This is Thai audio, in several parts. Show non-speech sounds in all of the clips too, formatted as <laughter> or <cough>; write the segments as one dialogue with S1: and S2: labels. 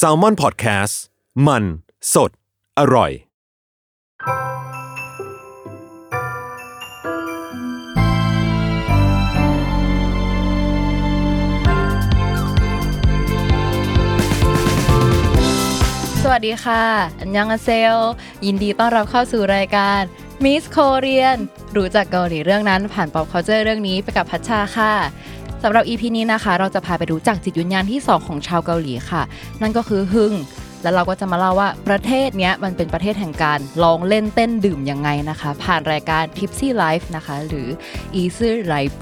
S1: s a l m o n PODCAST มันสดอร่อย
S2: สวัสดีค่ะ อันยังอาเซล ยินดีต้อนรับเข้าสู่รายการ Miss Korean รู้จักเกาหลีเรื่องนั้นผ่าน pop culture เรื่องนี้ไปกับพัชชาค่ะสำหรับ EP นี้นะคะ เราจะพาไปรู้จักจิตวิญญาณที่ 2 ของชาวเกาหลีค่ะ นั่นก็คือฮึงแล้วเราก็จะมาเล่าว่าประเทศเนี้ยมันเป็นประเทศแห่งการลองเล่นเต้นดื่มยังไงนะคะ ผ่านรายการ Tipsy Life นะคะ หรือ Easy Life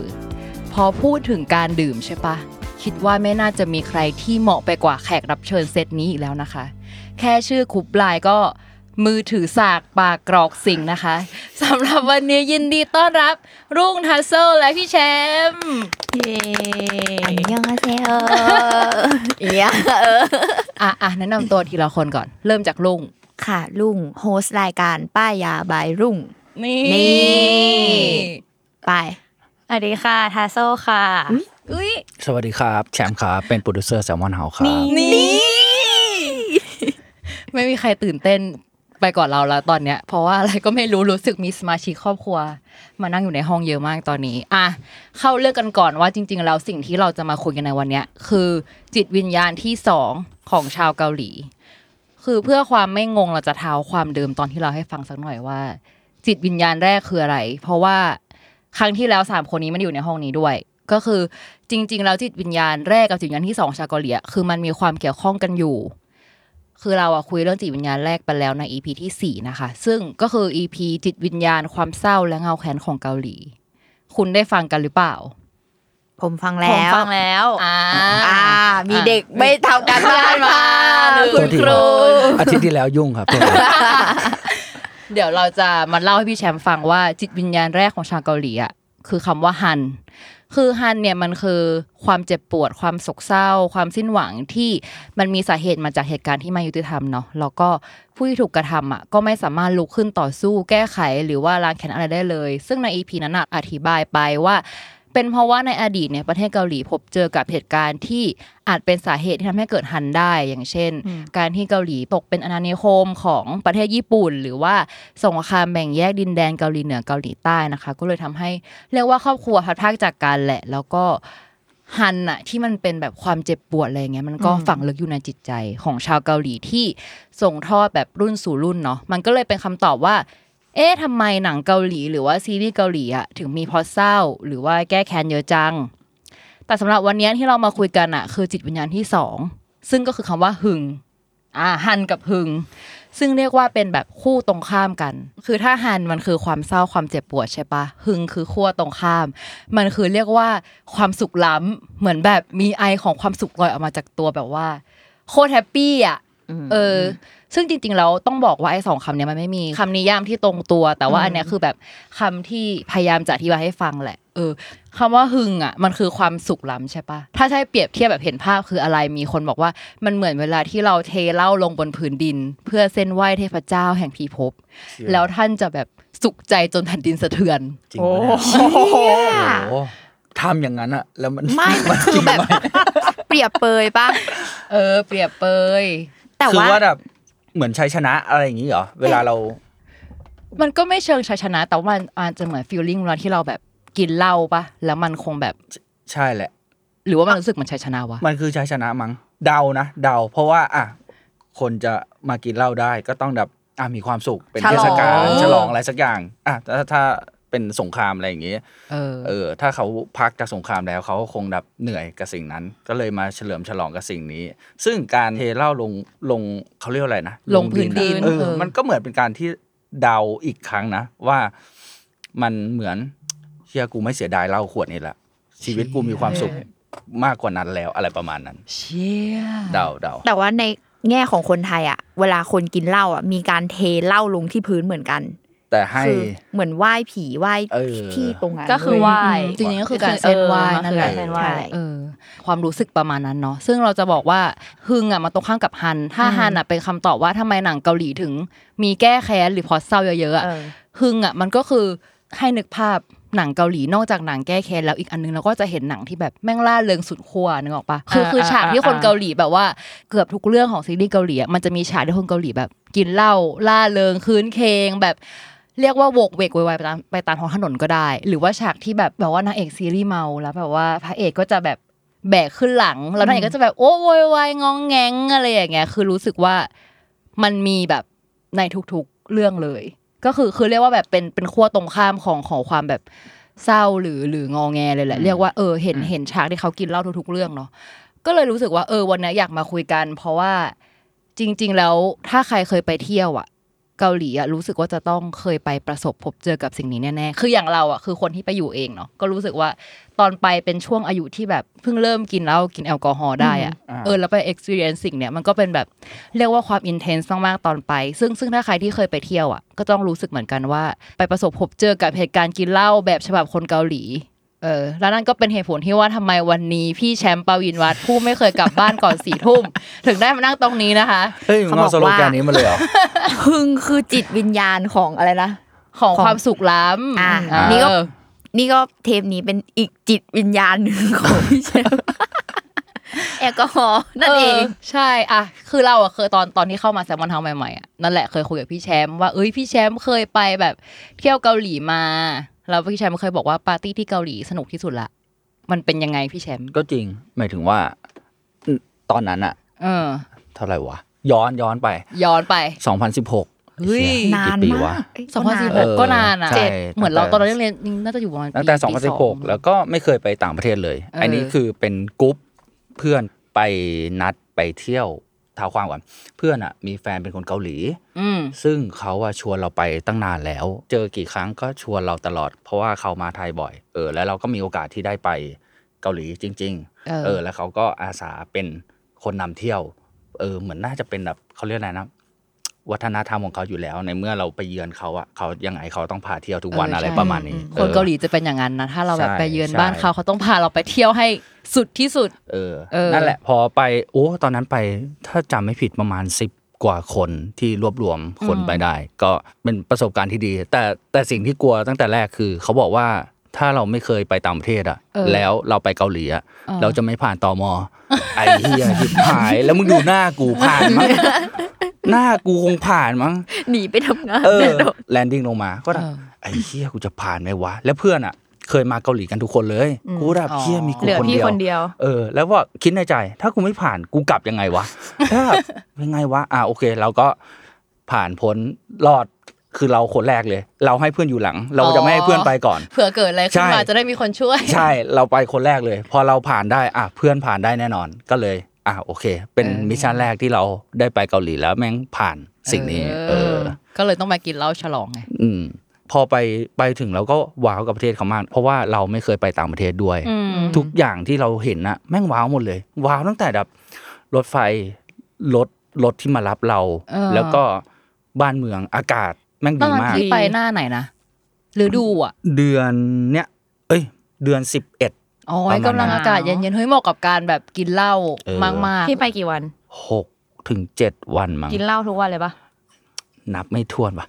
S2: พอพูดถึงการดื่มใช่ปะคิดว่าไม่น่าจะมีใครที่เหมาะไปกว่าแขกรับเชิญเซตนี้อีกแล้วนะคะ แค่ชื่อคุปลายก็มือถือสากปากกรอกสิ่งนะคะ <laughs> สำหรับวันนี้ยินดีต้อนรับ รุ่งทัสเซลและพี่แชมป์
S3: อันยองอาเซโอเอีย
S2: อ่ะอ่ะแนะนำตัวทีละคนก่อน เริ่มจากรุ่ง
S3: ค่ะลุงโฮสต์รายการป้ายยาบายรุ่ง
S2: นี่
S3: นี่ ไป
S4: สวัสดีค่ะ ทาโซค่ะ
S2: อุ้ย
S5: สวัสดีครับ แชมป์ครับ เป็นโปรดิวเซอร์แซลมอนเฮาครับ
S2: นี่ไม่มีใครตื่นเต้นไปก่อนเราแล้วตอนเนี้ย เพราะว่าอะไรก็ไม่รู้รู้สึกมีสมาชิกครอบครัว มานั่งอยู่ในห้องเยอะมากตอนนี้ อ่ะ เข้าเรื่องกันก่อนว่าจริง ๆ แล้วสิ่งที่เราจะมาคุยกันในวันเนี้ย คือจิตวิญญาณที่สองของชาวเกาหลี คือเพื่อความไม่งงเราจะเท้าความเดิมตอนที่เราให้ฟังสักหน่อยว่า จิตวิญญาณแรกคืออะไร เพราะว่าครั้งที่แล้วสามคนนี้มันอยู่ในห้องนี้ด้วย ก็คือจริง ๆ แล้วจิตวิญญาณแรกกับจิตวิญญาณที่สองชาวเกาหลีอะคือมันมีความเกี่ยวข้องกันอยู่ คือเราอะคุยเรื่องจิตวิญญาณแรกไปแล้วใน EP ที่สี่นะคะ ซึ่งก็คือ EP จิตวิญญาณความเศร้าและเงาแค้นของเกาหลี คุณได้ฟังกันหรือเปล่า
S3: ผมฟัง
S4: ผ
S3: แล้
S4: ม
S3: ว
S4: ฟังแล้ว
S2: อ่า
S3: อ่า มีเด็กไม่ทำการบ้านมา
S5: โทษที
S3: ครู
S5: อาทิตย์ที่แล้วยุ่งครับโทษที
S2: เดี๋ยวเราจะมาเล่าให้พี่แชมป์ฟังว่าจิตวิญญาณแรกของชาวเกาหลีอ่ะคือคำว่าฮัน คือฮันเนี่ยมันคือความเจ็บปวด ความโศกเศร้า ความสิ้นหวังที่มันมีสาเหตุมาจากเหตุการณ์ที่ไม่ยุติธรรมเนาะแล้วก็ผู้ที่ถูกกระทำอ่ะก็ไม่สามารถลุกขึ้นต่อสู้แก้ไขหรือว่าล้างแค้นอะไรได้เลย ซึ่งในอีพีนั้นอะอธิบายไปว่า เป็นเพราะว่าในอดีตเนี่ยประเทศเกาหลีพบเจอกับเหตุการณ์ที่อาจเป็นสาเหตุที่ทำให้เกิดฮันได้อย่างเช่น การที่เกาหลีตกเป็นอาณานิคมของประเทศญี่ปุ่น หรือว่าสงครามแบ่งแยกดินแดนเกาหลีเหนือเกาหลีใต้นะคะ ก็เลยทำให้เรียกว่าครอบครัวพัดพรากจากกันแหละ แล้วก็ฮันอะที่มันเป็นแบบความเจ็บปวดอะไรอย่างเงี้ยมันก็ฝังลึกอยู่ในจิตใจของชาวเกาหลีที่ส่งทอดแบบรุ่นสู่รุ่นเนาะมันก็เลยเป็นคำตอบว่า เอ๊ะทำไมหนังเกาหลีหรือว่าซีรีส์เกาหลีอะถึงมีพล็อตเศร้า หรือว่าแก้แค้นเยอะจัง แต่สำหรับวันเนี้ยที่เรามาคุยกันอะคือจิตวิญญาณที่สองซึ่งก็คือคำว่าหึงอ่าฮันกับหึง ซึ่งเรียกว่าเป็นแบบคู่ตรงข้ามกัน คือถ้าฮันมันคือความเศร้าความเจ็บปวดใช่ปะหึงคือขั้วตรงข้าม มันคือเรียกว่าความสุขล้ำเหมือนแบบมีไอของความสุขลอยออกมาจากตัวแบบว่าโคตรแฮปปี้อะเออ ซึ่งจริงๆแล้วต้องบอกว่าไอ้สองคำเนี้ยมันไม่มีคำนิยามที่ตรงตัว แต่ว่าอันเนี้ยคือแบบคำที่พยายามจะอธิบายให้ฟังแหละ เออคำว่าหึงอ่ะ มันคือความสุขล้ำใช่ปะถ้าใช่เปรียบเทียบแบบเห็นภาพคืออะไรมีคนบอกว่ามันเหมือนเวลาที่เราเทเหล้าลงบนผืนดิน เพื่อเส้นไหว้เทพเจ้าแห่งพีภพแล้วท่านจะแบบสุขใจจนแผ่นดินสะเทือน
S5: จริงปะเนี่ยโอ้โหทำอย่างนั้นอะแล้วมัน
S3: ไม่มัน
S5: จ
S3: คื
S5: ริ
S3: อง แบบ
S5: ไหม
S3: เปรียบเปรยปะ
S2: เออ เปรียบเปย
S3: แต่
S5: คือ
S3: ว่า
S5: ว่าแบบเหมือนชัยชนะอะไรอย่างนี้เหรอ เวลาเรา
S2: มันก็ไม่เชิงชัยชนะ แต่ว่ามันอาจจะเหมือนฟีลลิ่งเราที่เราแบบกินเหล้าปะแล้วมันคงแบบ
S5: ใช่แหละ
S2: หรือว่ามันรู้สึกเหมันชัยชนะวะ
S5: มันคือชัยชนะมั้งเดานะ เดา เพราะว่าอ่ะคนจะมากินเหล้าได้ก็ต้องแบบอ่ะมีความสุขเป็นเทศกาลฉลองอะไรสักอย่างอ่ะถ้าถ้าเป็นสงครามอะไรอย่างงี้
S2: เออ
S5: เออถ้าเขาพักจากสงครามแล้วเขาก็คงดับเหนื่อยกับสิ่งนั้น ก็เลยมาเฉลิมฉลองกับสิ่งนี้ ซึ่งการเทเหล้าลงลงเขาเรียกอะไรนะ
S2: ลงพื้นดิน
S5: อะเออ
S2: เออ
S5: มันก็เหมือนเป็นการที่เดาอีกครั้งนะ ว่ามันเหมือนเชียกูไม่เสียดายเหล้าขวดนี่แหละชีวิตกูมีความสุข มากกว่านั้นแล้วอะไรประมาณนั้น
S2: เชี่ย
S5: เดาเดา
S3: แต่ว่าในแง่ของคนไทยอ่ะ เวลาคนกินเหล้าอ่ะมีการเทเหล้าลงที่พื้นเหมือนกัน
S5: แต่ให้
S3: คือเหมือนไหว้ผีไหว้
S5: เออ
S3: ที่ตรงนั้น
S4: ก็คือไหว้
S3: เย
S2: จริงๆก็คือการเส้นไหว้นั่นแหละ
S4: เส้นไหว้
S3: ใช่
S2: เออความรู้สึกประมาณนั้นเนาะซึ่งเราจะบอกว่าฮึงอ่ะมันตรงข้ามกับฮัน ถ้าฮันอ่ะเป็นคำตอบว่าทำไมหนังเกาหลีถึง มีแก้แค้นหรือพล็อตเศร้าเยอะๆอ่ะ
S3: เออ
S2: ฮึงอ่ะมันก็คือให้นึกภาพหนังเกาหลีนอกจากหนังแก้แค้นแล้วอีกอันนึงเราก็จะเห็นหนังที่แบบแม่งล่าเริงสุดขั้วนึกออกปะคือคือฉากที่คนเกาหลีแบบว่าเกือบทุกเรื่องของซีรีส์เกาหลีอ่ะมันจะมีฉากที่คนเกาหลีแบบ กินเหล้าล่าเริงคืนเคงแบบ เรียกว่าโวกเวกโวยวายไปตามไปตามท้องถนนก็ได้ หรือว่าฉากที่แบบแบบว่านางเอกซีรีส์เมาแล้วแบบว่าพระเอกก็จะแบบแบกขึ้นหลัง แล้วนางเอกก็จะแบบโอ้โวยวายงองแงงอะไรอย่างเงี้ยคือรู้สึกว่ามันมีแบบในทุกๆเรื่องเลย ก็คือคือเรียกว่าแบบเป็นเป็นขั้วตรงข้ามของของความแบบเศร้าหรือหรืององแงเลยแหละเรียกว่าเออเห็นเห็นฉากที่เขากินเหล้าทุกๆเรื่องเนาะ ก็เลยรู้สึกว่าเออวันเนี้ยอยากมาคุยกัน เพราะว่าจริง ๆ แล้วถ้าใครเคยไปเที่ยวอ่ะ เกาหลีอ่ะรู้สึกว่าจะต้องเคยไปประสบพบเจอกับสิ่งนี้แน่ๆคืออย่างเราอ่ะคือคนที่ไปอยู่เองเนาะก็รู้สึกว่าตอนไปเป็นช่วงอายุที่แบบเพิ่งเริ่มกินเหล้ากินแอลกอฮอล์ได้อ่ะเออแล้วไป experience สิ่งเนี้ยมันก็เป็นแบบเรียกว่าความ intense มากๆตอนไป ซึ่งซึ่งถ้าใครที่เคยไปเที่ยวอ่ะก็ต้องรู้สึกเหมือนกันว่า ไปประสบพบเจอกับเหตุการณ์กินเหล้าแบบฉบับคนเกาหลี เออแล้วนั่นก็เป็นเหตุผลที่ว่าทำไมวันนี้พี่แชมป์ปวินวัดผู้ไม่เคยกลับบ้านก่อนสี่ทุ่มถึงได้มานั่งตรงนี้นะคะ
S5: เฮ้ยมึงเอาสโลแกนนี้มาเลยเหรอ
S3: พึงคือจิตวิญญาณของอะไรนะ
S2: ของ
S3: ของ
S2: ความสุขล้ำ
S3: อ่ะ
S2: เออ
S3: นี่ก็ นี่ก็เทปนี้เป็นอีกจิตวิญญาณหนึ่งของพี่เชฟแอลกอฮอล์นั่นเอง
S2: ใช่อ่ะคือเราอ่ะเคยตอนตอนที่เข้ามาแซมมอนเฮาใหม่ๆอ่ะนั่นแหละเคยคุยกับพี่แชมป์ว่าเอ้ยพี่แชมป์เคยไปแบบเที่ยวเกาหลีมาแล้วพี่แชมป์เคยบอกว่าปาร์ตี้ที่เกาหลีสนุกที่สุดละมันเป็นยังไงพี่แชมป์
S5: ก็จริง หมายถึงว่าอืมตอนนั้นอะ
S2: เออ
S5: เท่าไหร่วะ ย้อนย้อนไป
S2: ย้อนไป
S5: 2016
S2: เฮ้ย
S3: นาน
S5: กี่ปี
S3: มาว
S5: ะ
S3: กเย
S2: สองพันสิบ
S3: ก็า
S2: หกก็
S3: นะ
S2: นานอ่ะ
S5: ใช่
S2: เหมือนเราตอนเราเรียนเรียนน่าจะอยู่ประมาณปี
S5: ตั้งแต่
S2: ปีสอง
S5: 2016 แล้วก็ไม่เคยไปต่างประเทศเลย
S2: เอออั
S5: อันนี้คือเป็นกรุ๊ปเพื่อนไปนัดไปเที่ยวเท้าความก่อนเพื่อนอะมีแฟนเป็นคนเกาหลี
S2: อืม
S5: ซึ่งเขาอะชวนเราไปตั้งนานแล้ว เจอกี่ครั้งก็ชวนเราตลอด เพราะว่าเขามาไทยบ่อย เออ แล้วเราก็มีโอกาสที่ได้ไปเกาหลีจริง ๆ
S2: เออ
S5: เออ แล้วเขาก็อาสาเป็นคนนำเที่ยว เออ เหมือนน่าจะเป็นแบบเขาเรียกอะไรนะ วัฒนธรรมของเขาอยู่แล้ว ในเมื่อเราไปเยือนเขาอะเขายังไงเขาต้องพาเที่ยวทุกวัน
S2: เอออ
S5: อะไร
S2: ใช่
S5: ประมาณนี้
S3: อืม
S2: คน
S5: ออ
S2: เกาหลีจะเป็นอย่างนั้นนะถ้าเราแบบ
S5: ใช่
S2: ไปเยือน
S5: ใช่
S2: บ้านเขาเขาต้องพาเราไปเที่ยวให้สุดที่สุด
S5: เออ
S2: เออ
S5: นั่นแหละ พอไปโอ้ตอนนั้นไปถ้าจำไม่ผิดประมาณสิบกว่าคนที่รวบรวมคนไปได้ ก็เป็นประสบการณ์ที่ดี แต่แต่สิ่งที่กลัวตั้งแต่แรกคือ เขาบอกว่าถ้าเราไม่เคยไปต่างประเทศอะ
S2: เออ
S5: แล้วเราไปเกาหลีอะ
S2: เออ
S5: เราจะไม่ผ่านตอมอไอ้เหี้ยที่หาย แล้วมึงดูหน้ากูผ่านมั้งหน้ากูคงผ่านมั้ง
S3: หนีไปทำงาน
S5: เออ
S3: แล้ว
S5: แลนดิ้งลงมาก็แบบ
S2: เออ
S5: ไอ้เหี้ยกูจะผ่านไหมวะ แล้วเพื่อนอ่ะ เคยมาเกาหลีกันทุกคนเลย
S3: อืม
S5: กูแบบ
S2: อ๋อ
S5: เหี้ยมีกู
S4: เหลือ
S5: คน
S4: พี่
S5: เดียว
S4: คนเดียว
S5: เออแล้วว่าคิดในใจ ถ้ากูไม่ผ่านกูกลับยังไงวะ ถ้ายังไงวะอ่าโอเค เราก็ผ่านพ้นรอดคือเราคนแรกเลย เราให้เพื่อนอยู่หลัง เราจะไม่ให้เพื่อนไปก่อน
S2: เผื่อเกิดอะไรขึ้นมา
S5: ใช่
S2: จะได้มีคนช่วย
S5: ใช่เราไปคนแรกเลย พอเราผ่านได้อ่ะเพื่อนผ่านได้แน่นอนก็เลย อ่ะโอเค เป็น
S2: เออ
S5: มิชชั่นแรกที่เราได้ไปเกาหลีแล้วแม่งผ่านสิ่งนี้ เออ
S2: ก็เลยต้องมากินเหล้าฉลองไง
S5: อืมพอไปไปถึงเราก็ว้าวกับประเทศเขามาก เพราะว่าเราไม่เคยไปต่างประเทศด้วย
S2: อืม
S5: ทุกอย่างที่เราเห็นนะแม่งว้าวหมดเลย ว้าวตั้งแต่แบบรถไฟรถรถที่มารับเรา
S2: เออ
S5: แล้วก็บ้านเมืองอากาศแม่ง
S2: ตอ
S5: ดี
S2: นนั้น
S5: มาก
S2: ที่ไปหน้าไหนนะฤดูอ่ะ
S5: เดือนเนี้ยเอ้ย เดือนสิบเอ็ด
S2: อ๋อ
S5: ประมาณ
S2: กำลัง
S5: นั้น
S2: อากาศเย็นๆเฮ้ยเหมาะกับการแบบกินเหล้า
S5: เออ
S2: มาก
S4: พี่ไปกี่วัน
S5: หกถึงเจ็ดวันมั้ง
S4: กินเหล้าทุกวันเลยปะ
S5: นับไม่
S4: <laughs>
S5: ถ้วนว่ะ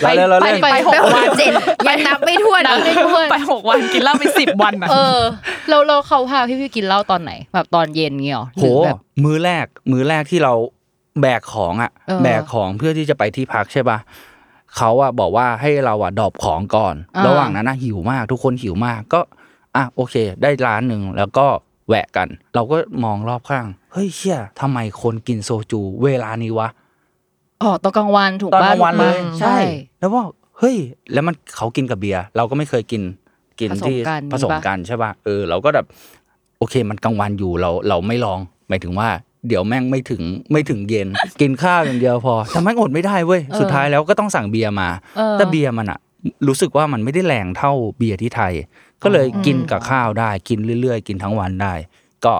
S5: เราเล่นเรา
S2: ๆไป
S5: เล่น
S2: ไปหกวัน
S3: เจ็ดยังนับไม่ถ้วน
S2: นับไม่ถ้วน
S4: ไปหกวันกินเหล้าไปสิบวันอะ
S2: เออเราเราเข้าพาพี่พี่กินเหล้าตอนไหน แบบตอนเย็นเงี้ยหรอ
S5: โห
S2: รือแบบ
S5: มือแรก มือแรกที่เราแบกของอ่ะ
S2: เออ
S5: แบกของเพื่อที่จะไปที่พักใช่ปะเขาอ่ะบอกว่าให้เราอ่ะดรอปของก่อน
S2: อ่า
S5: ระหว่างนั้นนะหิวมาก ทุกคนหิวมากก็ อ่ะโอเค ได้ร้านหนึ่งแล้วก็แวะกัน เราก็มองรอบข้าง เฮ้ยเชี่ยทำไมคนกินโซจูเวลานี้วะ
S2: อ๋อตอนกลางวันถูก
S5: ตอน
S2: ป่ะ
S5: กลางวันเลย
S2: อืม
S5: ใช่ แล้วว่าเฮ้ย แล้วมันเขากินกับเบียร์เราก็ไม่เคยกินกิน
S2: ผสม
S5: ที่
S2: กัน
S5: ผสม
S2: มีปะ
S5: กันใช่ป่ะเออ เราก็แบบโอเคมันกลางวันอยู่เราเราไม่ลองหมายถึงว่า เดี๋ยวแม่งไม่ถึงไม่ถึงเย็น กินข้าวอย่างเดียวพอแต่แม่งอดไม่ได้เว้ยสุดท้ายแล้วก็ต้องสั่งเบียร์มา
S2: เออ
S5: แต่เบียร์มันอะ รู้สึกว่ามันไม่ได้แรงเท่าเบียร์ที่ไทย ก็เลยกินกับข้าวได้กินเรื่อย ๆ กินทั้งวันได้ ก็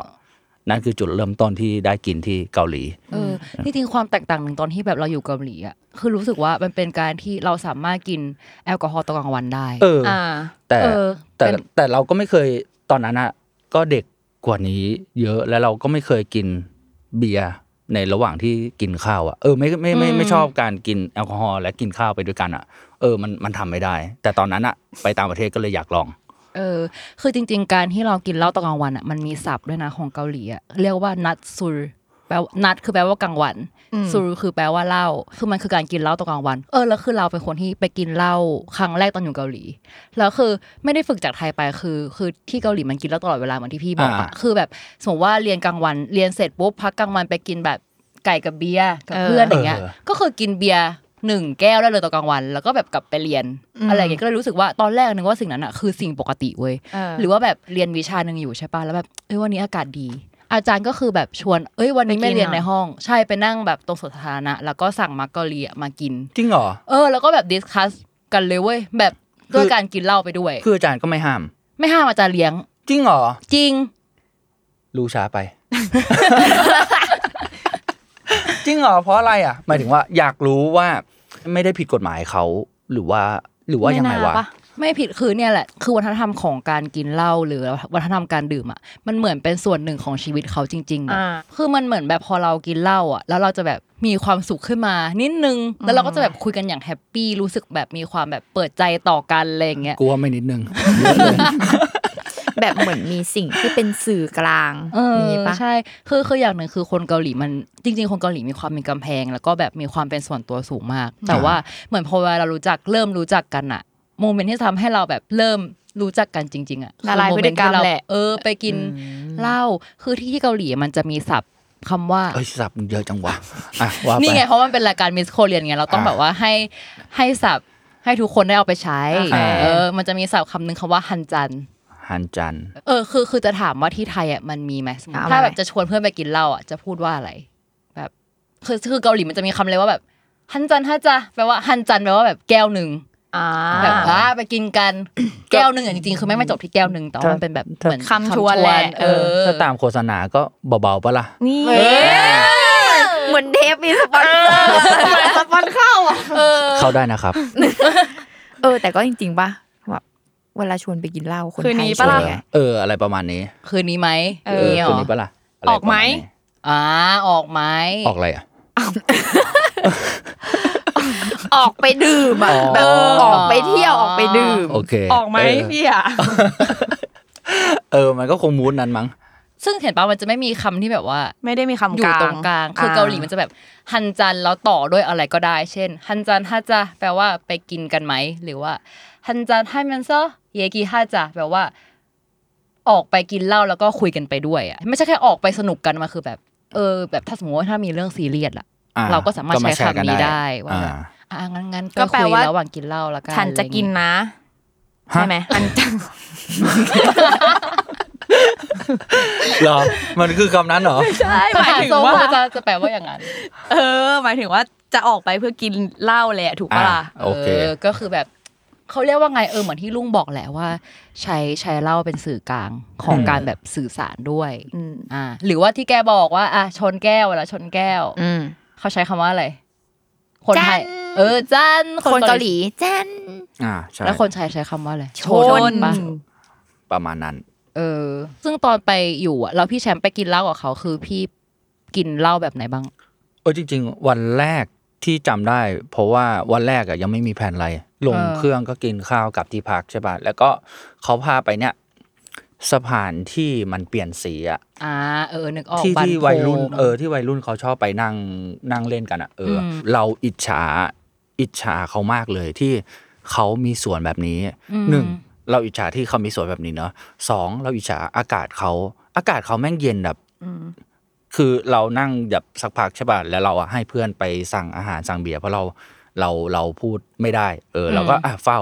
S5: นั่นคือจุดเริ่มต้นที่ได้กินที่เกาหลี
S2: เออจริงๆความแตกต่างหนึ่งตอนที่แบบเราอยู่เกาหลีอ่ะคือรู้สึกว่ามันเป็นการที่เราสามารถกินแอลกอฮอล์ตอนกลางวันได้
S5: เออ
S3: อ่า
S5: แต่
S2: เออ
S5: แต่
S2: เป็น
S5: แต่เราก็ไม่เคยตอนนั้นอะก็เด็กกว่านี้เยอะแล้วเราก็ไม่เคยกินเบียร์ในระหว่างที่กินข้าวอะเออไม่ไม่ไม่ไม่ชอบการกินแอลกอฮอล์และกินข้าวไปด้วยกันอะเออมันมันทำไม่ได้ แต่ตอนนั้นอะไปต่างประเทศก็เลยอยากลอง
S2: เออคือจริง ๆ การที่เรากินเหล้าตอนกลางวันอ่ะมันมีศัพท์ด้วยนะของเกาหลีอ่ะเรียกว่านัดซูรแปลว่านัดคือแปลว่ากลางวันซูรคือแปลว่าเหล้าคือมันคือการกินเหล้าตอนกลางวัน เออแล้วคือเราเป็นคนที่ไปกินเหล้าครั้งแรกตอนอยู่เกาหลี แล้วคือไม่ได้ฝึกจากไทยไปคือ คือที่เกาหลีมันกินเหล้าตลอดเวลาเหมือนที่พี่บอก
S5: อ่า
S2: อะคือแบบสมมติว่าเรียนกลางวันเรียนเสร็จปุ๊บพักกลางวันไปกินแบบไก่กับเบียร์กับเพื่อนอย่างเงี้ย ก็คือกินเบียร์หนึ่งแก้วได้เลยตอนกลางวัน แล้วก็แบบกลับไปเรียน
S3: อืม
S2: อะไรอย่างเงี้ยก็เลยรู้สึกว่าตอนแรกนึกว่าสิ่งนั้นอ่ะคือสิ่งปกติเว้ย
S3: เออ
S2: หรือว่าแบบเรียนวิชาหนึ่งอยู่ใช่ป่ะแล้วแบบเอ้ยวันนี้อากาศดี อาจารย์ก็คือแบบชวนเอ้ยวันนี้ไม่
S3: ไปกิน
S2: เรียน
S3: เหรอ
S2: ในห้อง ใช่ไปนั่งแบบตรงสวนสาธารณะแล้วก็สั่งมักกะเรียมากิน
S5: จริงเหรอ
S2: เออ แล้วก็แบบดิสคัสกันเลยเว้ยแบบด้วยการกินเหล้าไปด้วย
S5: คืออาจารย์ก็ไม่ห้าม
S2: ไม่ห้ามอาจารย์เลี้ยง
S5: จริงเหรอ
S2: จริง
S5: รู้ช้าไป <laughs> จริงเหรอเพราะอะไรอ่ะหมายถึงว่าอยากรู้ว่าไม่ได้ผิดกฎหมายเขาหรือว่าหรือว่ายังไงวะ
S3: ม่น่าป
S2: ไม่ผิดคือเนี่ยแหละ คือวัฒนธรรมของการกินเหล้าหรือวัฒนธรรมการดื่มอ่ะมันเหมือนเป็นส่วนหนึ่งของชีวิตเขาจริงๆอะ
S3: อ่า
S2: คือมันเหมือนแบบพอเรากินเหล้าอ่ะ แล้วเราจะแบบมีความสุขขึ้นมานิดนึง แล้วเราก็จะแบบคุยกันอย่างแฮปปี้รู้สึกแบบมีความแบบเปิดใจต่อกันอะไรอย่างเงี้ย
S5: กลัวไม่นิดนึง
S3: แบบเหมือนมีสิ่งที่เป็นสื่อกลาง
S2: เออ
S3: มีปะ
S2: ใช่คือคืออย่างหนึ่งคือคนเกาหลีมันจริง ๆ คนเกาหลีมีความมีกำแพง แล้วก็แบบมีความเป็นส่วนตัวสูงมาก แต่ว่าเหมือนพอเวลาเรารู้จักเริ่มรู้จักกันอ่ะโมเมนต์ที่ทำให้เราแบบเริ่มรู้จักกันจริง ๆอ่ะ
S3: ละลายพฤติกรรมแหละ
S2: เออไปกิน เหล้าคือที่ที่เกาหลีมันจะมีศัพท์คำว่า
S5: เอ้ยสับเยอะจังวะอ่ะว่า
S2: นี่
S5: ไป
S2: ไงเพราะมันเป็นรายการมิสโคเรียนไงเราต้อง
S5: อ่า
S2: แบบว่าให้ให้ศัพท์ให้ทุกคนได้เอาไปใช้
S5: อ่า
S2: เออมันจะมีศัพท์คำหนึ่งคำว่าฮันจัน
S5: ฮันจัน
S2: เออคือคือจะถามว่าที่ไทยอ่ะมันมีไหมสมมติ
S3: เอา
S2: ถ้า
S3: ไหม
S2: แบบจะชวนเพื่อนไปกินเหล้าอ่ะจะพูดว่าอะไร แบบคือคือเกาหลีมันจะมีคำเลยว่าแบบฮันจันฮันจะแปลว่าฮันจันแปลว่าแบบแก้วหนึ่ง
S3: อ่า
S2: แบบว่าไปกินกันแก้วหนึ่งอ่ะจริงๆคือไม่ไม่จบที่แก้วหนึ่งแต่ว่ามันเป็นแบบเหมือน
S3: คำชวนแหละเอ
S2: เอ
S3: อ
S2: อ
S5: ถ้าตามโฆษณาก็เบาๆปะล่ะ
S3: นี่เหมือนเทปมีสปอนเซอร์สปอนเข้าอ่ะ
S5: เข้าได้นะครับ
S3: เออ แต่ก็จริง ๆ ป่ะแบบเวลาชวนไปกินเหล้าคน
S4: คืน
S3: ไท
S4: นี้
S3: ยช
S4: ปะ
S3: วน
S4: ล่ะ
S3: ไง
S5: เออ อะไรประมาณนี้
S2: คืนนี้ไหม
S3: เอ
S5: เออ
S2: นี่หร
S5: คน
S2: อ
S5: นี้ปะล่ะะร
S4: ออกไหม
S5: ประาณนี้
S2: อ่าออกไหม
S5: ออกอะไรอ่ะ
S3: ออกไปดื่มอ่ะ
S5: อ๋อ
S3: แบบออกไปเที่ยวออกไปดื่ม
S5: โอเค
S4: ออกไหม
S5: เ
S4: พี่อ่ะ
S5: เออ มันก็คงมูดนั้นมั้ง
S2: ซึ่งเห็นป่ะมันจะไม่มีคำที่แบบว่า
S4: ไม่ได้มีคำ
S2: อยู่ตรงกลาง คือเกาหลีมันจะแบบฮันจันแล้วต่อด้วยอะไรก็ได้ เช่นฮันจันฮาจะแปลว่าไปกินกันไหมหรือว่าฮันจันฮันมันเซอเยกีฮาจะแปลว่า ออกไปกินเหล้าแล้วก็คุยกันไปด้วยอ่ะไม่ใช่แค่ออกไปสนุกกันมาคือแบบ เออ แบบถ้าสมมติว่าถ้ามีเรื่องซีเรียสล่ะ
S5: อ่
S2: เราก็สามารถใช้
S5: ก็แร์
S2: คำนี้
S5: กัน
S2: ได้ว่า
S5: อ่
S2: แบบอ่ะงั้นงั้น
S3: ก็
S2: ก็
S3: แปล
S2: คุย
S3: ว่า
S2: ระหว่างกินเหล้าแล้วกัน
S3: ฉันจะกินนะ ใช่ไหมอัน
S4: <laughs>
S3: จัง
S5: เหรอ มันคือคำนั้นเหรอ
S4: ใช่หมาม
S2: หา
S4: ถึ
S2: ยยถึ
S4: ง
S2: ง
S4: ว่า
S2: ว่าจะจะแปลว่าอย่างนั้น
S4: เออ หมายถึงว่าจะออกไปเพื่อกินเหล้าแหละถูกปะล่ะ
S5: โอเค
S2: อก็คือแบบเขาเรียกว่าไงเออเหมือนที่ลุงบอกแหละว่า ใช้ใช้เหล่าเป็นสื่อกลางของ
S5: อืม
S2: การแบบสื่อสารด้วยอ่า หรือว่าที่แกบอกว่า อ่ะชนแก้วแล้วชนแก้ว
S3: อืม
S2: เขาใช้คำว่าอะไร คนไทย
S3: จัน
S2: เออจัน
S3: คนเกาหลีเจน
S5: อ่าใช่
S2: แล้วคนไทยใช้คำว่าอะไร
S3: ช
S4: น
S2: ปะ
S5: ประมาณนั้น
S2: เออ ซึ่งตอนไปอยู่อะแล้วพี่แชมป์ไปกินเหล้ากับเขาคือพี่กินเหล้าแบบไหนบ้าง
S5: โอ้ยจริง ๆ วันแรกที่จำได้ เพราะว่าวันแรกอะยังไม่มีแผนอะไร ลง
S2: เออ
S5: เครื่องก็กินข้าวกลับที่พักใช่ป่ะแล้วก็เขาพาไปเนี่ยสะพานที่มันเปลี่ยนสีอะ
S2: อ่าเออนึกออก
S5: ที่
S2: บ้าน
S5: ที่วัยรุ่น
S2: โพง
S5: เออที่วัยรุ่นเขาชอบไปนั่งนั่งเล่นกันอะเอออ
S2: ม
S5: เราอิจฉาอิจฉาเขามากเลยที่เขามีสวนแบบนี้หนึ่งเราอิจฉาที่เขามีสวนแบบนี้เนาะสองเราอิจฉาอากาศเขาอากาศเขาแม่งเย็นแบบ คือเรานั่งแบบสักพักใช่ป่ะแล้วเราอะให้เพื่อนไปสั่งอาหารสั่งเบียร์เพราะเราเราเราพูดไม่ได้ เออ เราก็อ่ะเฝ้า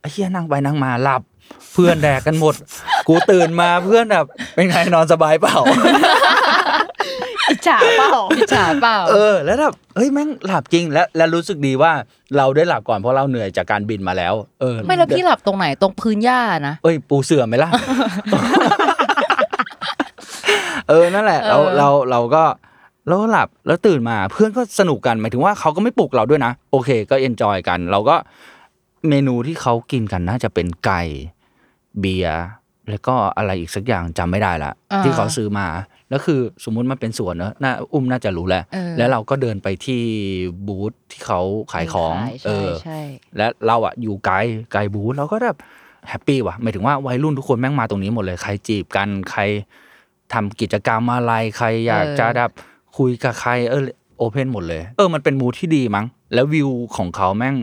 S5: ไอ้เฮียนั่งไปนั่งมาหลับ เพื่อนแดกกันหมด
S2: <laughs>
S5: กูตื่นมาเพื่อนแบบเป็นไงนอนสบายเปล่า
S4: อิจ ฉาเปล่า
S2: อิจฉาเปล่า
S5: เออ แล้วแบบเฮ้ยแม่งหลับจริงและและรู้สึกดีว่าเราได้หลับก่อนเพราะเราเหนื่อยจากการบินมาแล้ว เออ
S2: ไม่แล้วพี่หลับตรงไหนตรงพื้นหญ้านะ
S5: เอ้ย ปูเสื่อมไหม
S2: <laughs>
S5: ล่ะ เออนั่นแหละเรา
S2: เออ
S5: เราเราก็เราก็หลับแล้วตื่นมาเพื่อนก็สนุกกันหมายถึงว่าเขาก็ไม่ปลุกเราด้วยนะโอเค ก็เอนจอยกัน เราก็เมนูที่เขากินกันน่าจะเป็นไก่เบียร์แล้วก็อะไรอีกสักอย่างจำไม่ได้ละ
S2: อ่า
S5: ที่เขาซื้อมาแล้วคือสมมุติมันเป็นสวนเนอะน่าอุ้มน่าจะรู้แหละ
S2: เออ
S5: แล้วเราก็เดินไปที่บูธที่เขาขายของ
S2: ขาย
S5: เอ
S2: ใช่
S5: อ
S2: ใช่
S5: และเราอะอยู่ไกลไกลบูธเราก็แบบแฮปปี้ว่ะหมายถึงว่าวัยรุ่นทุกคนแม่งมาตรงนี้หมดเลย ใครจีบกันใครทำกิจกรรมอะไรใครอยาก
S2: เออ
S5: จะแบบคุยกับใครเออโอเพนหมดเลย เออมันเป็นมูดที่ดีมั้ง แล้ววิวของเขาแม่ง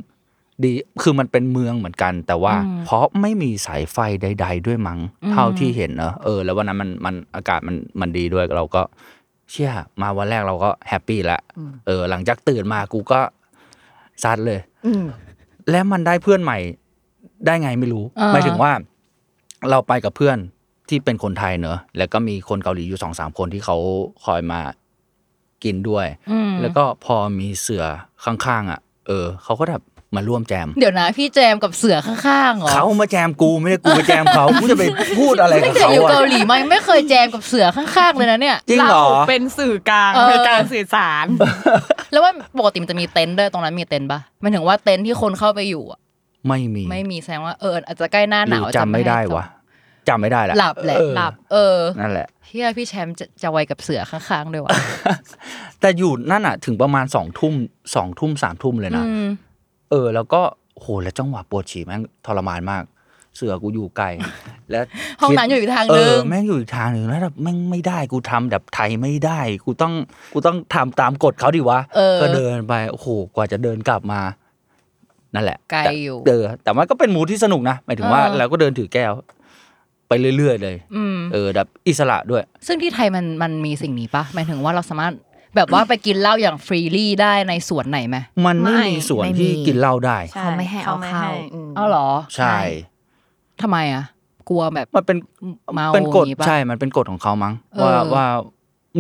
S5: ดีคือมันเป็นเมืองเหมือนกัน แต่ว่าเพราะไม่มีสายไฟใด ๆ ด้วยมั้งเท่าที่เห็นเนอะเออ แล้ววันนั้นมันมันอากาศมันมันดีด้วยเราก็ เชี่ยมาวันแรกเราก็แฮปปี้ละเออ หลังจากตื่นมากูก็ซัดเลย และมันได้เพื่อนใหม่ได้ไงไม่รู้
S2: อ่า
S5: หมายถึงว่า เราไปกับเพื่อนที่เป็นคนไทยเนอะแล้วก็มีคนเกาหลีอยู่สองสามคนที่เขาคอยมากินด้วย
S2: อืม
S5: แล้วก็พอมีเสือข้างๆ อ่ะ เออเขาก็แบบมาร่วมแจม
S2: เดี๋ยวนะพี่แจมกับเสือข้างๆเหรอ
S5: เขามาแจมกูไม่ได้กูไปแจมเขากูจะไปพูดอะไร
S2: ไม่
S5: กับ
S2: เคย
S5: เขา
S2: อยู่
S5: อะ
S2: เกาหลีไหมไม่เคยแจมกับเสือข้างๆเลยนะเนี่ย
S5: จริงเหรอ
S4: เป็นสื่อกลาง
S2: เออ
S4: ในการสื่อสาร
S2: แล้วว่าปกติมันจะมีเต็นท์ด้วยตรงนั้นมีเต็นท์ปะหมายถึงว่าเต็นท์ที่คนเข้าไปอยู่อะ
S5: ไม่มี
S2: ไม่มีแสดงว่าเอออาจจะใกล้หน้า
S5: ห
S2: ห
S5: รื
S2: นา
S5: อ
S2: ว
S5: จำไม่ได้
S2: ให้เข้าว
S5: ะจำไม่ได้ละ
S2: หลับแหละ
S5: เออ
S2: หลับ เออ
S5: นั่นแหละ
S2: เฮียพี่แชมป์จะจะไวกับเสือข้างๆด้วยวะ
S5: <laughs> แต่อยู่นั่นอ่ะ ถึงประมาณสองทุ่มสองทุ่มสามทุ่มเลยนะ
S2: อืม
S5: เออแล้วก็โหแล้วจังหวะปวดฉี่แม่งทรมานมาก เสือกูอยู่ไกล <laughs> และ
S2: ห้องน้ำอยู่อีกทางนึง
S5: เออแม่งอยู่อีกทางหนึ่งแล้วแบบแม่งไม่ได้กูทำแบบไทยไม่ได้ กูต้องกูต้องทำตามกฎเขาดิวะ
S2: เออ
S5: ก็เดินไปโอ้โหกว่าจะเดินกลับมา นั่นแหละ
S2: ไกล
S5: แต่
S2: อยู่
S5: เออแต่มันก็เป็นมูดที่สนุกนะหมายถึงว่า
S2: เออ
S5: เราก็เดินถือแก้ว ไปเรื่อย ๆ เลย
S2: อืม
S5: เออแบบอิสระด้วย
S2: ซึ่งที่ไทยมันมันมีสิ่งนี้ปะหมายถึงว่าเราสามารถแบบว่าไปกินเหล้าอย่างฟรีลี่ได้ในสวนไหนไหม
S5: มันไม่
S4: ไม่
S5: มีส่วน
S3: ไม่
S5: ที่
S3: มี
S5: กินเหล้าได้
S3: ช่เขาไม่ให้เอาเข้า
S4: ม
S2: อ้าวเหรอ
S5: ใช่
S2: ทำไมอ่ะ กลัวแบบ
S5: มันเป็น
S2: เมา
S5: เป็นกฎ
S2: อย่างงี้ปะ
S5: ใช่ มันเป็นกฎของเขามั้ง
S2: เออ
S5: ว่าว่า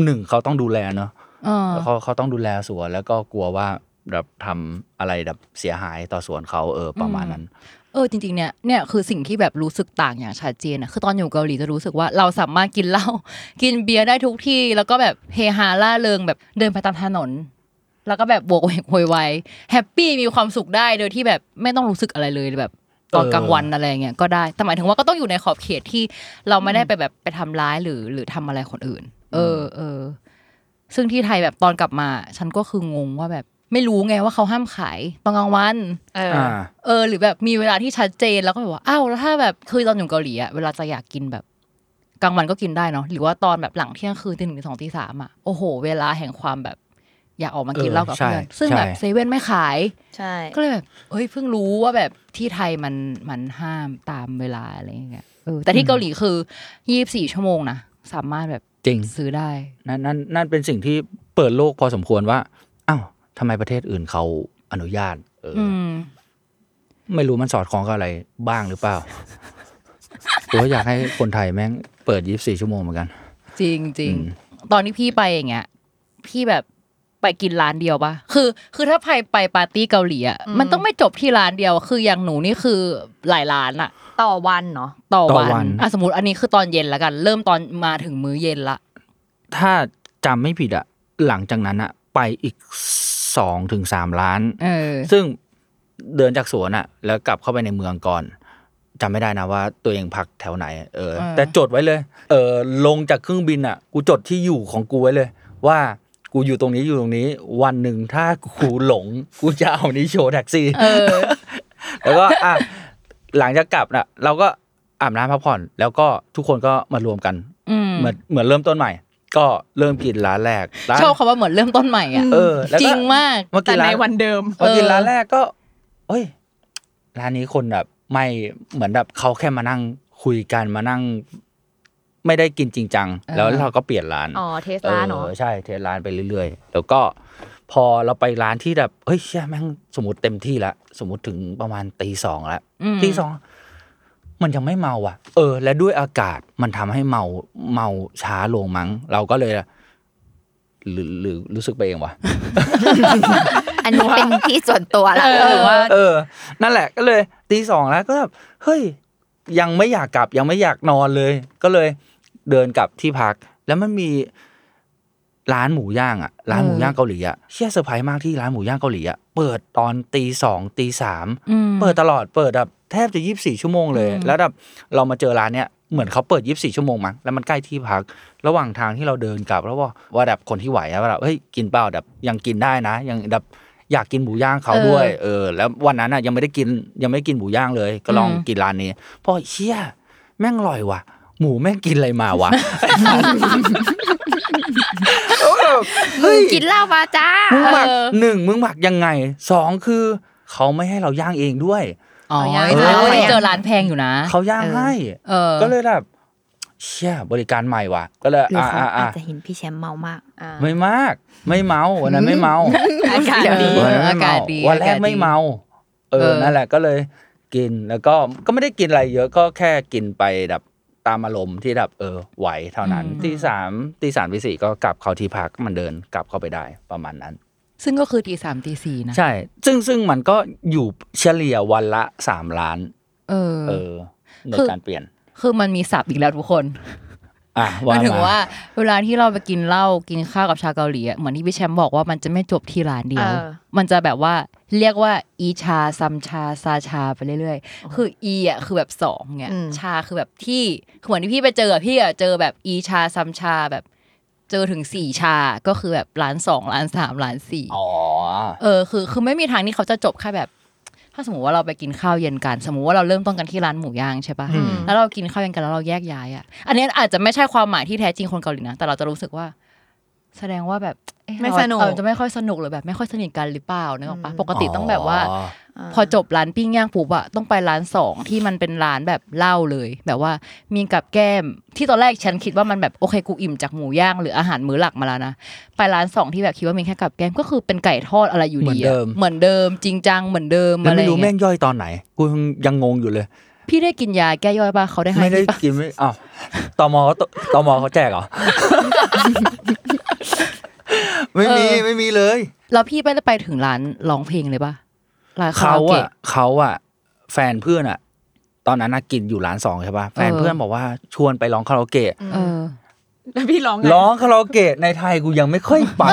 S5: หนึ่งเขาต้องดูแลเนอะ
S2: เออ
S5: แล้วเขาเขาต้องดูแลสวนแล้วก็กลัวว่าแบบทำอะไรแบบเสียหายต่อสวนเขาเออประมาณนั้น
S2: เออจริงๆเนี่ยเนี่ยคือสิ่งที่แบบรู้สึกต่างอย่างชัดเจนนะคือตอนอยู่เกาหลีจะรู้สึกว่าเราสามารถกินเหล้า <laughs> กินเบียร์ได้ทุกที่ แล้วก็แบบเฮฮาล่าเริงแบบเดินไปตามถนน แล้วก็แบบโวกเวกโวยวายแฮปปี้มีความสุขได้โดยที่แบบไม่ต้องรู้สึกอะไรเลยแบบตอน
S5: เออ
S2: กลางวันอะไรอย่างเงี้ยก็ได้แต่หมายถึงว่าก็ต้องอยู่ในขอบเขตที่เราไม่ได้ไปแบบไปทำร้ายหรือหรือทำอะไรคนอื่น เออเออ ซึ่งที่ไทยแบบตอนกลับมา ฉันก็คืองงว่าแบบไม่รู้ไงว่าเขาห้ามขายตอนกลางวัน
S4: เออ
S5: อ่า
S2: เออหรือแบบมีเวลาที่ชัดเจนแล้วก็แบบว่าอ้าวแล้วถ้าแบบคือตอนอยู่เกาหลีอะเวลาจะอยากกินแบบกลางวันก็กินได้เนาะหรือว่าตอนแบบหลังเที่ยงคืนตีหนึ่งถึงสองตีสามอะโอ้โห เวลาแห่งความแบบ อยากออกมากิน
S5: เออ
S2: เหล้ากับเพื่อน
S5: ใช่
S2: ซึ่งแบบ
S5: ใช่
S2: เซเว่นไม่ขาย
S4: ใช่
S2: ก็เลยแบบเฮ้ยเพิ่งรู้ว่าแบบที่ไทยมันมันห้ามตามเวลาอะไรอย่างเงี้ยเออแต่ที่เกาหลีคือยี่สิบสี่ชั่วโมงนะสามารถแบบ
S5: จริง
S2: ซื้อได้
S5: นั่นนั่นนั่นเป็นสิ่งที่เปิดโลกพอสมควรว่าอ้าวทำไมประเทศอื่นเขาอนุญาตเอออ
S2: อืม
S5: ไม่รู้มันสอดคล้องกับอะไรบ้างหรือเปล่า <laughs> ตัวาอยากให้คนไทยแม่งเปิด 24 ชั่วโมงเหมือนกัน
S2: จริงจริง
S5: อืม
S2: ตอนที่พี่ไปอย่างเงี้ยพี่แบบไปกินร้านเดียวปะคือ คือถ้าไปไปปาร์ตี้เกาหลีอ่ะมันต้องไม่จบที่ร้านเดียวคืออย่างหนูนี่คือหลายร้านอะ
S3: ต่อวันเนาะ
S2: ต่อ
S5: ต่อวั
S2: วัน นอ่ะสมมติอันนี้คือตอนเย็นละกัน เริ่มตอนมาถึงมื้อเย็นละ
S5: ถ้าจำไม่ผิดอะหลังจากนั้นอะไปอีกสองถึงสามล้าน
S2: เออ
S5: ซึ่งเดินจากสวนอะแล้วกลับเข้าไปในเมืองก่อนจำไม่ได้นะว่าตัวเองพักแถวไหน เออ
S2: เออ
S5: แต่จดไว้เลย เออลงจากเครื่องบินอะกูจดที่อยู่ของกูไว้เลย ว่ากูอยู่ตรงนี้อยู่ตรงนี้ วันหนึ่งถ้ากูหลง กูจะเอานี้โชว์แท็กซี่
S2: เออ
S5: แล้วก็อ่ะหลังจากกลับน่ะ เราก็อาบน้ำพักผ่อน แล้วก็ทุกคนก็มารวมกัน
S2: อืม
S5: เหมือนเหมือนเริ่มต้นใหม่ ก็เริ่มกินร้านแรกร้าน
S2: ชอบคำว่าเหมือนเริ่มต้นใหม่อ่ะ
S5: เออแล้วก็
S2: จริงมาก
S5: เมื่อ
S4: แต่
S5: กี้ร้า
S4: ใน
S5: น
S4: วันเดิม
S5: เมื่อกี้
S2: เออ
S5: ร้านแรกก็เอ้ยร้านนี้คนแบบไม่เหมือนแบบเขาแค่มานั่งคุยกันมานั่ง ไม่ได้กินจริงจังแล้วเราก็เปลี่ยนร้าน
S3: อ๋อ เทสลา
S5: เอ
S3: เนาะ
S5: อใช่เทสร้านไปเรื่อยๆ แล้วก็พอเราไปร้านที่แบบเฮ้ยเชี่ยแม่งสมมติเต็มที่ละสมมติถึงประมาณตีสองละ
S2: ม
S5: ตีสองมันยังไม่เมาอ่ะ เออ และด้วยอากาศมันทำให้เมาเมาช้าลงมั้ง เราก็เลย หรือหรือรู้สึกไปเองวะ
S3: อันนี้เป็นที่ส่วนตัวละ
S4: หรือว่า
S5: เออ นั่นแหละก็เลยตีสองแล้วก็แบบเฮ้ย ยังไม่อยากกลับยังไม่อยากนอนเลย ก็เลยเดินกลับที่พัก แล้วมันมีร้านหมูย่างอ่ะ ร้านหมูย่างเกาหลีอ่ะเชี่ยเซอร์ไพรส์มากที่ร้านหมูย่างเกาหลีอ่ะเปิดตอนตีสองตีสาม
S2: อืม
S5: เปิดตลอดเปิดแบบแทบจะยี่บสี่ชั่วโมงเลย แล้วแบบเรามาเจอร้านเนี้ยเหมือนเขาเปิดยี่บสี่ชั่วโมงมั้งแล้วมันใกล้ที่พัก ระหว่างทางที่เราเดินกลับแล้วว่าว่าแบบคนที่ไหวอะว่าแบบเฮ้ยกินเปล่าแบบยังกินได้นะ ยังแบบอยากกินหมูย่างเขา
S2: เออ
S5: ด้วย เออ แล้ววันนั้นอะยังไม่ได้กินยังไม่ได้กินหมูย่างเลย ก็ลอง
S2: อืม
S5: กินร้านนี้พอเชี่ยแม่งอร่อยว่ะ หมูแม่งกินอะไรมาวะ
S2: <laughs>
S5: เฮ้ย
S3: กินเหล้ามาจ้า
S5: มึงหมัก
S2: เออ
S5: หนึ่งมึงหมักยังไงสองคือเขาไม่ให้เราย่างเองด้วย
S2: อ๋อ
S4: เอาย่าง
S2: แต่เราเคย
S3: เอาย่าง
S2: เจอร้านแพงอยู่นะ
S5: เขาย่าง
S3: เออ
S5: ให้
S2: เออ
S5: ก็เลยแบบเชี่ยบริการใหม่ว่ะ ก็เลย
S3: หรือเขา
S5: อ่าอ่า
S3: อาจ
S5: อ่า
S3: จะเห็นพี่แชมป์เมามาก
S5: ไม่มาก ไม่เมาวันนั้นไม่เมา
S4: อากาศ
S3: เดี๋ยว
S4: ดี
S2: เออ
S5: วัน
S2: อา
S5: นั้นไม่
S2: กา
S5: เมา
S2: ศดี
S5: วันแร
S2: อาก กาศ
S5: ไม่
S2: ดี
S5: เมา เอ
S2: เอ
S5: อ
S2: อ
S5: นั่นแหละก็เลยกินแล้วก็ก็ไม่ได้กินอะไรเยอะก็แค่กินไปแบบตามอารมณ์ที่แบบเออไหวเท่านั้น
S2: อืม
S5: ตีสามตีสามตีสี่ก็กลับเข้าที่พักมันเดินกลับเข้าไปได้ประมาณนั้น
S2: ซึ่งก็คือตีสามตีสี่นะ
S5: ใช่ ซึ่งซึ่งมันก็อยู่เฉลี่ยวันละสามล้าน
S2: เออ
S5: เออใน
S2: คือ
S5: การเปลี่ยน
S2: คือมันมีสับอีกแล้วทุกคน
S5: อ่ะว่าม
S2: หายถึงว่า
S5: า
S2: เวลาที่เราไปกินเหล้ากินข้าวกับชาวเกาหลีอะเหมือนที่พี่แชมป์บอกว่ามันจะไม่จบที่ร้านเดียว
S4: เออ
S2: มันจะแบบว่าเรียกว่าอีชาซัมชาซาชาไปเรื่อยๆ คืออีอะคือแบบสองเนี่ยชาคือแบบที่คือเหมือนที่พี่ไปเจออะพี่อะเจอแบบอีชาซัมชาแบบ เจอถึงสี่ชาก็คือแบบร้านสองร้านสามร้านสี่
S5: อ๋อ
S2: เออคือคือไม่มีทางที่เขาจะจบแค่แบบ ถ้าสมมติว่าเราไปกินข้าวเย็นกัน สมมติว่าเราเริ่มต้นกันที่ร้านหมูย่างใช่ปะ
S5: อืม
S2: แล้วเรากินข้าวเย็นกันแล้วเราแยกย้ายอ่ะ อันนี้อาจจะไม่ใช่ความหมายที่แท้จริงคนเกาหลีนะแต่เราจะรู้สึกว่า แสดงว่าแบบเอ๊ะ
S4: ไม่สนุก
S2: เราเราจะไม่ค่อยสนุกหรือแบบ ไม่ค่อยสนิทกันหรือเปล่านึกออกปะปกติต้องแบบว่า
S5: อ๋อ
S2: พอจบร้านปิ้งย่างปุ๊บอะต้องไปร้านสองที่มันเป็นร้านแบบเหล้าเลย แบบว่ามีกับแก้มที่ตอนแรกฉันคิดว่ามันแบบโอเคกูอิ่มจากหมูย่างหรืออาหารมื้อหลักมาแล้วนะไปร้านสองที่แบบคิดว่ามีแค่กับแก้มก็คือเป็นไก่ทอดอะไรอยู่
S5: เหมื
S2: ดี
S5: อนเดิ
S2: อะ
S5: ม
S2: เหมือนเดิมจริงจังเหมือนเดิม
S5: แล้ว
S2: อะไร
S5: ไม่รู้
S2: เงี้
S5: แม่
S2: ย
S5: งย่อยตอนไหน กูยังงงอยู่เลย
S2: พี่ได้กินยาแก้ย่อยป่ะเขาได้ให้
S5: ไม่ได้
S2: พี่ปะ
S5: กินไม่อ้าวตมเขาตตมเขาแจกเหรอ
S2: <laughs>
S5: ไม่มีไม่มีเลย
S2: แล้วพี่ไปได้ไปถึงร้านร้องเพลงเลยป่ะร้านคารา
S5: เขา
S2: โอ
S5: อะ
S2: เกะ
S5: เขาอะแฟนเพื่อนอะตอนนั้นน่ะกินอยู่ร้านสองใช่ป่ะแฟน
S2: เออ
S5: เพื่อนบอกว่าชวนไปร้องคาราโอเกะ
S2: เออ
S4: แล้วพี่ร้องไง
S5: ร้องคาราโอเกะในไทยกูยังไม่ค่อยไป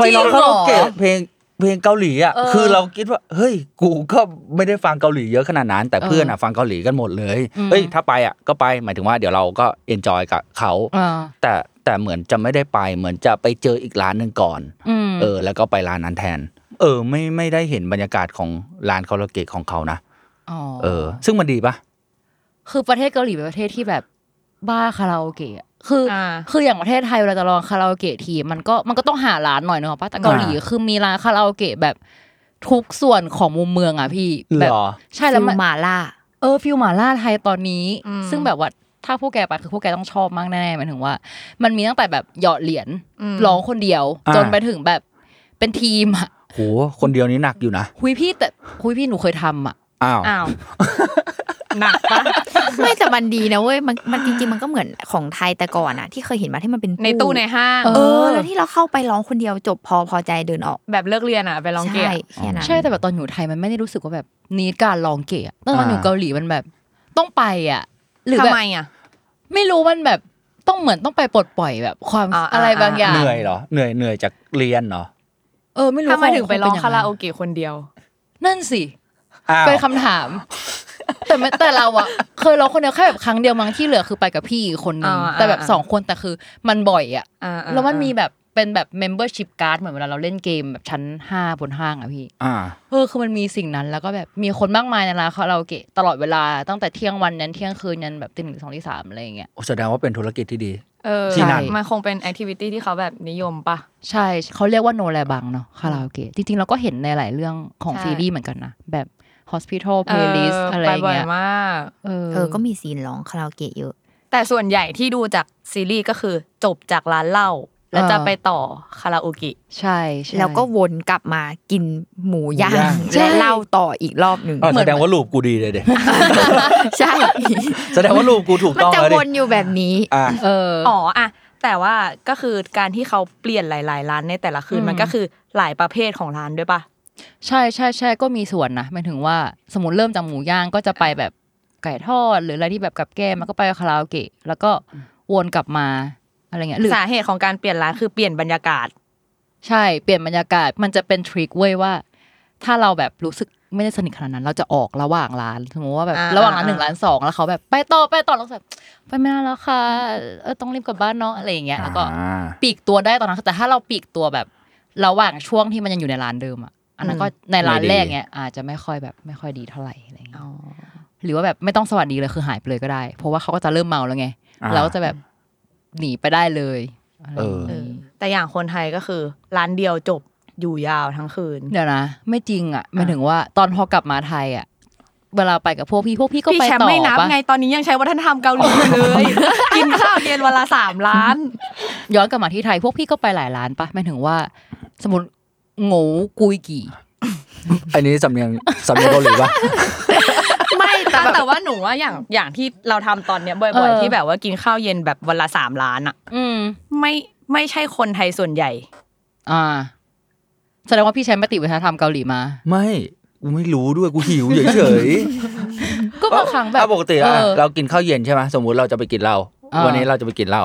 S5: ไปร้องคาราโอเกะเพลงเพลงเกาหลีอะ
S2: เออ
S5: คือเราคิดว่า เฮ้ยกูก็ไม่ได้ฟังเกาหลีเยอะขนาดนั้น แต่เพื่อนอะฟังเกาหลีกันหมดเลย
S2: อืม
S5: เฮ้ยถ้าไปอะก็ไปหมายถึงว่าเดี๋ยวเราก็เอนจอยกับเขา
S2: อ่า
S5: แต่แต่เหมือนจะไม่ได้ไปเหมือนจะไปเจออีกร้านหนึ่งก่อน
S2: อืม
S5: เออ แล้วก็ไปร้านนั้นแทน เออ ไม่ไม่ได้เห็นบรรยากาศของร้านคาราโอเกะของเขานะ
S2: ๋อ
S5: เออ ซึ่งมันดีปะ
S2: คือประเทศเกาหลีเป็นประเทศที่แบบบ้าคาราโอเกะอะคืออา คืออย่างประเทศไทยเวลาจะลองคาราโอเกะทีมันก็มันก็ต้องหาร้านหน่อยเนกอะป้าแต่เกาหลี
S5: อ่า
S2: คือมีร้านคาราโอเกะแบบทุกส่วนของมุมเมืองอ่ะพี่แบบ
S5: เหรอ
S2: ใช่แล้ว
S3: ฟิ
S2: มัน
S3: หมาล่า
S2: เออฟิลหมาล่าไทยตอนนี้ ซึ่งแบบว่าถ้าพวกแกไปคือพวกแกต้องชอบมากแน่ๆหมายถึงว่า มันมีตั้งแต่แบบหยอดเหรียญร้องคนเดียว
S5: อ่า
S2: จนไปถึงแบบเป็นทีมอ่ะ
S5: โหคนเดียวนี้หนักอยู่นะ
S2: คุยพี่แต่คุยพี่หนูเคยทำอ่ะ
S5: อ้าว
S4: อ้าว หนักปะ
S3: ไม่แต่มันดีนะเว้ยมันมันจริง ๆ มันก็เหมือนของไทยแต่ก่อนอะที่เคยเห็นมาที่มันเป็น
S4: ในตู้ในห้าง
S2: เอ
S3: เออ แล้วที่เราเข้าไปร้องคนเดียวจบพอพอใจเดินออก
S4: แบบเลิกเรียนอ่ะ ไปร้องเกะ
S3: ใช่แค่นั้น
S2: ใช่แต่แบบตอนอยู่ไทยมันไม่ได้รู้สึกว่าแบบนี้การลองเกะอะตอนตอน
S5: อ่า
S2: อยู่เกาหลีมันแบบต้องไปอ่ะ หรือ
S4: ทำ
S2: แบบ
S4: ไมอ่ะ
S2: ไม่รู้มันแบบต้องเหมือนต้องไปปลดปล่อยแบบความ
S4: อ่า
S2: อะไร
S4: อ่า
S2: บางอย่าง
S5: เหนื่อยเหรอ เหนื่อยเหนื่อยจากเรียนเหรอ
S2: เออไม่รู้
S4: ทำไมถึงไปร้อง
S2: เน
S4: คาราโอเกะคนเดียว
S2: นั่นสิ
S5: อ้าว
S2: เป็นคำถาม
S4: <laughs>
S2: แต่ไม่แต่เราอะเคยร้องคนเดียวแค่แบบครั้งเดียวมั้งที่เหลือคือไปกับพี่อีกคนนึง
S4: อ่าอ่า
S2: แต่แบบสองคนแต่คือมันบ่อยอะ
S4: อ่าๆๆ
S2: แล้วมันมีแบบเป็นแบบ membership card เหมือนเวลาเราเล่นเกมแบบชั้นห้าบนห้างอะพี่
S5: อ่า
S2: เออคือมันมีสิ่งนั้นแล้วก็แบบมีคนมากมายในร้านคาราโอเกะตลอดเวลาตั้งแต่เที่ยงวันนั้นเที่ยงคืนยันแบบตีหนึ่งสองตีสามอะไรอย่างเงี้ย
S5: โอ้แสดงว่าเป็นธุรกิจที่ดี
S4: เออ
S5: ที่นั่น
S4: มันคงเป็นแอคทิวิตี้ที่เขาแบบนิยมปะ
S2: ใช่เขาเรียกว่าโนแลบังเนาะคาราโอเกะจริงๆ เราก็เห็นในหลายเรื่องของ
S4: ใช่
S2: ซีรีส์เหมือนกันนะ แบบ Hospital Playlist
S4: เ
S2: อะไรอย่าง
S4: บ่อย
S2: เงี้ย
S4: มาก
S2: เออ
S3: เออก็มีซีนร้องคาราโอเกะเยอะ
S4: แต่ส่วนใหญ่ที่ดูจากซีรีส์ก็คือจบจากร้านเหล้าแล้วจะไปต่อคาราโอเกะ
S2: ใช่ใช่
S3: แล้วก็วนกลับมากินหมูย่า
S5: หมูย่าง ง
S3: และเหล้าต่ออีกรอบหนึ่ง
S5: อ้าวแสดงว่ารูปกูดีเลยเด็
S3: ใช่
S5: <laughs> แสดงว่ารูปกูถูก
S3: มัน
S5: ต้อง
S3: จะ
S5: แล้ว
S3: ว
S5: ดิ
S3: นอยู่แบบนี้
S5: อ่า
S2: เออ
S4: อ๋ออะ แต่ว่าก็คือการที่เขาเปลี่ยนหลาย ๆ ร้านในแต่ละคืน
S2: อืม
S4: มันก็คือหลายประเภทของร้านด้วยปะ
S2: ใช่ใช่ใช่ก็มีส่วนนะหมายถึงว่าสมมติเริ่มจากหมูย่างก็จะไปแบบไก่ทอด หรืออะไรที่แบบกับแก้มมันก็ไปคาราโอเกะแล้วก็วนกลับมาอะไรเงี้ยหรือ
S4: สาเหตุของการเปลี่ยนร้านคือเปลี่ยนบรรยากาศ
S2: ใช่เปลี่ยนบรรยากาศมันจะเป็นทริคเว้ยว่า ถ้าเราแบบรู้สึกไม่ได้สนิทขนาดนั้น เราจะออกระหว่างร้านสมมติว่าแบบ
S4: อ่า
S2: ระหว่างร้าน
S4: อ่า
S2: หนึ่งร้านสองแล้วเขาแบบไปต่อไปต่อเราแบบไปไม่ได้แล้วค่ะเออต้องรีบกลับบ้านเนาะอะไรอย่างเงี้ยแล้วก็
S5: อ่า
S2: ปีกตัวได้ตอนนั้นแต่ถ้าเราปีกตัวแบบระหว่างช่วงที่มันยังอยู่ในร้านเดิมอ่ะอันนั้นก็ในร้าน
S5: ไม่ดี
S2: แรกเนี่ยอาจจะไม่ค่อยแบบไม่ค่อยดีเท่าไหร่อะไรเงี้ยหรือว่าแบบไม่ต้องสวัสดีเลยคือหายไปเลยก็ได้ เพราะว่าเขาก็จะเริ่มเมาแล้วไง
S5: อ่า
S2: เราก็จะแบบหนีไปได้เลยอะไรอย่าง
S5: เอ
S4: เออ
S2: งี้
S4: แต่อย่างคนไทยก็คือ ร้านเดียวจบอยู่ยาวทั้งคืน
S2: เดี๋ยวนะไม่จริงอ่ะหมายถึงว่าตอนพอกลับมาไทยอ่ะเวลาไปกับพวกพี่พวกพี่ก็
S4: พี่
S2: ไป
S4: แชม
S2: ต่
S4: ป์
S2: อ
S4: ไม่นับ
S2: ปะ
S4: ไงตอนนี้ยังใช้วัฒนธรรมเกาหลีอยู่เลย กินข้าวเย็นวันละสามร้าน
S2: ย้อนกลับมาที่ไทยพวกพี่ก็ไปหลายร้านปะหมายถึงว่า สมมติโง่กุยกี่
S5: อันนี้สำเนียงสำเนียงเกาหลีปะ
S4: ไม่แต่แต่ว่าหนูว่าอย่างอย่างที่เราทำตอนเนี้ย
S2: เอ
S4: บ่อย
S2: อ
S4: ๆที่แบบว่ากินข้าวเย็นแบบวันละสามร้านอ่ะ
S2: อืม
S4: ไม่ไม่ใช่คนไทยส่วนใหญ่
S2: อ่าแสดงว่าพี่ใช้มติวัฒนธรรมเกาหลีมา
S5: ไม่กูไม่รู้ด้วยกูหิวเฉย
S2: ก็บางครั้งแบบ
S5: อ่ะปกติอะ
S2: เออ
S5: เรากินข้าวเย็นใช่ไหมสมมุติเราจะไปกินเหล้า
S2: อ่า
S5: วันนี้เราจะไปกินเหล้า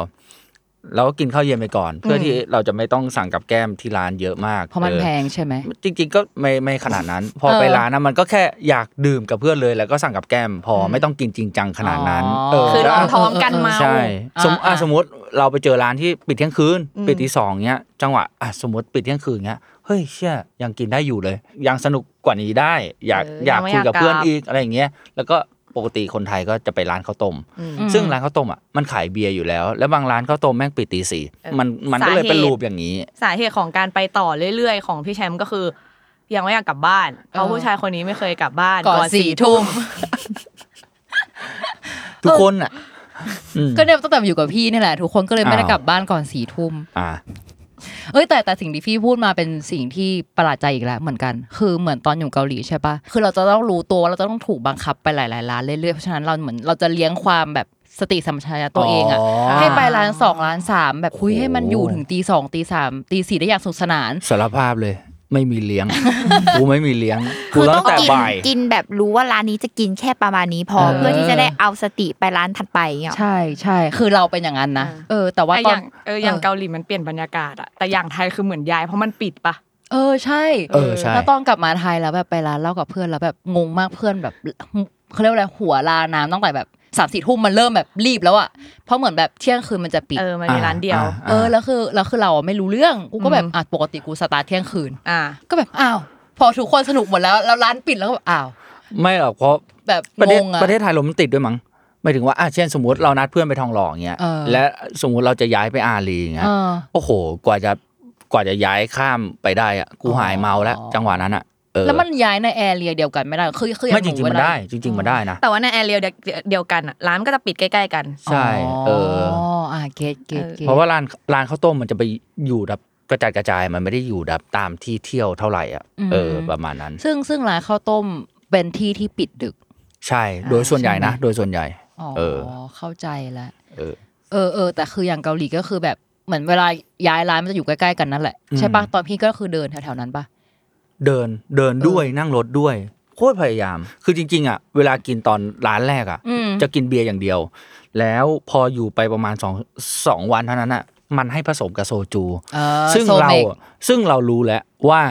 S5: เราก็กินข้าวเย็นไปก่อน เพื่อที่เราจะไม่ต้องสั่งกับแก้มที่ร้านเยอะมาก
S2: เพราะมัน
S5: ออ
S2: แพงใช่ไหม
S5: จริง ๆ ก็ไม่ไม่ขนาดนั้น พอ
S2: เออ
S5: ไปร้านนะมันก็แค่อยากดื่มกับเพื่อนเลย แล้วก็สั่งกับแก้ม พออ
S4: ม
S5: ไม่ต้องกินจริงจังขนาดนั้น
S2: อ๋อ
S4: คือ
S5: เแล้ว
S4: เราท้องกันเมา
S5: ใช่สมมุติอ่ะ
S2: อ่า
S5: สมมติเราไปเจอร้านที่ปิดเที่ยงคืน
S4: อืม
S5: ปิดตีสองเนี้ยจังหวะอ่ะสมมติปิดเที่ยงคืนเนี้ยเฮ้ยเชี่ยยังกินได้อยู่เลย ยังสนุกกว่านี้ได้ อยาก
S4: เอออย
S5: อาก
S4: ยังไม่
S5: คุยกับ
S4: อยากกลับ
S5: เพื่อนอีกอะไรอย่างเงี้ยแล้วก็ปกติคนไทยก็จะไปร้านข้าวต้ม
S4: อืม
S2: อืม
S5: ซึ่งร้านข้าวต้มอ่ะมันขายเบียร์อยู่แล้ว แล้วบางร้านข้าวต้มแม่งปิดตีสี่
S4: เออ
S5: มันมันก็เลย
S4: สาเหตุ
S5: เป็นรูปอย่างนี้
S4: สาเหตุของการไปต่อเรื่อย ๆ ของพี่แชมป์ก็คือ ยังไม่อยากกลับบ้านเพราะผู้ชายคนนี้ไม่เคยกลับบ้าน
S2: ก่อนสี่ทุ่ม
S5: ทุกคนอ่ะม
S2: ก็เนี่ยตั้งแต่อยู่กับพี่นี่แหละ ทุกคนก็เลยไม่ได้กลับบ้านก่อนสี่ทุ่ม
S5: อ่า
S2: เอ้ยแต่แต่สิ่งที่พี่พูดมาเป็นสิ่งที่ประหลาดใจอีกแล้วเหมือนกัน คือเหมือนตอนอยู่เกาหลีใช่ปะคือเราจะต้องรู้ตัวว่าเราจะต้องถูกบังคับไปหลายๆร้านเรื่อยๆเพราะฉะนั้นเราเหมือนเราจะเลี้ยงความแบบสติสัมปชัญญะตัวเองอะ
S5: อ๋อ
S2: ให้ไปร้านสองร้านสามแบบคุยให้มันอยู่
S5: โอ้
S2: ถึงตีสองตีสามตีสี่ได้อย่างสนุกสนาน
S5: สารภาพเลย ไม่มีเลี้ยง กูไม่มีเลี้ยงกู
S3: คือ
S5: ตั้
S3: ต้
S5: ง
S3: อง
S5: แต่
S3: กิน
S5: บ่าย
S3: กินแบบรู้ว่าร้านนี้จะกินแค่ประมาณนี้พอ
S2: เออ
S3: เพื่อที่จะได้เอาสติไปร้านถัดไปอย่างเงี้ยหรอ
S2: ใช่ใช่คือเราเป็นอย่างนั้นนะเออ แต่ว่า
S4: แต่อ
S2: ตอน
S4: ย่างเอออย่างเกาหลีมันเปลี่ยนบรรยากาศอะแต่อย่างไทยคือเหมือนย้ายเพราะมันปิดปะ
S2: เออใช่
S5: เออใช่
S2: แล้วตอนกลับมาไทยแล้วแบบไปร้านเหล้ากับเพื่อนแล้วแบบงงมากเพื่อนแบบเขาเรียกว่าอะไรหัวลาน้ำตั้งแต่แบบสามสี่ทุ่มมันเริ่มแบบรีบแล้วอ่ะเพราะเหมือนแบบเที่ยงคืนมันจะปิด
S4: เออมันมีร้านเดียว
S5: อ่า
S2: เออแล้วคือแล้วคือเราอะไม่รู้เรื่องกูก็แบบ
S4: อืม
S2: อ่ะปกติกูสตาร์ทเที่ยงคืน
S4: อ่า
S2: ก็แบบอ้าวพอทุกคนสนุกหมดแล้วแล้วร้านปิดแล้วก็แบบอ้าว
S5: ไม่หรอกเพราะ
S2: แบบ
S5: ประ
S2: ง
S5: เทศ
S2: งอ่ะ
S5: ประเทศไทยลมมันติดด้วยมั้งหมายถึงว่าอ่ะเช่นสมมติเรานัดเพื่อนไปทองหล่ออย่างเงี้ย
S2: เออ
S5: และสมมติเราจะย้ายไปอารีอย่างเงี้ย
S2: เออ
S5: โอ้โห กว่าจะกว่าจะย้ายข้ามไปได้อ่ะกู
S2: อ๋อ
S5: หายเมาแล้วจังหวะนั้นอ่ะเออ
S2: แล้วมันย้ายในแอเรียเดียวกันไม่ได้คือคืออย่า
S5: ไม่จริง
S2: ห
S5: ๆ มั
S2: เว
S5: น
S2: ลา
S5: ได้ จริง ๆ มันได้นะ
S4: แต่ว่าในแอเรียเดียวกันอะร้านก็จะปิดใกล้ๆกัน
S5: ใช่เอออ
S2: อ๋ออ่ะเกตเกตเกต
S5: เพราะว่าร้านร้านข้าวต้มมันจะไปอยู่ดับกระจัดกระจายมันไม่ได้อยู่ดับตามที่เที่ยวเท่าไหร่อ่ะเออ
S2: ม
S5: ประมาณนั้น
S2: ซึ่งซึ่งร้านข้าวต้มเป็นที่ที่ปิดดึก
S5: ใช่โดยส่วนใหญ่นะ โดยส่วนใหญ่
S2: อ๋อ
S5: เออ
S2: เข้าใจแล้ว
S5: เออ
S2: เออเออแต่คืออย่างเกาหลีก็คือแบบเหมือนเวลาย้ายร้านมันจะอยู่ใกล้ๆกันนั่นแหละ
S5: อืม
S2: ใช่ปะตอนพี่ก็คือเดินแถวๆนั้นปะ
S5: เดินเดินด้วยนั่งรถด้วยโคตรพยายาม คือจริง ๆ อ่ะ เวลากินตอนร้านแรกอ่ะ
S2: อืม
S5: จะกินเบียร์อย่างเดียว แล้วพออยู่ไปประมาณสองสองวันเท่านั้นอ่ะ มันให้ผสมกับโซจู
S2: เออ
S5: ซึ่ง
S2: โซ
S5: เรา
S2: มก
S5: ซึ่งเรารู้แล้วว่า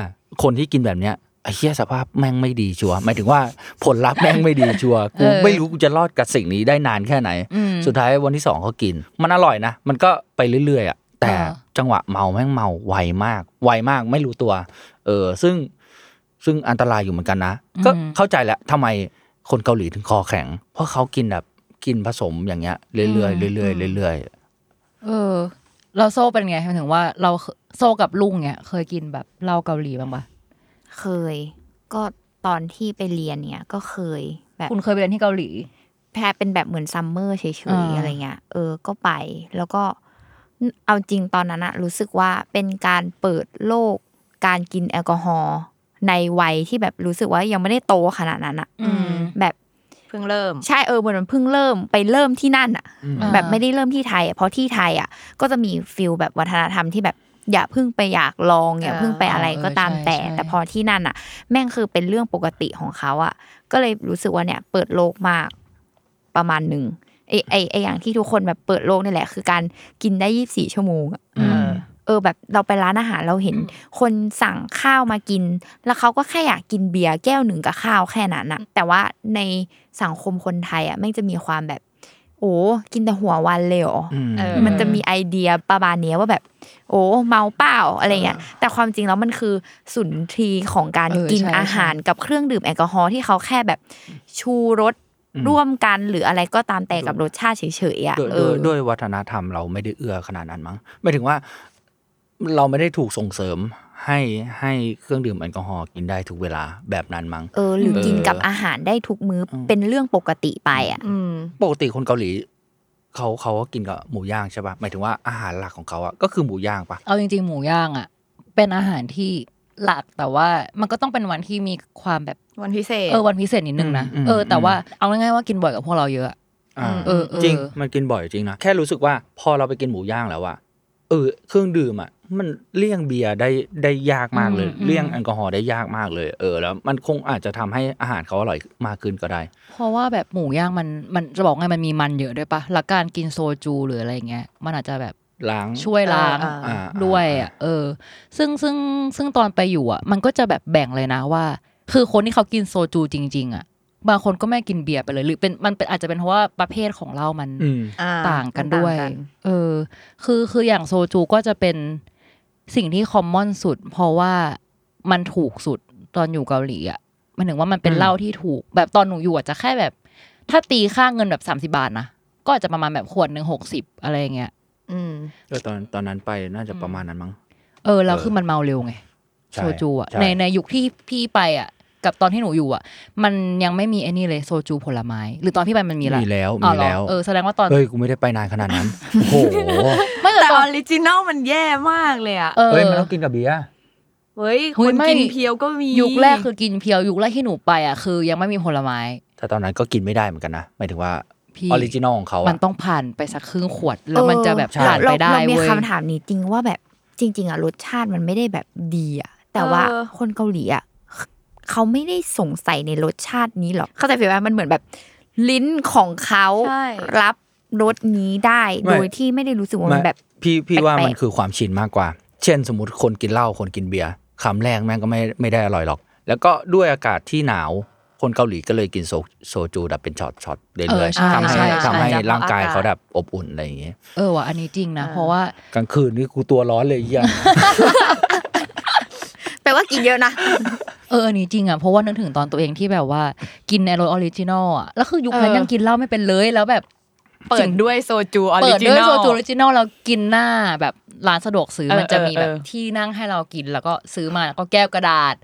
S5: คนที่กินแบบเนี้ยไอ้เหี้ยสภาพแม่งไม่ดีชัวร์หมายถึงว่าผลลัพธ์แม่งไม่ดีชัวร์กูไม่รู้กูจะรอดกับสิ่งนี้ได้นานแค่ไหน
S2: อืม
S5: สุดท้ายวันที่สองเขากิน มันอร่อยนะ มันก็ไปเรื่อยๆอ่ะแต่
S2: อ่า
S5: จังหวะเมาแม่งเมาไวมาก ไวมากไม่รู้ตัว เออซึ่งซึ่งอันตรายอยู่เหมือนกันนะ ก็เข้าใจแหละทำไมคนเกาหลีถึงคอแข็ง เพราะเขากินแบบกินผสมอย่างเงี้ยเรื่อยๆเรื่อยๆเรื่อย
S2: เออ เราโซเป็นไงหมายถึงว่าเราเคโซกับลุงเนี่ยเคยกินแบบเหล้าเกาหลีบ้างปะ
S3: เคย ก็ตอนที่ไปเรียนเนี่ยก็เคยแบบ
S2: คุณเคยไปเรียนที่เกาหลี
S3: แพรเป็นแบบเหมือนซัมเมอร์เฉ
S2: อ่า
S3: ยๆอะไรเงี้ยเออก็ไปแล้วก็เอาจริงตอนนั้นอะรู้สึกว่าเป็นการเปิดโลกการกินแอลกอฮอล์ในวัยที่แบบรู้สึกว่ายังไม่ได้โตขนาดนั้นอะ
S2: อืม
S3: แบบ
S4: พิ่งเริ่ม
S3: ใช่เออเหมือนมันเพิ่งเริ่มไปเริ่มที่นั่นอ่ะ
S6: อืม
S2: อ่า
S3: แบบไม่ได้เริ่มที่ไทยอะเพราะที่ไทยอ่ะก็จะมีฟิลแบบวัฒนธรรมที่แบบอย่าเพิ่งไปอยากลองอย่า
S4: อ่า
S3: เพิ่งไปอะไรก็ตามแต่
S2: เออใช่ใช่
S3: แต่พอที่นั่นอ่ะ แม่งคือเป็นเรื่องปกติของเขาอ่ะ ก็เลยรู้สึกว่าเนี่ย เปิดโลกมากประมาณหนึ่งไอไอไออย่างที่ทุกคนแบบเปิดโลกนี่แหละ คือการกินได้ยี่สิบสี่ชั่วโมงอะ
S2: อืม
S3: เออแบบเราไปร้านอาหารเราเห็น คนสั่งข้าวมากิน แล้วเขาก็แค่อยากกินเบียร์แก้วหนึ่งกับข้าวแค่นั้นนะแต่ว่าในสังคมคนไทยอ่ะแม่งจะมีความแบบ โอ้กินแต่หัววันเลยเหรออ
S4: เออ
S3: มันจะมีไอเดียประมาณเนี้ยว่าแบบ โอ้เมาเปล่าอะไรเงี้ยแต่ความจริงแล้วมันคือสุนทรีของการ
S2: เออ
S3: กิน
S2: ใช่
S3: อาหารกับเครื่องดื่มแอลกอฮอล์ที่เขาแค่แบบชูรส
S6: อืม
S3: ร่วมกันหรืออะไรก็ตามแต่กับรสชาติเฉยๆอ่ะ
S5: ด้วย
S3: เอ
S5: ด้วย
S3: อ
S5: ด้วยวัฒนธรรมเราไม่ได้เอื้อขนาดนั้นมั้งหมายถึงว่าเราไม่ได้ถูกส่งเสริมให้ให้เครื่องดื่มแอลกอฮอล์กินได้ทุกเวลาแบบนั้นมั้ง
S3: เออ หรือ
S5: เออ
S3: กินกับอาหารได้ทุกมื้ออ
S5: ม
S3: เป็นเรื่องปกติไปอ่ะ
S4: อืม
S5: ปกติคนเกาหลีเขาเขาก็กินกับหมูย่างใช่ปะหมายถึงว่าอาหารหลักของเขาอะก็คือหมูย่างปะ
S2: เอาจริงๆ หมูย่างอ่ะ เป็นอาหารที่หลักแต่ว่ามันก็ต้องเป็นวันที่มีความแบบ
S4: วันพิเศษ
S2: เออวันพิเศษนิดนึงนะเออ แต่ว่าเอาง่ายๆว่ากินบ่อยกับพวกเราเยอะอะ
S5: อ่า
S2: เออเออ
S5: จริงมันกินบ่อยจริงนะแค่รู้สึกว่าพอเราไปกินหมูย่างแล้วอะเออเครื่องดื่มอะมันเลี่ยงเบียร์ได้ได้ยากมากเลย
S2: อืมอืม
S5: เลี่ยงแอลกอฮอล์ได้ยากมากเลย เออแล้วมันคงอาจจะทำให้อาหารเขาอร่อยมากขึ้นก็ได้
S2: เพราะว่าแบบหมูย่างมันมันจะบอกไงมันมีมันเยอะด้วยปะหลักการกินโซจูหรืออะไรอย่างเงี้ยมันอาจจะแบบ
S5: ล้าง
S2: ช่วยล้าง
S4: อ่าอ่า
S2: ด้วยอ่ะเออ ซึ่งซึ่งซึ่งตอนไปอยู่อ่ะ มันก็จะแบบแบ่งเลยนะว่า คือคนที่เขากินโซจูจริง ๆ อ่ะ บางคนก็ไม่กินเบียร์ไปเลย หรือเป็นมันเป็นอาจจะเป็นเพราะว่าประเภทของเหล้ามัน
S5: อืม
S4: อ่
S2: ต่างกันด้วย
S4: ต่างกั
S2: เออ คือคืออย่างโซจูก็จะเป็นสิ่งที่คอมมอนสุด เพราะว่ามันถูกสุดตอนอยู่เกาหลีอ่ะหมันถึงว่ามันเป็น
S5: อืม
S2: เหล้าที่ถูก แบบตอนหนูอยู่อาจจะแค่แบบ ถ้าตีค่าเงินแบบสามสิบาทนะก็อาจจะประมาณแบบขวดหนึ่งหกสิบอะไรอย่างเงี้ย
S4: อืม
S5: เออตอนตอนนั้นไปน่าจะประมาณนั้นมั้ง
S2: เออแล้ว
S5: เออ
S2: คือมันเมาเร็วไง
S5: ใช่
S2: โซจูอ่ะ
S5: ใช่
S2: ในในยุคที่พี่ไปอ่ะ กับตอนที่หนูอยู่อ่ะ มันยังไม่มีไอ้นี่เลยโซจูผลไม้ หรือตอนพี่ไปมันมีละ
S5: มีแล้ว
S2: อ๋อ
S5: มี
S2: เหรอ
S5: แล้ว
S2: เออแสดงว่าตอน
S5: เฮ้ยกูไม่ได้ไปนานขนาดนั้น โอ้โห
S2: ไม่แต่
S4: แต่
S2: ต
S4: อ
S2: อน
S4: อริจินอลมันแย่มากเลยอ่ะ
S2: เออ
S5: เฮ้ยมันต้องกินกับเบียร์
S4: เฮ้ย
S2: เฮ้
S4: ค
S2: ย
S4: น
S2: ไม่
S4: กินเพียวก็มี
S2: ยุคแรกคือกินเพียวยุคแรกที่หนูไปอ่ะคือ ยังไม่มีผลไม้
S5: แต่ตอนนั้นก็กินไม่ได้เหมือนกันนะหมายถึงว่า
S2: พี่
S5: ออริจินอลของเขา
S2: มั
S5: อะ
S2: นต้องผ่านไปสักครึ่งขวด แล้วมันจะแบบ
S5: เออ
S2: ผ่านไปได้
S3: เราเรามี
S2: เว้ย
S3: คำถามนี้จริงว่าแบบจริง ๆอ่ะรสชาติมันไม่ได้แบบดีอ่ะแต่ว่าคนเกาหลีอ่ะเขาไม่ได้สงสัยในรสชาตินี้หรอกเข้าใจไหมว่ามันเหมือนแบบลิ้นของเขา
S4: ใช่
S3: รับรสนี้ได้
S5: ไม่
S3: โดยที่ไม่ได้รู้สึกว่ามันแบบ
S5: พี่พี่ว่า
S3: แปลกๆ
S5: มันคือความชินมากกว่า เช่นสมมติคนกินเหล้าคนกินเบียร์คำแรกแม่งก็ไม่ไม่ได้อร่อยหรอก แล้วก็ด้วยอากาศที่หนาว คนเกาหลีก็เลยกินโซโซจูแบบเป็นช็อตช็อตเรื่อย
S2: ใช่
S5: ๆทำ
S2: ใช่
S5: ให้
S2: ใช่
S5: ทำให้
S4: ใช่
S5: ร่างกายเขาแบบอบอุ่นอะไรอย่างเงี้ย
S2: เออว่ะอันนี้จริงนะ
S4: อ่า
S2: เพราะว่า
S5: กลางคืนนี่กูตัวร้อนเลย
S2: <laughs>
S5: เหี้ยัง
S3: แปลว่ากินเยอะนะ
S2: เอออันนี้จริงอ่ะเพราะว่านึกถึงตอนตัวเองที่แบบว่ากินในรสออริจินอลอ่ะแล้วคือยุคนั้น
S3: เออ
S2: ยังกินเหล้าไม่เป็นเลยแล้วแบบ
S4: เปิดด้วยโซจูออ
S2: เปิ
S4: ริ
S2: ด
S4: จินอล
S2: ด้วยโซจูออริจินอลเรากินหน้าแบบร้านสะดวกซื้อ
S4: เออ
S2: มันจะมีแบบ
S4: เออเออ
S2: ที่นั่งให้เรากินแล้วก็ซื้อมาแล้วก็แก้วกระดาษ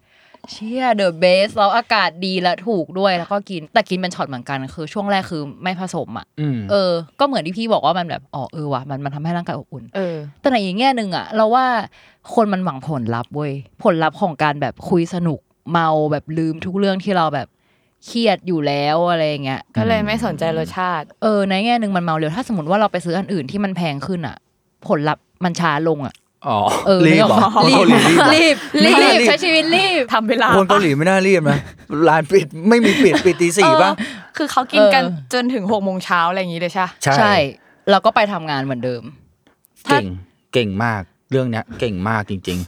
S2: เชี่ยเดอะเบสแล้วอากาศดีและถูกด้วยแล้วก็กินแต่กินเป็นช็อตเหมือนกันคือช่วงแรกคือไม่ผสมอ่ะเออก็เหมือนที่พี่บอกว่ามันแบบอ๋อเออว่ะมันมันทำให้ร่างกายอบอุ่น
S4: เออ
S2: แต่ในอีกแง่หนึ่งอ่ะเราว่าคนมันหวังผลลัพธ์เว้ยผลลัพธ์ของการแบบคุยสนุกเมาแบบลืมทุกเรื่องที่เราแบบเครียดอยู่แล้วอะไรอย่างเงี้ย
S4: ก็เลยไม่สนใจรสชาติ
S2: เออในแง่หนึ่งมันเมาเร็วถ้าสมมติว่าเราไปซื้ออันอื่นที่มันแพงขึ้นอ่ะ ผลลัพธ์มันช้าลงอ่ะ
S5: อ๋อ
S2: เออ
S5: รีบเหรอ
S2: นึกออกปะ
S5: รีบเหรอ
S2: รีบ
S5: รี
S2: รี
S5: บบ
S2: รี
S5: ไม่ได้
S2: บ
S5: รีบ
S2: ใช้ชีวิตรีบ
S4: ทำเวลา
S5: คนเกาหลีไม่น่ารีบนะร้านปิดไม่มีปิดปิดตีสี่ป่ะ
S4: คือเขากินกัน
S2: เออ
S4: จนถึงหกโมงเช้าอะไรอย่างนี้เลยใช่ปะ
S2: ใช่เราก็ไปทำงานเหมือนเดิม ถ้า
S5: เก่งเก่งมากเรื่องเนี้ยเก่งมากจริง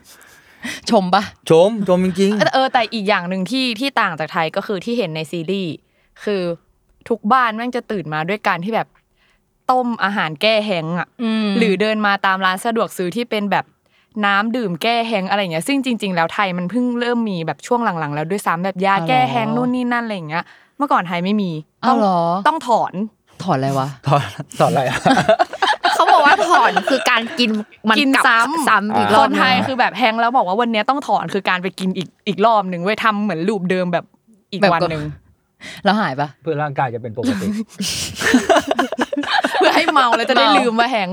S2: ชมปะ
S5: ๆ ชมชมจริงๆ
S4: เออแต่อีกอย่างหนึ่งที่ที่ต่างจากไทยก็คือที่เห็นในซีรีส์คือทุกบ้านแม่งจะตื่นมาด้วยการที่แบบต้มอาหารแก้แห้งอ่ะ
S2: ม
S4: หรือเดินมาตามร้านสะดวกซื้อที่เป็นแบบน้ำดื่มแก้แห้งอะไรอย่างเงี้ยซึ่งจริง ๆ แล้วไทยมันเพิ่งเริ่มมีแบบช่วงหลังๆ แล้วด้วยซ้ำแบบยาแก้แห้งนู่นนี่นั่นอะไรอย่างเงี้ย เมื่อก่อนไทยไม่มี
S2: อ้าวเหรอ
S4: ต้องถอน
S2: ถอนอะไรวะ
S5: ถอนถอนอะไรอะ
S3: เขาบอกว่าถอนคือการกินมัน
S4: กิน
S3: กลับ
S4: ซ้
S3: ซ้ำ
S4: ำ
S3: อีก
S5: อ่า
S3: ร
S4: ค
S3: อบ
S4: นไทยคือแบบแห้งแล้วบอกว่าวันเนี้ยต้องถอนคือการไปกินอีกอีกรอบหนึ่งเว้ยทำเหมือนรูปเดิมแบบอีก
S2: แบบ
S4: วัน
S2: ก็
S4: หนึ่ง <laughs>
S2: แล้วหายปะ
S5: <laughs> เพื่อร่างกายจะเป็นปกติ
S4: เพื่อให้เมาแล้วจะได้
S2: เมา
S4: ลืมว่าแห้ง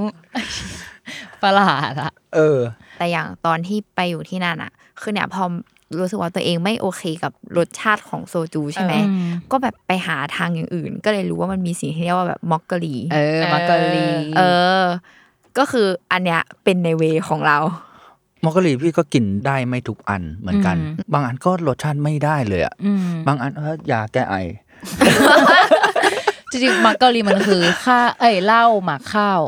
S2: ประหลาดอะ
S5: เออ
S3: แต่อย่างตอนที่ไปอยู่ที่นั่นอ่ะ คือเนี่ยพอ รู้สึกว่าตัวเองไม่โอเคกับรสชาติของโซจูใช่ไหม
S4: เออ
S3: ก็แบบไปหาทางอย่างอื่น ก็เลยรู้ว่ามันมีสิ่งที่เรียกว่าแบบมอกกะลี
S2: เออมาเกาหลี
S3: เออ ก็คืออันเนี้ยเป็นในเวของเรา
S5: มอกกะลีพี่ก็กินได้ไม่ทุกอันเหมือนกัน บางอันก็รสชาติไม่ได้เลยอะ
S2: อืม
S5: บางอันเออยาแก้ไอ
S2: จริงๆมักเกาหลีมันคือข้าเอ้ยเหล้าหมักข้าว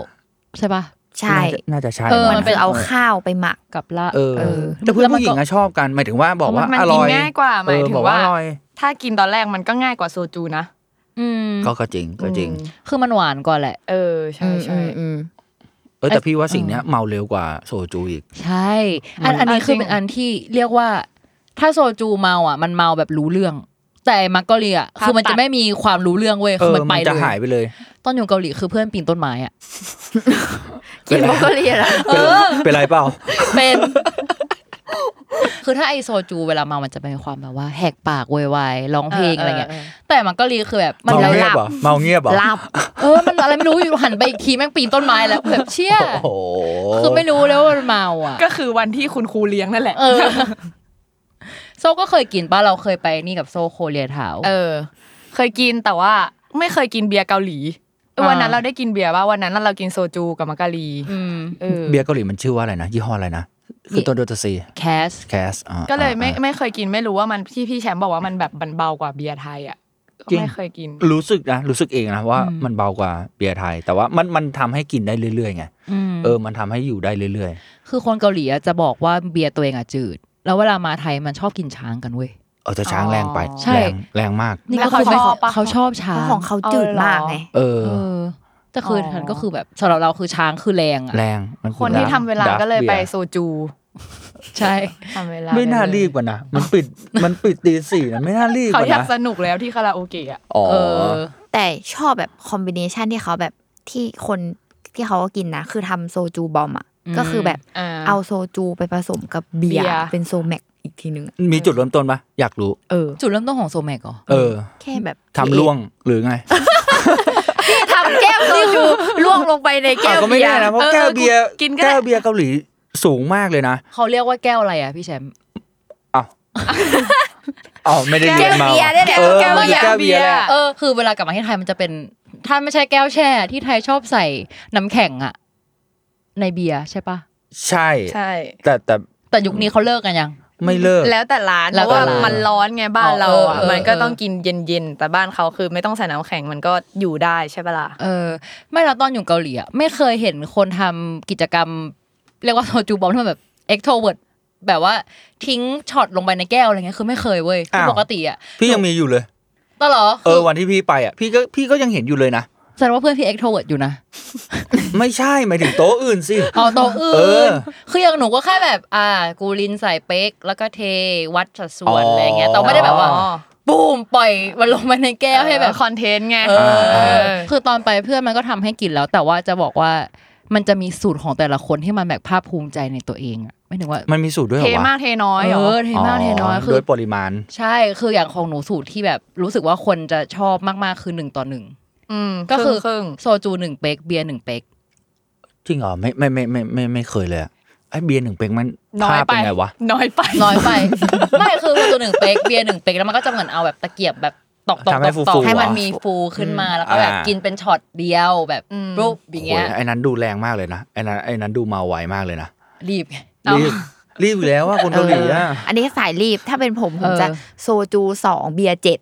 S2: ใช่ปะ
S3: ใช่
S5: น่าจะน่าจะใช่
S2: เออ
S3: มัน
S5: ง
S3: เป็นเอาข้าวไปหมัก
S2: กับเหล้า
S5: เออ
S2: เออ
S5: แต่เพื่อนผู้หญิง
S2: แล้วมัก็
S5: อะชอบกันหมายถึงว่าบอกว่า
S4: มัน
S5: อร่อย
S4: กินง่ายกว่าหมาย
S5: เออ
S4: ถึง
S5: บอกว่า
S4: ว่า
S5: อร่อย
S4: ถ้ากินตอนแรกมันก็ง่ายกว่าโซจูนะ
S2: อืม
S5: ก็ก็จริงก็จริง
S4: อืม
S2: คือมันหวานกว่าแหละ
S4: เออใช่ใช่
S5: เออแต่พี่ว่าสิ่งเนี้ยเมาเร็วกว่าโซจูอีก
S2: ใช่ อัน
S4: อืม
S2: อันนี้
S4: เอาจริง
S2: คือเป็นอันที่เรียกว่า ถ้าโซจูเมาอ่ะ มันเมาแบบรู้เรื่อง แต่มักเกาหลีอ่ะคือมันจะไม่มีความรู้เรื่องเว้ย
S5: เอ
S2: คือ
S5: อ
S2: มันไป
S5: มัน
S2: เล
S5: จะหาย
S2: ย
S5: ไปเลย
S2: ตอนอยู่เกาหลีคือเพื่อนปีนต้นไม้อ่ะ
S3: กินมอกกะลีแล้ว
S5: เป็นไรเป็นไรเปล่า
S2: เป็น คือถ้าไอโซจูเวลาเมามันจะเป็นความแบบว่าแหกปากโวยวายร้องเพลงอะไรเงี้ย แต่มักเกาหลีคือแบบมัน
S5: เมา
S2: จะห
S5: เงียบ
S2: ลับ
S5: เหรอเมาเงียบเหรอ
S3: หลับ
S2: เออ มันอะไรไม่รู้อยู่หันไปอีกทีแม่งปีนต้นไม้แล้วแบบเชี่ย
S5: โอ้โห
S2: คือไม่รู้แล้วว่ามันเมาอ่ะ
S4: ก็คือวันที่คุณครูเลี้ยงนั่นแหละ
S2: เออ <laughs> โซก็เคยกินป่ะเราเคยไปนี่กับโซโคเรียทาว
S4: เออ เคยกินแต่ว่าไม่เคยกินเบียร์เกาหลีเออวันนั้น
S2: อ่า
S4: เราได้กินเบียร์ว่าวันนั้นเรากินโซจูกับมักกะลี
S2: อืม
S4: เออ
S5: เบียร์เกาหลีมันชื่อว่าอะไรนะ ยี่ห้ออะไรนะ คือตัวโดตาซี
S2: แคส
S5: แคสอ่า
S4: ก็เลยไม่
S5: อ่า
S4: ไม่เคยกินไม่รู้ว่ามันพี่พี่แชมป์บอกว่ามันแบบมันเบากว่าเบียร์ไทยอ่ะก็
S5: จริง
S4: ไม่เคยกิน
S5: รู้สึกนะ รู้สึกเองนะว่า
S2: อืม
S5: มันเบากว่าเบียร์ไทย แต่ว่ามันมันทำให้กินได้เรื่อยๆไง
S2: อืม
S5: เออมันทำให้อยู่ได้เรื่อย
S2: คือคนเกาหลีอะจะบอกว่าเบียร์ตัวเองอะจืด แล้วเวลามาไทยมันชอบกินช้างกันเว้ย
S5: ๆเอาแต่ช้างแรงไป
S2: ใช่
S5: แรงแรงมาก
S2: นี่
S4: แล้ว
S2: ก็คือ
S4: เขา
S2: ไม่
S4: ชอบปะ
S2: เขาชอบช้าง
S3: ของเขาจืดมากไง
S5: เออ
S2: เออแต่คือ
S4: อ๋อ
S2: ทันก็คือแบบสำหรับเราคือช้างคือแรงอะ
S5: แรงมัอ
S4: คนที่
S5: ร้
S4: ทำเวลา
S5: ดั
S4: ก็เลยไป
S5: บีร์
S4: โซจู
S2: ใช่ <laughs>
S4: ทำเวลา
S5: ไม่น่า
S4: ปเลย
S5: รีบกว่านะ มันปิดมันปิดตีสี่นะไม่น่ารีบก
S4: เขา
S5: ว่า
S4: อยาก
S5: นะ
S4: สนุกแล้วที่คาราโอเกะอะ
S5: อ๋อ
S2: เออ
S3: แต่ชอบแบบคอมบิเนชันที่เขาแบบที่คนที่เขากินนะ คือทำโซจูบอมอ่ะ
S2: อืม
S3: ก็คือแบบ
S4: อ่า
S3: เอาโซจูไปผสมกับเบีย
S4: เบี
S3: ร์
S4: ยร์
S3: เป็นโซแม็กอีกทีนึงอะ
S5: มีจุดเริ่มต้นปะอยากรู้
S3: เออ
S2: จุดเริ่มต้นของโซแม็กเหรอ
S5: เออ
S3: แค่แบบ
S5: ทำล่วงหรือไง
S3: ทำแก้วโซจูล่วงลงไปในแก้ว
S5: อ่ะก็ไม่
S3: เบีย
S5: แน่
S3: ร์
S5: นะเพราะ
S4: เออ
S5: แก้วเบียร์
S4: กูกินก็ได้
S5: แก้วเบียร์เกาหลีสูงมากเลยนะ
S2: เขาเรียกว่าแก้วอะไรอะพี่แชมป์
S5: อ้าวอ้าวไม่ได้เรียนมา
S3: เบียร์ได้แหละ
S5: เออ
S3: แก้ว
S5: มัน
S3: เบี
S5: คื
S3: ยร์
S5: อแก้วเบียร์แหละ
S2: เออคือเวลากลับมาที่ไทยมันจะเป็น ถ้าไม่ใช่แก้วแช่ ที่ไทยชอบใส่น้ำแข็งอะในเบียร์ใช่ปะ
S5: ใช่
S4: ใช่
S5: แต่แต่
S2: แต่ยุคนี้เขาเลิกกันยัง
S5: ไม่เลิก
S4: แล้วแต่ร้าน
S2: แล้
S4: เพ
S2: ว
S4: ราะว่า
S2: แต่ร้าน
S4: มันร้อนไงบ้านเรา
S2: อ๋อ
S4: อ่ะ
S2: เออเออ
S4: มันก็ต้องกินเย็นๆแต่บ้านเขาคือไม่ต้องใส่น้ำแข็งมันก็อยู่ได้ใช่ปะล่ะ
S2: เออไม่เราตอนอยู่เกาหลีอ่ะไม่เคยเห็นคนทำกิจกรรม เรียกว่าโซ <laughs> จูบอมที่มันแบบเอ็กโทเวิร์ดแบบว่าทิ้งช็อตลงไปในแก้วอะไรเงี้ยคือไม่เคยเว้ยคือ
S5: อ้าว
S2: ปกติอ่ะ
S5: พี่ยังมีอยู่เลย
S2: ตลอด
S5: เออวันที่พี่ไปอ่ะพี่ก็พี่ก็ยังเห็นอยู่เลยนะ
S2: แสดงว่าเพื่อนพี่เอ็กโทเวิร์ดอยู่นะ
S5: ไม่ใช่หมายถึงโต๊ะอื่นสิ
S2: เอาโตะอื่
S5: เออน
S2: คืออย่างหนูก็แค่แบบ อ่า กูลินใส่เป๊กแล้วก็เทวัดสัดส่วน
S5: อ๋ออ
S2: อะไรเงี้ยแต่ไม่ได้แบบว่า
S4: อ๋อ
S2: บูมปล่อยมันลงมาในแก้วให้แบบ
S4: คอนเทนต์ไง
S2: เออ
S4: เออ
S2: คือตอนไปเพื่อนมันก็ทำให้กินแล้ว แต่ว่าจะบอกว่ามันจะมีสูตรของแต่ละคนที่มันแบบภาคภูมิใจในตัวเองอะไม่ถึงว่า
S5: มันมีสูตรด้วยเห
S4: เท
S5: รอวะ
S4: มากเทน้อยเหร
S2: เอ
S4: อ
S2: อเทมากเทน้อยคื
S5: โด
S2: อย
S5: ปริมาณ
S2: ใช่คืออย่างของหนูสูตรที่แบบรู้สึกว่าคนจะชอบมากๆคือหนึ่งต่อหนึ่ง
S4: อืม
S2: ก็คือ
S4: ครึ่ง
S2: โซจูหนึ่งเป๊กเบียร์หนึ่งเป๊ก
S5: จริงเหรอไม่ไม่ไม่ไม่ไม่ไม่เคยเลยอะไอ้เบียร์หนึ่งเป๊กมัน
S4: ๆน้อย
S5: ภาพ
S4: ไป
S5: เป็นไงวะ
S4: น้อยไป
S2: น้
S3: <laughs>
S2: อยไป ไม่คือโซจูหนึ่งเป๊กเบียร์หนึ่งเป๊กแล้วมันก็จะเหมือนเอาแบบตะเกียบแบบตอกตอก
S5: ทำให้
S2: ตอกตอ
S5: ฟู
S2: ก
S5: ๆ
S2: ให้มัน
S5: อ่ะ
S2: มีฟูขึ้นมาแล้วก็แบบ
S5: อ่ากิ
S2: กินเป็นช็อตเดียวแบบรูปอย่างเงี้ย
S5: โอ้ไอ้นั้นดูแรงมากเลยนะไอ้นั้นไอ้นั้นดูเมาไวมากเลยนะ
S2: รีบไง
S5: รีบรีบอยู่แล้วว่าคนเกาหลีอะ
S3: อันนี้สายรีบถ้าเป็นผมผมจะ
S2: เออ
S3: โซจูสองเบียร์เจ็ด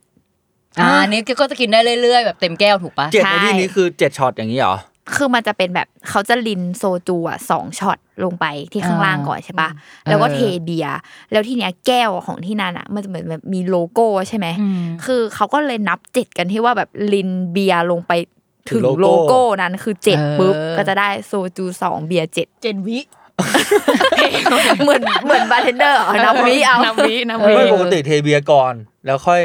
S2: อ่าอันนี้ก็จะกินได้เรื่อยๆแบบเต็มแก้วถูกปะ
S5: เจ็ด
S3: ใช่
S5: ในที่นี้คือเจ็ดช็อตอย่างนี้เหรอ
S3: คือมันจะเป็นแบบเขาจะลินโซจูอ่ะสองช็อตลงไปที่ข้างล่างก่อนใช่ปะแล้วก็
S2: เออ
S3: เทเบียร์แล้วที่เนี้ยแก้วของที่นั่นอ่ะ มันจะเหมือนแบบมีโลโก้ใช่ไหม
S2: อืม
S3: คือเขาก็เลยนับเจ็ดกันที่ว่าแบบลินเบียร์ลงไปถึง
S5: ถึงโล
S3: โล
S5: โก้
S3: โก้นั้นคือเจ็ด
S2: เออ
S3: ปุ๊บก็จะได้โซจูสองเบียร์เจ็ด
S4: เจนวิ
S3: เหมือนเหมือนบาร์เทนเดอร์เหรอนับวิเอา
S4: นำวินำ
S2: เอ
S4: วิ
S2: อ
S5: ไม่ปกติเทเบียร์ก่อน แล้วค่อย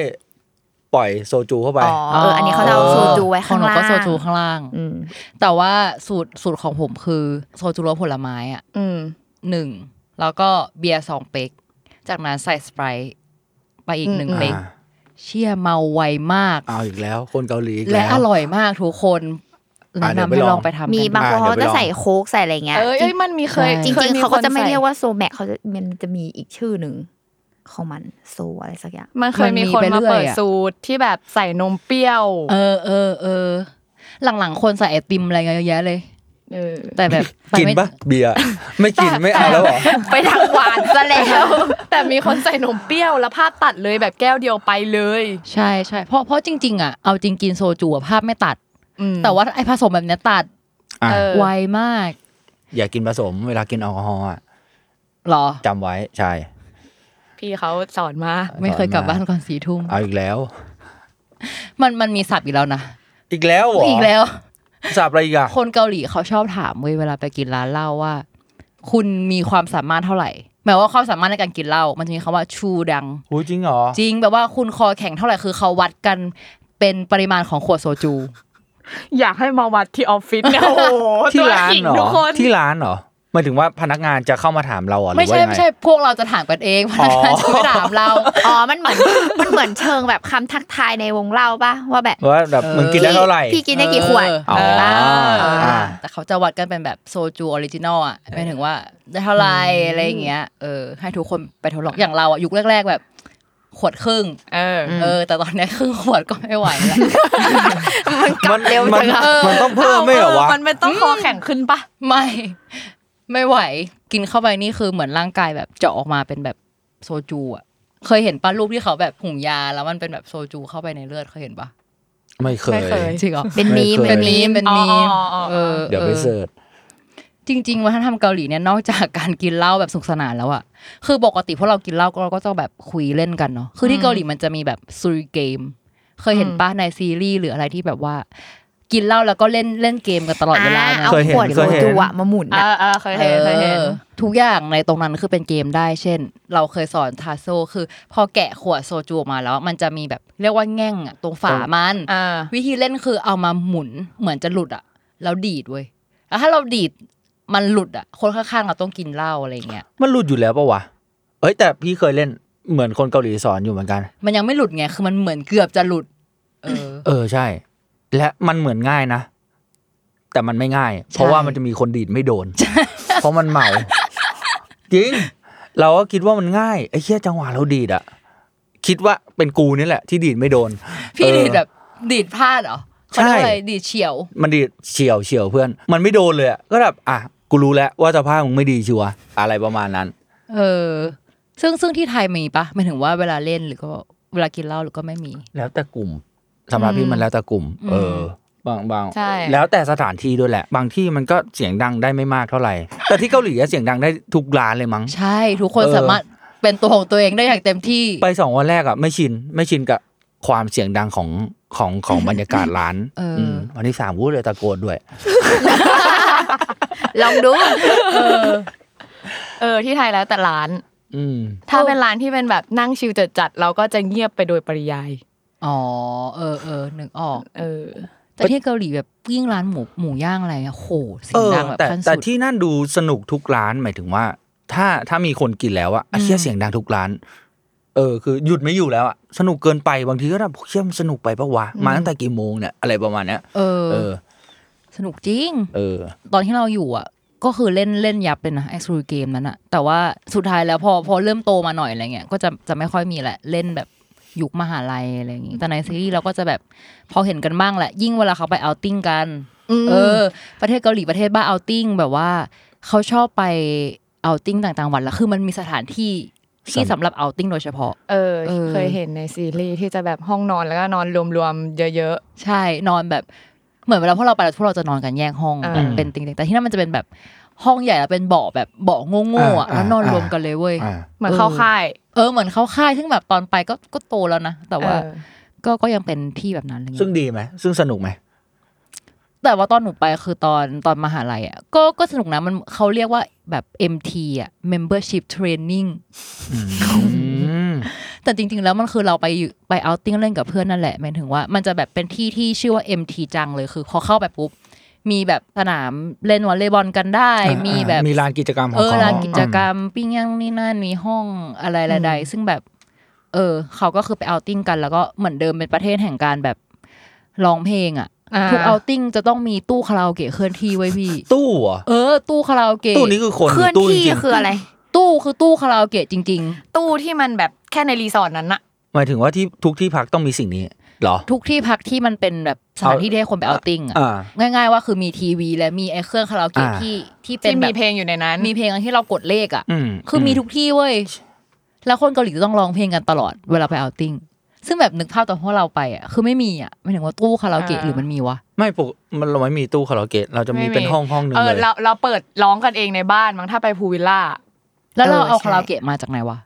S5: ปล่อยโซจูเข้าไป
S3: อ๋อเอออันนี้เขาจะเอาโซจูไว้ข้างล่าง
S2: ของหนูก็โซจูข้างล่าง
S3: อืม
S2: แต่ว่าสูตรสูตรของผมคือโซจูรสผลไม้อ่ะ
S4: อืม
S2: หนึ่งแล้วก็เบียร์สองเป๊ก จากนั้นใส่สไปร์ไปอีกหนึ่งเป๊ก
S5: อ่า
S2: เชี่ยเมาไวมาก
S5: เอาอีกแล้ว คนเกาหลีอีก
S2: และ
S5: แล้ว
S2: อร่อยมากทุกคน
S5: อ่ะ
S2: แนะ
S5: เดี๋ยว
S2: ำให้ล
S5: นไปลอง
S2: องไปทำกัน
S3: มีบางคน
S5: อ่ะ
S3: เขาจะ
S5: เดี๋ยวไปลอง
S3: ใส่โค้กใส่อะไรเงี้ย
S4: เออเอ้ยมันมีเคย
S3: จริ
S4: ค
S3: ง
S4: ย
S3: ๆเขาก็จะไม่
S4: คนใส่
S3: เรียกว่าโซแมกเขาจะมันจะมีอีกชื่อหนึ่ง ของมันโซอะไรสักอย่าง
S4: มันเคยมี
S2: มันมี
S4: คน
S2: ไป
S4: มา
S2: เรื่อย
S4: เปิด
S2: อะ
S4: สูตรที่แบบใส่นมเปรี้ยว
S2: เออเออเออหลังๆ คนใส่ไอติมอะไรเยอะแยะเลย
S4: เออ
S2: แต่แบบ
S5: กิน
S2: ไม่
S5: ปะเบียร์ ไม่กินไม่เอาแล้วเหรอ
S3: ไปทางหวานซะแล้ว
S4: แต่มีคนใส่นมเปรี้ยวแล้วภาพตัดเลยแบบแก้วเดียวไปเลย
S2: ใช่ใช่เพราะเพราะจริง ๆอ่ะเอาจริงกินโซจูอะภาพไม่ตัด
S4: อืม
S2: แต่ว่าไอผสมแบบเนี้ยตัด
S5: อ่ะ
S4: เออ
S2: ไวมาก
S5: อย่ากินผสมเวลากินแอลกอฮอล์อ่ะ
S2: หรอ
S5: จำไว้ใช่
S4: พี่เขาสอนมา
S2: ไม่เคยกลับบ้านก่อนสี่ทุ่ม
S5: เอาอีกแล้ว
S2: มันมันมีศัพท์อีกแล้วนะ
S5: อีกแล้วเหรอ
S2: อีกแล้ว
S5: สับอะไรอีกอ่ะ
S2: คนเกาหลีเขาชอบถามเว้ยเวลาไปกินร้านเหล้าว่า คุณมีความสามารถเท่าไหร่หมายว่าความสามารถในการกินเหล้ามันจะมีคำว่าชูดัง
S5: หูจริงเหรอ
S2: จริงแบบว่าคุณคอแข็งเท่าไหร่คือเขาวัดกันเป็นปริมาณของขวดโซจู
S4: อยากให้มาวัดที่ออฟฟิศเนี่ยโอ้โห
S5: ที่
S4: ตัว
S5: ร้าน
S4: ขิง
S5: เหร
S4: ทุ
S5: อก
S4: คน
S5: ที่ร้านเหรอหมายถึงว่าพนักงานจะเข้ามาถามเราอ่ะหรื
S2: ไม่
S5: อว่า
S2: ใช่
S5: ยัง
S2: ไม่
S5: ไง
S2: ใช่พวกเราจะถามกันเองพนักงานจะไม่ถามเรา
S3: อ๋อ มันเหมือน
S4: <laughs>
S3: มันเหมือนเชิงแบบคำทักทายในวงเล่าป่ะ ว่าแบบ
S5: ว่าแบบมึงกินได้เท่าไหร่
S3: พี่กินได้กี่ขวด
S5: อ๋ออ่า
S2: แต่เขาจะวัดกันเป็นแบบโซจูออริจินอลอ่ะหมายถึงว่าได้เท่าไหร่อะไรอย่างเงี้ยเออให้ทุกคนไปทดลองอย่างเราอ่ะยุคแรก ๆ แบบขวดครึ่ง
S4: เออ
S2: เออ แต่ตอนเนี้ยครึ่งขวดก็ไม่ไหวแล้ว
S5: มันเร็วจัง
S2: เออ
S5: มันต้องเพิ่มไม่เหรอวะ
S4: มันไม่ต้องคอแข็งขึ้นปะ
S2: ไม่ ไม่ไหว กินเข้าไปนี่คือเหมือนร่างกายแบบเจาะออกมาเป็นแบบโซจูอ่ะ เคยเห็นป้ารูปที่เขาแบบหุงยาแล้วมันเป็นแบบโซจูเข้าไปในเลือดเคยเห็นปะ
S5: ไม่เคย
S2: จริงเหรอ
S3: เป็นมีม
S5: ไม่คย
S2: เป็นมีมเป็นมีมเออ
S5: เดี๋ยวไป
S2: ออ
S5: เสิร์ช
S2: จริงๆวัฒนธรรมเกาหลีเนี่ยนอกจากการกินเหล้าแบบสนุกสนานแล้วอะคือปกติพวกเรากินเหล้าก็เราก็ต้องแบบคุยเล่นกันเนาะคือที่เกาหลีมันจะมีแบบซูริเกม เคยเห็นป้าในซีรีส์หรืออะไรที่แบบว่า กินเหล้าแล้วก็เล่นเล่นเกมกันตลอดเวลา
S3: อ่า
S2: ไง
S3: เอาขวดโซจูอะมาหมุน
S4: เอ
S3: อะ
S4: อเออเคยเห็นเคยเห็น
S2: ออทุกอย่างในตรงนั้นคือเป็นเกมได้ เช่น เราเคยสอนทาโซคือ พอแกะขวดโซจูออกมาแล้ว มันจะมีแบบเรียกว่าแง่งอะตรงฝามัน
S4: เออ
S2: วิธีเล่นคือเอามาหมุนเหมือนจะหลุดอ่ะแล้วดีดเว้ยแล้วถ้าเราดีดมันหลุดอ่ะ คนข้างๆเราต้องกินเหล้าอะไรเงี้ย
S5: มันหลุดอยู่แล้วปะวะ เอ้ยแต่พี่เคยเล่นเหมือนคนเกาหลีสอนอยู่เหมือนกัน
S2: มันยังไม่หลุดไงคือมันเหมือนเกือบจะหลุด เออ
S5: เออใช่ และมันเหมือนง่ายนะ แต่มันไม่ง่าย เพราะว่ามันจะมีคนดีดไม่โดน เพราะมันเมา จริง เราก็คิดว่ามันง่ายไอ้เหี้ยจังหวะเราดีดอะคิดว่าเป็นกูนี่แหละ ที่ดีดไม่โดน
S2: พี่
S5: เออ
S2: ดีดแบบดีดพลาดเหรอเขาเรียกว่าอะไร
S5: ใช่
S2: ดีดเฉียว
S5: มันดีดเฉียวเฉียวเพื่อน มันไม่โดนเลยอะก็แบบอ่ะกูรู้แล้วว่าสภาพมึงไม่ดีชัวร์อะไรประมาณนั้น
S2: เออ ซึ่งซึ่งที่ไทยมีปะหมายถึงว่าเวลาเล่นหรือก็เวลากินเหล้าหรือก็ไม่มี
S5: แล้วแต่กลุ่มสำหรับพี่มันแล้วแต่กลุ่ม เออ บางบาง
S4: ใช่
S5: แล้วแต่สถานที่ด้วยแหละ บางที่มันก็เสียงดังได้ไม่มากเท่าไหร่ แต่ที่เกาหลีอะเสียงดังได้ทุกร้านเลยมั้ง
S2: ใช่ทุกคน
S5: เออ
S2: สามารถเป็นตัวของตัวเองได้อย่างเต็มที่
S5: ไปสองวันแรกอะไม่ชิน ไม่ชินกับความเสียงดังของของของบรรยากาศร้าน
S2: <laughs> เอออื
S5: มวันที่สามวูดเลยตะโกนด้วย
S3: ลองดู
S4: เออที่ไทยแล้วแต่ร้าน
S5: อืม
S4: ถ้าเป็นร้านที่เป็นแบบนั่งชิลจัดๆเราก็จะเงียบไปโดยปริยาย
S2: อ๋อเออเออนึกออก
S4: เออ
S2: แต่ที่เกาหลีแบบยิ่งร้านหมูหมูย่างอะไรอะโหเสียงดังแบบ
S5: แต่
S2: ขั้น
S5: แต่
S2: สุด
S5: ที่นั่นดูสนุกทุกร้านหมายถึงว่า ถ้าถ้ามีคนกินแล้วอะอ่ะเชี่ยเสียงดังทุกร้าน เออ คือหยุดไม่อยู่แล้วอะสนุกเกินไปบางทีก็แบบเชี่ยมนสนุกไปปะวะมาตั้งแต่กี่โมงเนี่ยอะไรประมาณเนี้ย
S2: เออ
S5: เออ
S2: สนุกจริง
S5: เออ
S2: ตอนที่เราอยู่อ่ะ ก็คือเล่นเล่นยับเลยนะไอ้ซูเกมนั้นอะแต่ว่าสุดท้ายแล้วพอพอเริ่มโตมาหน่อยอะไรเงี้ยก็จะจะไม่ค่อยมีแหละเล่นแบบยุคมหาลัยอะไรอย่างงี้แต่ในซีรีส์เราก็จะแบบพอเห็นกันบ้างแหละ ยิ่งเวลาเขาไปเอาติ้งกัน เออ ประเทศเกาหลีประเทศบ้าเอาติ้งแบบว่าเขาชอบไปเอาติ้งต่างๆวันแล้วคือมันมีสถานที่ที่
S5: สำ
S2: สำหรับเอาติ้งโดยเฉพาะ
S4: เออ
S2: เออ
S4: เคยเห็นในซีรีส์ที่จะแบบห้องนอนแล้วก็นอนรวมๆเยอะ
S2: ใช่นอนแบบเหมือนเวลาพวกเราไปแล้วพวกเราจะนอนกันแยกห้อง
S4: อ่า
S2: แบบเป็นติ่งๆแต่ที่นั่นมันจะเป็นแบบห้องใหญ่แล้วเป็นเบาะแบบเบาะโง่ๆอ่ะ
S5: อ่า
S2: แล้วนอน
S5: อ่ารร
S2: วมกันเลยเว้ย
S5: อ่า
S4: ๆ เหมือนเข้า
S2: เออ
S4: ค่าย
S2: เออเหมือนเข้าค่ายซึ่งแบบตอนไปก็ก็โตแล้วนะแต่ว่า
S4: เออ
S2: ก็ก็ยังเป็นที่แบบนั้นอะไรเงี้
S5: ซึ่ง
S2: ย
S5: ดีไหมซึ่งสนุกไหม
S2: แต่ว่าตอนหนูไปคือตอนตอนมหาลัยอ่ะก็ก็สนุกนะมันเขาเรียกว่าแบบ MT อ่ะ Membership Training
S5: อืม
S2: แต่จริง ๆ แล้วมันคือเราไปอยู่ไปเอาติ้งเล่นกับเพื่อนนั่นแหละหมายถึงว่ามันจะแบบเป็นที่ที่ชื่อว่า MT จังเลยคือพอเข้าไปปุ๊บมีแบบสนามเล่นวอลเลย์บอลกันได้ มีแบบ
S5: มีลานกิจกรรมของ
S2: เออ
S5: เขา
S2: ลานกิจกรรมปิ้งย่างนี่นั่นมีห้องอะไรระใดซึ่งแบบ เออ เขาก็คือไปเอาติ้งกันแล้วก็เหมือนเดิมเป็นประเทศแห่งการแบบร้องเพลงอ่ะ
S4: อ่า
S2: ทุกเอาติ้งจะต้องมีตู้คาราโอเกะเคลื่อนที่ไว้พี่
S5: ตู้เหรอ
S2: เออ ตู้คาราโอเกะ
S5: ตู้นี้คือคน
S3: เคลื่อน
S5: ตู้จ
S3: ที่
S5: ริงๆ
S3: คืออะไร
S2: ตู้คือตู้คาราโอเกะจริง
S4: ตู้ที่มันแบบแค่ในรีสอร์ทนั้นอะ
S5: หมายถึงว่าที่ทุกที่พักต้องมีสิ่งนี้เหรอ
S2: ๆ ทุกที่พักที่มันเป็นแบบสถานที่ที่ให้คนไปเอาติ้งอะ
S5: อ่า
S2: ง่ายๆว่าคือมีทีวี และมีไอ้เครื่องคาราโอเกะ
S5: อ่า
S2: ที่ที่เป็น
S4: ที่
S2: แบ
S4: มี
S2: บ
S4: เพลงอยู่ในนั้น
S2: มีเพลงที่เรากดเลขอะ
S5: อืม
S2: คือมีทุกที่เว้ย แล้วคนเกาหลีจะต้องร้องเพลงกันตลอดเวลาไปเอาท์ติ้ง ซึ่งแบบนึกภาพตอนพวกเราไปอ่ะ คือไม่มีอ่ะไม่ถึงว่าตู้คาราโอเกะหรือมันมีวะ
S5: ไม่ปกมันเราไม่มีตู้คาราโอเกะเราจะมีเป็นห้องห้องหนึ่ง
S4: เออ
S5: เลย
S4: เราเราเปิดร้องกันเองในบ้านมั้งถ้าไปพูวิลล่า
S2: แล้วเรา
S4: เออ
S2: เอา
S4: ใช่
S2: คาราโอเกะมาจากไหนวะ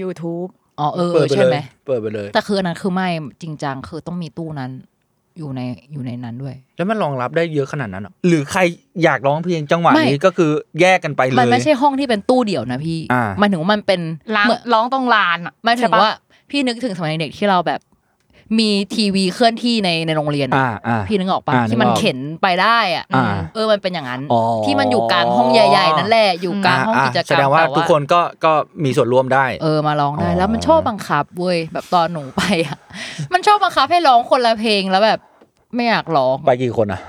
S4: YouTube
S2: อ๋อเออ
S5: เปิดไป
S2: ใช่
S5: เล
S2: ไหม
S5: ยเปิดไปเลย
S2: แต่คืออันนั้นคือไม่จริงจังคือต้องมีตู้นั้นอยู่ในอยู่ในนั้นด้วย
S5: แล้วมันรองรับได้เยอะขนาดนั้นเหรอหรือใครอยากร้องเพลงจังหวะ
S2: ไม่
S5: นี้ก็คือแยกกันไปเลย
S2: มันไม่ใช่ห้องที่เป็นตู้เดี่ยวนะพี่
S5: อ่า
S2: หมันถึงว่ามันเป็น
S4: ร้าน
S2: เหมือน
S4: ร้องตรงลานอะ
S2: หมายถึ
S4: ใช่
S2: ง
S4: ปะ
S2: ว่าพี่นึกถึงสมัยเด็กที่เราแบบ มีทีวีเคลื่อนที่ในในโรงเรียนอะ
S5: อ่าอ่า
S2: พี่นึกออกปะ
S5: อ่านึกออก
S2: ที่มันเข็นไปได้อ่ะ
S5: อ่า
S2: เออมันเป็นอย่างนั้น
S5: อ๋อ
S2: ที่มันอยู่กลางห้องใหญ่ๆนั่นแหละอยู่กลางห้องกิจกรรม
S5: แสดงว่า
S2: ต่
S5: ทุกคนก็ก็มีส่วนร่วมได้
S2: เออมาร้องได้
S5: อ๋อ
S2: แล้วมันชอบบังคับเว้ยแบบตอนหนูไปอ่ะ <laughs> มันชอบบังคับให้ร้องคนละเพลงแล้วแบบไม่อยากร้อง
S5: ไปกี่คนอ่ะ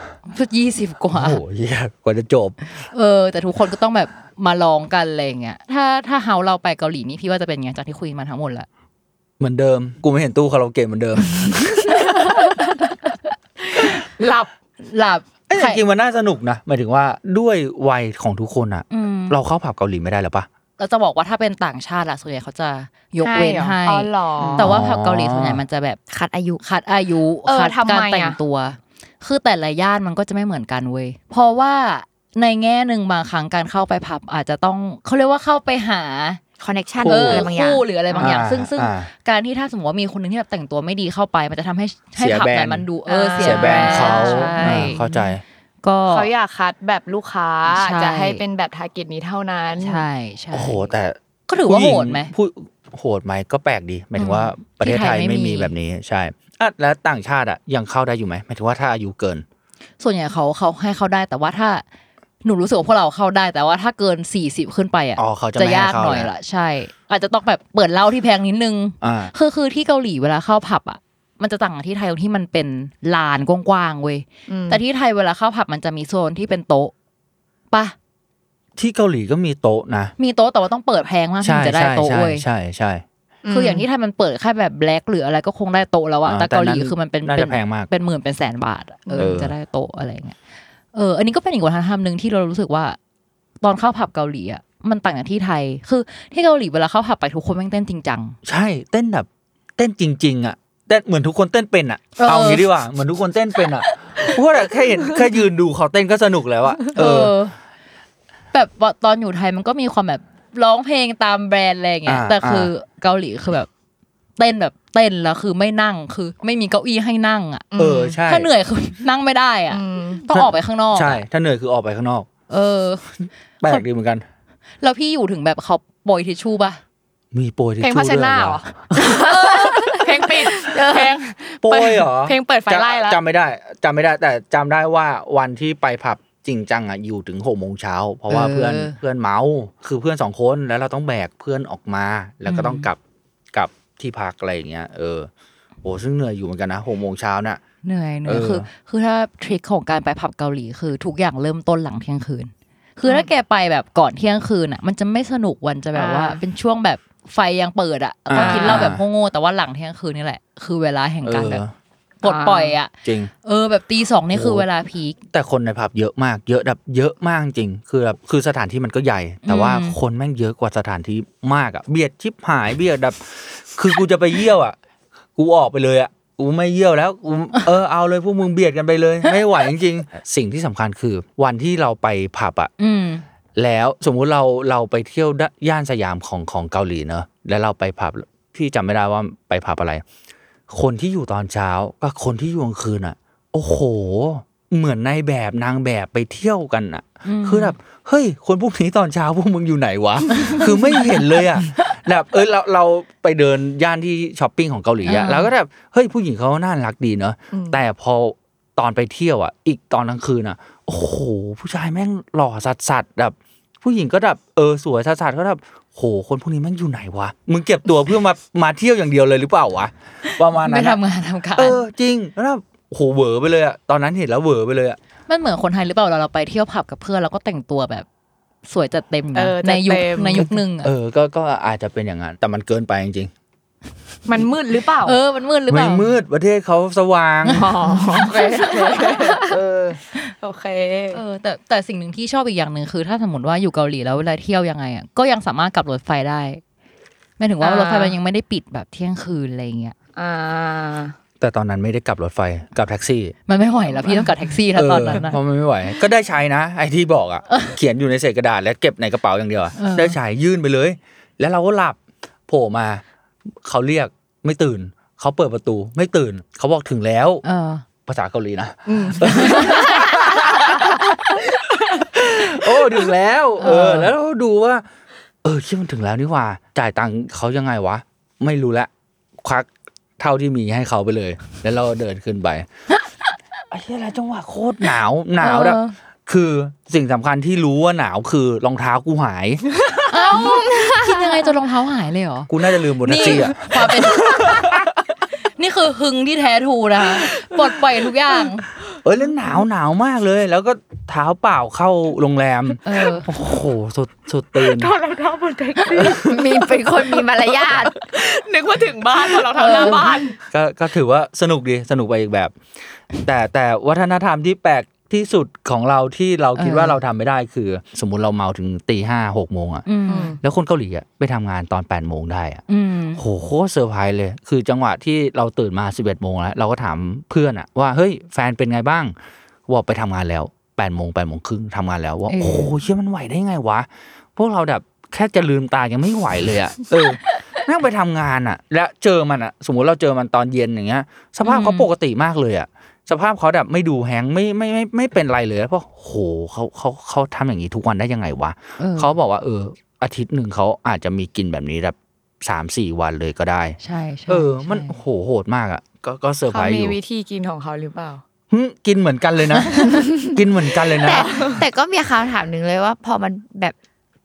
S2: ยี่สิบกว่า
S5: โอ้โหเหี้ยกว่าจะจบ
S2: เออแต่ทุกคนก็ต้องแบบมาร้องกันอะไรอย่างเงี้ยถ้าถ้าเฮาเราไปเกาหลีนี่พี่ว่าจะเป็นไงจากที่คุยมาทั้งหมดละ
S5: เหมือนเดิม กูไม่เห็นตู้คาราโอเกะเหมือนเดิม
S4: หลับ
S2: หลับ
S5: เอ้ย
S2: ใคร
S5: จริงๆมันน่าสนุกนะหมายถึงว่าด้วยวัยของทุกคนอ่ะ
S2: อืม
S5: เราเข้าผับเกาหลีไม่ได้หรอปะ
S2: เราจะบอกว่าถ้าเป็นต่างชาติละส่วนใหญ่เขาจะยกเว้นให้
S4: อ๋อเหรอ
S2: แต่ว่าผับเกาหลีส่วนใหญ่มันจะแบบ
S3: คัดอายุ
S2: คัดอายุ
S4: เออ
S2: คัด
S4: ทำไม
S2: การ
S4: อะ
S2: แต่งตัว คือแต่ละย่านมันก็จะไม่เหมือนกันเว้ยเพราะว่าในแง่หนึ่งบางครั้งการเข้าไปผับอาจจะต้องเขาเรียกว่าเข้าไปหา
S3: connection
S2: เอ
S3: หรือ
S2: อ
S3: อะไรบางอย่าง
S2: คู่หรืออะไรบางอย่าง
S5: อ่า
S2: ซึ่งซึ่ง
S5: อ่า
S2: การที่ถ้าสมมติว่ามีคนหนึ่งที่แบบแต่งตัวไม่ดีเข้าไป มันจะทำให้ให้
S5: เสีย
S2: ผับ
S5: แบรน
S2: นั้
S5: ด์
S2: นมันดูเออ
S4: เสี
S2: เสี
S4: ย
S5: เสียแบรนด์
S2: ด์
S5: เขา
S2: ใช่
S5: อ่าเข้าใจ
S2: ก็
S4: เขาอยากคัดแบบลูกค้า
S2: ใช่
S4: จะให้เป็นแบบทาร์เก็ตนี้เท่านั้น
S2: ใช่ใช่
S5: โอ้โห แต่
S2: ก็ถือว่าโหดไหม
S5: ผู้ญิงผู้โหดไหมก็แปลกดีหมายถึงว่า
S2: อืม
S5: ประเทศไทย
S2: ที่ไทยไม่
S5: ไม่
S2: มี
S5: มีแบบนี้ใช่อ่ะแล้วต่างชาติอ่ะยังเข้าได้อยู่ไหมหมายถึงว่าถ้าอายุเกิน
S2: ส่วนใหญ่เขาเขาให้เข้าได้แต่ว่าถ้าหนูรู้สึกว่าพวกเราเข้าได้ แต่ว่าถ้าเกิน 40 ขึ้นไปอ่ะ
S5: อ๋อเขาจะ
S2: จะ
S5: ไม่ให้
S2: ยากหน่อย
S5: เข้าละ
S2: ละใช่ อาจจะต้องแบบเปิดเหล้าที่แพงนิดนึง
S5: อ่า
S2: คือคือที่เกาหลีเวลาเข้าผับอ่ะ มันจะต่างกับที่ไทยตรงที่มันเป็นลานกว้างๆเว้ย
S4: อืม
S2: แต่ที่ไทยเวลาเข้าผับมันจะมีโซนที่เป็นโต๊ะปะ
S5: ที่เกาหลีก็มีโต๊ะนะ
S2: มีโต๊ะแต่ว่าต้องเปิดแพงมากถึ
S5: ใช่
S2: งจะได้
S5: ใช่
S2: โต๊ะ
S5: ใช่
S2: เว้ย
S5: ใช่ใช่
S2: คืออย่างที่ไทยมันเปิดแค่แบบแบล็กหรืออะไรก็คงได้โต๊ะแล้วอะ
S5: อ่า
S2: แต่เกาหลี
S5: แต่นั้น
S2: คือมันเป็น
S5: น่า
S2: เป็
S5: จะแพงมาก
S2: เป็นหมื่นเป็นแสนบาทอะเอ
S5: เอ
S2: อ
S5: อ
S2: จะได้โต๊ะอะไรอย่างเงี้ย เออ อันนี้ก็เป็นอีกวัฒนธรรมหนึ่งที่เรารู้สึกว่า ตอนเข้าผับเกาหลีอ่ะมันต่างจากที่ไทย คือที่เกาหลีเวลาเข้าผับไปทุกคนแม่งเต้นจริงจัง
S5: ใช่เต้นแบบเต้นจริง ๆ อ่ะเต้นเหมือนทุกคนเต้นเป็นอ่ะ
S2: เออ
S5: เอางี้ดีกว่าเหมือนทุกคนเต้นเป็นอ่ะเพราะว่าแต่แค่เห็นแค่ยืนดูเขาเต้นก็สนุกแล้วอ่ะเออ
S2: แบบว่าตอนอยู่ไทยมันก็มีความแบบร้องเพลงตามแบรนด์อะไรอย่างเงี้ย
S5: อ่า
S2: แต่คือเกาหลีคือแบบเต้นแบบเต้นแล้วคือไม่นั่งคือ ไม่มีเก้าอี้ให้นั่งอ่ะ
S5: เออใช่
S2: ถ้าเหนื่อยคือ นั่งไม่ได้อ่ะ
S4: อืม
S2: ต้องออกไปข้างนอก
S5: ใช่ ถ้าเหนื่อยคือออกไปข้างนอก
S2: เออ
S5: แปลกดีเหมือนกัน
S2: แล้วพี่อยู่ถึงแบบเขาโปรยทิชชู่ป่ะ
S5: มีโปรยที่
S4: เพลง
S5: ชู
S4: พัช
S5: ด้วย
S4: นา
S5: เห
S4: เห
S5: ร
S4: ร
S5: อ
S4: อ เพลงปิดเพลง
S5: โปรยเหรอ
S4: เพลงเปิดไฟไล่แล้ว
S5: จำจำไม่ได้จำไม่ได้แต่จำได้ว่าวันที่ไปผับจริงจังอ่ะอยู่ถึงหกโมงเช้าเพราะว่าเพื่อนเพื่อนเมาคือเพื่อนสองคนแล้วเราต้องแบกเพื่อนออกมา แล้วก็ต้องกลับกลับที่พักอะไรอย่างเงี้ยเออโอ้ซึ่งเหนื่อยอยู่เหมือนกันนะหกโมงเช้าน่ะ
S2: เหนื่อยเหนื่อย
S5: เออ
S2: คือ คือถ้าทริคของการไปผับเกาหลีคือทุกอย่างเริ่มต้นหลังเที่ยงคืน คือถ้าแกไปแบบก่อนเที่ยงคืนอ่ะ มันจะไม่สนุกวันจะแบบว่า
S4: อ่า
S2: เป็นช่วงแบบไฟยังเปิดอ่ะก็คิดเล่าแบบโง่ๆแต่ว่าหลังเที่ยงคืนนี่แหละ คือเวลาแห่ง
S5: เอ
S2: การ
S5: อ
S2: แบบปลดปล่อยอ่ะ
S5: จริง
S2: เออแบบตีสองนี่คือเวลาพีค
S5: แต่คนในผับเยอะมาก เยอะแบบเยอะมากจริง คือแบบคือสถานที่มันก็ใหญ่ แต่ว่า
S2: อืม
S5: คนแม่งเยอะกว่าสถานที่มากอะเบียดชิบหายเบียดแบบ คือกูจะไปเยี่ยวอะกูออกไปเลยอะกูไม่เยี่ยวแล้วกูเออเอาเลยพวกมึงเบียดกันไปเลย ไม่ไหวจริงๆ สิ่งที่สำคัญคือ วันที่เราไปผับอะ
S2: อืม
S5: แล้วสมมุติเราเราไปเที่ยวดย่านสยามของของเกาหลีเนอะแล้วเราไปผับพี่จำไม่ได้ว่าไปผับอะไร คนที่อยู่ตอนเช้ากับคนที่อยู่กลางคืนอ่ะ โอ้โห เหมือนนายแบบนางแบบไปเที่ยวกันอ่ะ คือแบบเฮ้ย คนพวกนี้ตอนเช้าพวกมึงอยู่ไหนวะ <laughs> คือไม่เห็นเลยอ่ะแบบเออเราเราไปเดินย่านที่ช้อปปิ้งของเกาหลีอ่ะ
S2: อ่า
S5: เราก็แบบเฮ้ยผู้หญิงเขาน่ารักดีเนอะแต่พอตอนไปเที่ยวอ่ะ อีกตอนกลางคืนอ่ะ โอ้โห ผู้ชายแม่งหล่อสัดสัดแบบ ผู้หญิงก็แบบเออสวยสัดสัดก็แบบโหคนพวกนี้แม่งอยู่ไหนวะมึงเก็บตัวเพื่อมามาเที่ยวอย่างเดียวเลยหรือเปล่าวะประมาณ
S2: ไป
S5: นั้น
S2: ทำ
S5: อะ
S2: งานทำการ
S5: เออจริงแล้วแบบโหเหวอไปเลยอ่ะตอนนั้นเห็นแล้วเหวอไปเลยอ่ะ
S2: มันเหมือนคนไทยหรือเปล่าเราเราไปเที่ยวผับกับเพื่อนเราก็แต่งตัวแบบ สวยจัดเต็ม
S4: เอ
S2: นะ
S4: อจั
S2: ใน
S4: ด
S2: ยุค
S4: เต็ม
S2: ในยุคหนึ่งอะ
S5: เออก็ก็อาจจะเป็นอย่างนั้น แต่มันเกินไปจริง
S4: มันมืดหรือเปล่า
S2: เออมันมืดหรือ
S5: ๆ
S2: เป
S5: ไม่
S2: ล่า
S5: มืดประเทศเขาสว่าง
S4: อ๋อโอเค
S5: เออ
S4: โอเค
S2: เออแต่แต่สิ่งหนึ่งที่ชอบอีกอย่างหนึ่งคือถ้าสมมติว่าอยู่เกาหลีแล้วเวลาเที่ยวยังไงอ่ะก็ยังสามารถกลับรถไฟได้ไม่ถึงว่า
S4: อ่าร ร
S2: ถไฟมันยังไม่ได้ปิดแบบเที่ยงคืนอะไรอย่างเงี้ย
S4: อ่า
S5: แต่ตอนนั้นไม่ได้กลับรถไฟกลับแท็กซี่
S2: มันไม่ไหวแล้วพี่ <laughs> ต้องกลับแท็กซี่แล้วตอนนั้น
S5: เออ
S2: อะ
S5: เพราะมันไม่ไหว ก็ได้ใช้นะ ไอ้ที่บอกอ่ะ เขียนอยู่ในเศษกระดาษแล้วเก็บในกระเป๋าอย่างเดียวอะ
S2: เออ
S5: ได้ใช้ยื่นไปเลย แล้วเราก็หลับโผล่มาเขาเรียกไม่ตื่น เขาเปิดประตูไม่ตื่น เขาบอกถึงแล้ว
S2: เออ
S5: ภาษาเกาหลีนะโอ้ถึงแล้ว เอ
S2: เอ
S5: อ
S2: อ
S5: แล้วเราก็ดูว่า เออที่มันถึงแล้วนี่หว่า จ่ายตังค์เขายังไงวะ ไม่รู้ละควักเท่าที่มีให้เขาไปเลย แล้วเราเดินขึ้นไป ไอ้เหี้ยอะไรจังหวะโคตรหนาวหนาวแบบ
S2: เออ
S5: คือสิ่งสำคัญที่รู้ว่าหนาวคือรองเท้ากูหาย
S2: เอ้าคิดยังไงจนรองเท้าหายเลยเหรอ
S5: กูน่าจะลืมบนแท็ก
S2: นี่
S5: ซี่อ่ะ
S2: ความเป็น นี่คือหึงที่แท้ทรูนะคะ <laughs> ปลดปล่อยทุกอย่าง
S5: เอ้ยแล้วหนาวหนาวมากเลย แล้วก็เท้าเปล่าเข้าโรงแรม
S2: เออ
S5: โอ้โห สุดสุดตีน
S4: ถอดรองเท้าบนแท็กซี่
S3: มีเป็นคนมีมารยาท
S4: <laughs> นึกว่าถึงบ้านถอดรองเท้าหน้าบ้าน
S5: ก็ก็ถือว่าสนุกดีสนุกไปอีกแบบ แต่แต่วัฒนธรรมที่แปลกที่สุดของเราที่เราคิดว่า
S2: เออ
S5: เราทำไม่ได้คือ สมมุติเราเมาถึงตีห้าหกโมงอ่ะ
S2: อืม
S5: แล้วคนเกาหลีอ่ะไปทำงานตอนแปดโมงได้อ่ะ
S2: อืม
S5: โหโคตรเซอร์ไพรส์เลย คือจังหวะที่เราตื่นมา 11โมงแล้ว เราก็ถามเพื่อนอะว่า เฮ้ย แฟนเป็นไงบ้างบอกไปทำงานแล้ว8โมง8โมงครึ่งทำงานแล้วว่า โอ้โหเชื่อมันไหวได้ไงวะ พวกเราแบบแค่จะลืมตายังไม่ไหวเลยอะเออแม่งไปทำงานอะและเจอมันอะสมมติเราเจอมันตอนเย็นอย่างเงี้ย สภาพเขาปกติมากเลยอะสภาพเขาแบบไม่ดูแฮงก์ไม่ไม่ไม่ไม่เป็นไรเลยเพราะโหเขาเขาเขาทำอย่างนี้ทุกวันได้ยังไงวะ
S2: ออ
S5: เขาบอกว่าเออ อาทิตย์หนึ่งเขาอาจจะมีกินแบบนี้แบบสามสี่วันเลยก็ได้
S2: ใช่ใช่
S5: เออ มัน
S2: ใช่
S5: โหโหดมากอ่ะ ก็ก็เซอร์ไพ
S4: เขา
S5: รส์อ
S4: มี
S5: ยู่
S4: วิธีกินของเขาหรือเปล่า
S5: หึกินเหมือนกันเลยนะ กินเหมือนกันเลยนะ
S3: แต่แต่ก็มีคำถามหนึ่งเลยว่า พอมันแบบ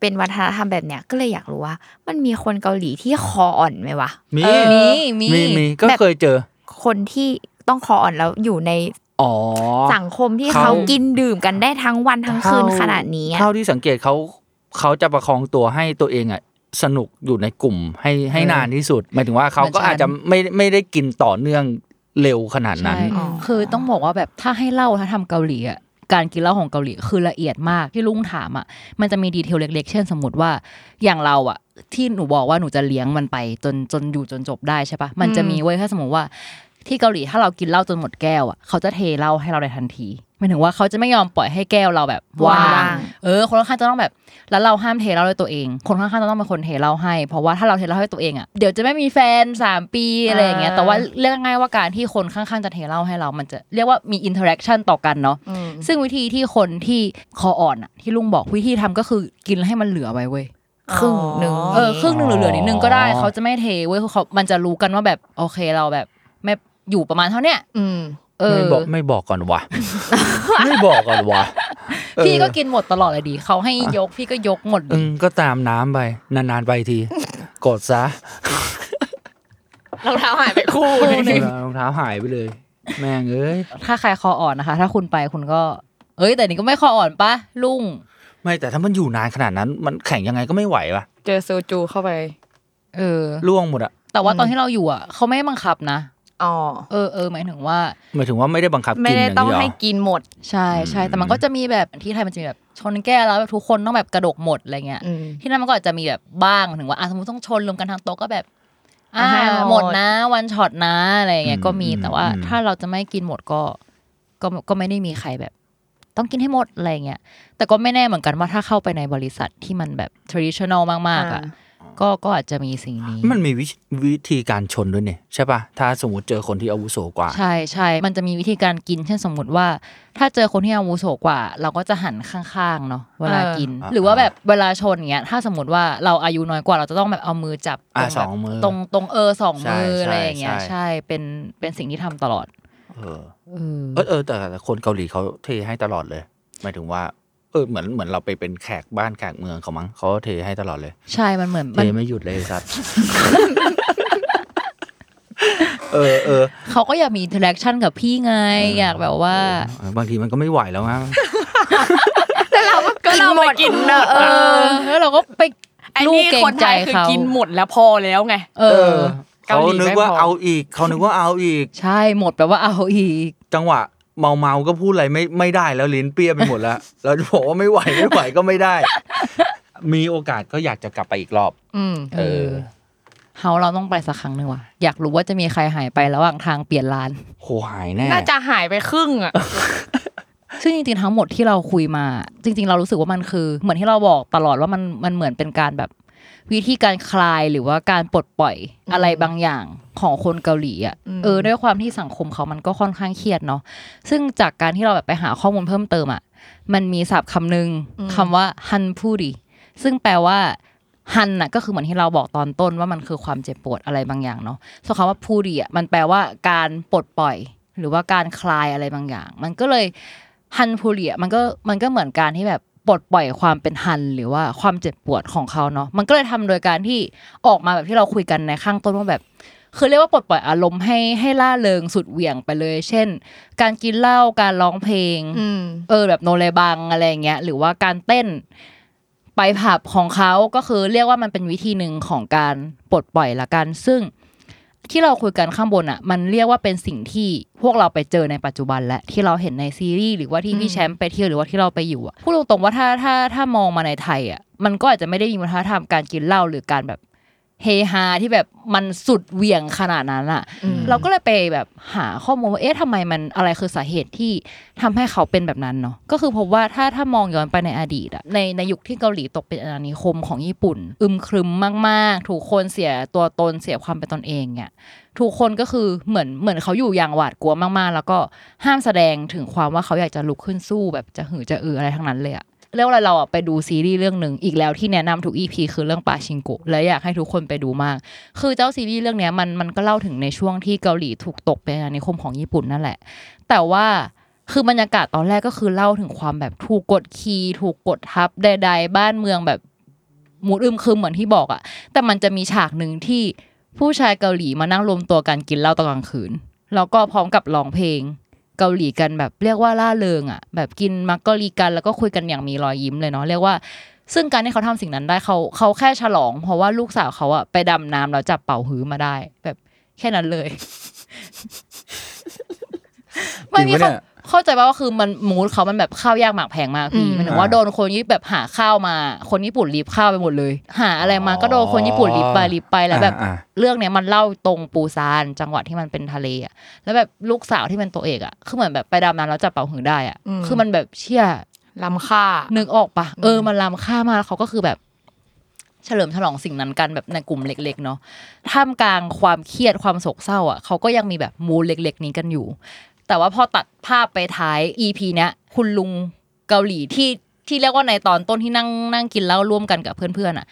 S3: เป็นวัฒนธรรมแบบเนี้ยก็เลยอยากรู้ว่า มันมีคนเกาหลีที่คออ่อนไหมวะ
S5: มี
S2: เออมีมี
S5: มีมีก็เคยเจอ
S3: คนที่ต้องคออ่อนแล้วอยู่ใน
S5: อ๋อ
S3: สังคมที่
S5: เขา
S3: เขากินดื่มกันได้ทั้งวันทั้งคืน
S5: เท่
S3: ขนาดนี้อะ
S5: เท่าที่สังเกตเขาเขาจะประคองตัวให้ตัวเองอ่ะสนุกอยู่ในกลุ่มให้
S2: เออน
S5: ให้านที่สุด หมายถึงว่าเขา
S2: เหมือน
S5: ก็
S2: ฉัน
S5: อาจจะไม่ไม่ได้กินต่อเนื่องเร็วขนาดนั้น
S2: ใช่
S4: อ๋อ
S2: คือต้องบอกว่าแบบถ้าให้เล่าถ้าทำเกาหลีอ่ะการกินเหล้าของเกาหลีคือละเอียดมากที่ลุงถามอ่ะมันจะมีดีเทลเล็กๆ เช่นสมมติว่าอย่างเราอ่ะ ที่หนูบอกว่าหนูจะเลี้ยงมันไปจนจนอยู่จนจบได้ใช่ปะมันจะมีไว้ยถ้าสมมติว่า ที่เกาหลีถ้าเรากินเหล้าจนหมดแก้วอ่ะเขาจะเทเหล้าให้เราในทันทีหมายถึงว่าเขาจะไม่ยอมปล่อยให้แก้วเราแบบว่า
S3: ว่าง ง
S2: เออคนข้างๆจะต้องแบบแล้วเราห้ามเทเหล้าด้วยตัวเอง คนข้างๆจะต้องเป็นคนเทเหล้าให้ เพราะว่าถ้าเราเทเหล้าให้ตัวเองอ่ะเดี๋ยวจะไม่มีแฟนสามปีอะไรอย่างเงี้ย
S4: อ่า
S2: แต่ว่าเรียกง่ายว่าการที่คนข้างๆจะเทเหล้าให้เรา มันจะเรียกว่ามีอินเทอร์แอคชั่นต่อกันเนาะ
S4: อืม
S2: ซึ่งวิธีที่คนที่คออ่อนอ่ะที่ลุงบอกวิธีทำก็คือกินให้มันเหลือไว้เว้ย
S3: ครึ่งหนึ่ง
S4: อ๋อ
S2: เออครึ่งหนึ่งเหลือๆนิดนึงก็ได้
S5: อ๋อ
S2: เขาจะไม่เทเว้ยคือเขามันจะรู้กันว่าแบบโอเคเราแบบไม่อยู่ประมาณเท่าเนี้ย
S4: อืม
S2: เออ
S5: ไม่บอกไม่บอกก่อนวะ <laughs> ไม่บอกก่อนวะ
S2: พี่ก็
S5: เออ
S2: กินหมดตลอดเลยดีเขาให้ยกพี่ก็ยกหมดดิ
S5: อืมก็ตามน้ำไป นานๆไปที <laughs> กดซะ
S4: รองเท้าหายไปคู่หนึ่ง
S5: รองเท้าหายไปเลย แม่งเอ้ย
S2: ถ้าใครคออ่อนนะคะ ถ้าคุณไปคุณก็ เอ้ย แต่นี่ก็ไม่คออ่อนปะลุง
S5: ไม่แต่ถ้ามันอยู่นานขนาดนั้น มันแข็งยังไงก็ไม่ไหวป่ะ
S4: เจอโซจูเข้าไป
S2: เออ
S5: ร่วงหมดอะ
S2: แต่ว่าตอนที่เราอยู่อ่ะเขาไม่บังคับนะ
S4: อ๋อ
S2: เออเออหมายถึงว่า
S5: หมายถึงว่าไม่ได้บังคับ
S4: ไม่
S5: กินอ
S4: ได้
S5: ย่าง
S4: ต้อง
S5: นี้หร
S4: ให้
S5: อ
S4: กินหมด
S2: ใช่ใช่
S5: อืม
S2: แต่มันก็จะมีแบบที่ไทยมันจะมีแบบชนแก้วแล้วแบบทุกคนต้องแบบกระดกหมดอะไรเงี้ย
S4: อืม
S2: ที่นั่นมันก็อาจจะมีแบบบ้างหมายถึงว่าอ่ะสมมติต้องชนรวมกันทางโต๊ะก็แบบ อ่า
S4: ให้หมด
S2: หมดนะวันช็อตนะอะไรเงี้ย
S5: อืม
S2: ก็มี
S5: อืม
S2: แต่ว่า
S5: อืม
S2: ถ้าเราจะไม่กินหมดก็ก็ก็ไม่ได้มีใครแบบ ต้องกินให้หมดอะไรเงี้ยแต่ก็ไม่แน่เหมือนกันว่าถ้าเข้าไปในบริษัทที่มันแบบ traditional มากๆอ่ะ ก็ก็อาจจะมีสิ่งนี้
S5: มันมีวิวิธีการชนด้วยเนี่ยใช่ป่ะ ถ้าสมมติเจอคนที่อาวุโสกว่า
S2: ใช่ใช่มันจะมีวิธีการกิน เช่นสมมุติว่า ถ้าเจอคนที่อาวุโสกว่า เราก็จะหันข้างๆเนาะเวลากิน
S5: เออ
S2: หรือว่าแบบเวลาชนเงี้ยถ้าสมมติว่าเราอายุน้อยกว่าเราจะต้องแบบเอามือจับ
S5: อ่ะ
S2: ตรงแบบ
S5: สองมือ
S2: ตรงตรงเออสอง
S5: ใช่
S2: มือ
S5: ใช่
S2: อะไรอย่างเงี้ย
S5: ใช่
S2: ใช่เป็นเป็นสิ่งที่ทำตลอด
S5: เออ
S2: เออ
S5: เออเออแต่คนเกาหลีเขาเทให้ตลอดเลย หมายถึงว่า เออเหมือนเหมือนเราไปเป็นแขกบ้านแขกเมืองเขามั้งเขาเทให้ตลอดเลย
S2: ใช่มันเหมือน
S5: เท
S2: มัน
S5: ไม่หยุดเลยไอ้สัตว์ <laughs> เออเออ
S2: เขาก็อยากมีอินเทอร์แอคชั่นกับพี่ไงอยากแบบว่า
S5: เออบางทีมันก็ไม่ไหวแล้วนะ
S3: แต่เราก็ กินหมด
S4: กินหมด
S3: เอ
S4: อะ
S3: อ
S2: แล้วเราก็ไป
S4: ไอ้
S2: ลูก
S4: นี่
S2: เกร
S4: คน
S2: ง
S4: ไท
S2: ใจ
S4: ยคือ
S2: เขา
S4: กินหมดแล้วพอแล้วไง
S2: เออ
S4: เกา
S5: เขา
S4: หลี
S5: นึก
S4: ไม่
S5: ว่า
S4: พอ
S5: เอาอีก เขานึกว่าเอาอีก
S2: ใช่หมดแปลว่าเอาอีก
S5: จังหวะเมาเมาๆก็พูดอะไรไม่ไม่ได้แล้วลิ้นเปรี้ยไปหมดแล้ว เราจะบอกว่าไม่ไหวไม่ไหวก็ไม่ได้ มีโอกาสก็อยากจะกลับไปอีกรอบ
S4: อืม
S5: เออ
S2: เฮาเราต้องไปสักครั้งหนึ่งว่ะ อยากรู้ว่าจะมีใครหายไประหว่างทางเปลี่ยนร้าน
S5: โหหายแน่
S4: น่าจะหายไปครึ่งอ่ะ
S2: ซึ่งจริงๆทั้งหมดที่เราคุยมา จริง ๆ เรารู้สึกว่ามันคือ เหมือนที่เราบอกตลอดว่ามันมันเหมือนเป็นการแบบ วิธีการคลายหรือว่าการปลดปล่อยอะไรบางอย่างของคนเกาหลีอ่ะ
S4: อืม
S2: เออด้วยความที่สังคมเขามันก็ค่อนข้างเครียดเนาะซึ่งจากการที่เราแบบไปหาข้อมูลเพิ่มเติมอ่ะมันมีศัพท์คำหนึ่งคำว่าฮันพูดิซึ่งแปลว่าฮันน่ะก็คือเหมือนที่เราบอกตอนต้นว่ามันคือความเจ็บปวดอะไรบางอย่างเนาะ ส่วนคำว่าพูดีอ่ะมันแปลว่าการปลดปล่อย หรือว่าการคลายอะไรบางอย่าง มันก็เลยฮันพูดีอ่ะมันก็มันก็เหมือนการที่แบบปลดปล่อยความเป็นฮัน หรือว่าความเจ็บปวดของเขาเนาะมันก็เลยทำโดยการที่ออกมาแบบที่เราคุยกันในข้างต้นว่าแบบ คือเรียกว่าปลดปล่อยอารมณ์ให้ให้ล่าเริงสุดเหวี่ยงไปเลย เช่น การกินเหล้าการร้องเพลง
S4: อืม
S2: เออแบบโนเลบังอะไรอย่างเงี้ยหรือว่าการเต้นไปผับของเขาก็คือเรียกว่ามันเป็นวิธีหนึ่งของการปลดปล่อยละกัน ซึ่งที่เราคุยกันข้างบนอ่ะ มันเรียกว่าเป็นสิ่งที่พวกเราไปเจอในปัจจุบันและที่เราเห็นในซีรีส์หรือว่าที่พี่แชมป์ไปเที่ยวหรือว่าที่เราไปอยู่อ่ะพูดตรงๆว่าถ้าถ้าถ้ามองมาในไทยอ่ะมันก็อาจจะไม่ได้มีวัฒนธรรมการกินเหล้าหรือการแบบเฮฮาที่แบบมันสุดเหวี่ยงขนาดนั้นอ่ะ เราก็เลยไปแบบหาข้อมูลว่าเอ๊ะทำไมมันอะไรคือสาเหตุที่ทำให้เขาเป็นแบบนั้นเนาะก็คือพบว่าถ้าถ้ามองย้อนไปในอดีตอะในในยุคที่เกาหลีตกเป็นอาณานิคมของญี่ปุ่น อึมครึมมาก ๆ ถูกคนเสียตัวตนเสียความเป็นตนเองเนี่ยทุกคนก็คือเหมือนเหมือนเขาอยู่อย่างหวาดกลัวมาก ๆ แล้วก็ห้ามแสดงถึงความว่าเขาอยากจะลุกขึ้นสู้แบบจะหือจะอืออะไรทั้งนั้นเลยอะเรียกว่าอะไรเราอะไปดูซีรีส์เรื่องหนึ่งอีกแล้วที่แนะนำทุก EP คือเรื่องปาชิงโกะและอยากให้ทุกคนไปดูมาก คือเจ้าซีรีส์เรื่องเนี้ยมันมันก็เล่าถึงในช่วงที่เกาหลีถูกตกเป็นอาณานิคมของญี่ปุ่นนั่นแหละ แต่ว่าคือบรรยากาศตอนแรกก็คือเล่าถึงความแบบถูกกดขี่ถูกกดทับใดๆ บ้านเมืองแบบหมูดอึมครึมเหมือนที่บอกอะแต่มันจะมีฉากหนึ่งที่ผู้ชายเกาหลีมานั่งรวมตัวกันกินเหล้าตอนกลางคืน แล้วก็พร้อมกับร้องเพลง เกาหลีกันแบบเรียกว่าล่าเริงอะแบบกินมักกะลีกันแล้วก็คุยกันอย่างมีรอยยิ้มเลยเนาะเรียกว่า ซึ่งการที่เขาทำสิ่งนั้นได้เขาเขาแค่ฉลอง เพราะว่าลูกสาวเขาอะไปดำน้ำแล้วจับเป่าหื้อมาได้ แบบแค่นั้นเลย ไม่มี
S5: <laughs> จริงปะเนี่ย
S2: เขาเข้าใจป่าว่าคือมันมูดเขามันแบบข้าวยากหมากแพงมากพี่
S4: อืม
S2: หมันถึงว่าโดนคนญี่ปุ่นแบบหาข้าวมา คนญี่ปุ่นรีบข้าวไปหมดเลย หาอะไรมาก็โดนคนญี่ปุ่นรีบไปรีบไปแล้วแบบ
S5: อ่า
S2: เรื่องเนี้ยมันเล่าตรงปูซานจังหวัดที่มันเป็นทะเลอ่ะแล้วแบบลูกสาวที่เป็นตัวเอกอ่ะคือเหมือนแบบไปดำน้ำแล้วจับเป่าหือได้อ่ะ
S4: อืม
S2: คือมันแบบเชี่ย
S4: ลำค่า
S2: นึกออกปะเออมันล้ำค่ามากแล้วเขาก็คือแบบ เฉลิมฉลองสิ่งนั้นกันแบบในกลุ่มเล็ก ๆ เนาะท่ามกลางความเครียดความโศกเศร้าอ่ะเขาก็ยังมีแบบมูลเล็ก ๆ นี้กันอยู่ แต่ว่าพอตัดภาพไปท้าย EP เนี้ยคุณลุงเกาหลีที่ที่เรียกว่าในตอนต้นที่นั่งนั่งกินเหล้าร่วมกันกับเพื่อนๆอ่ะ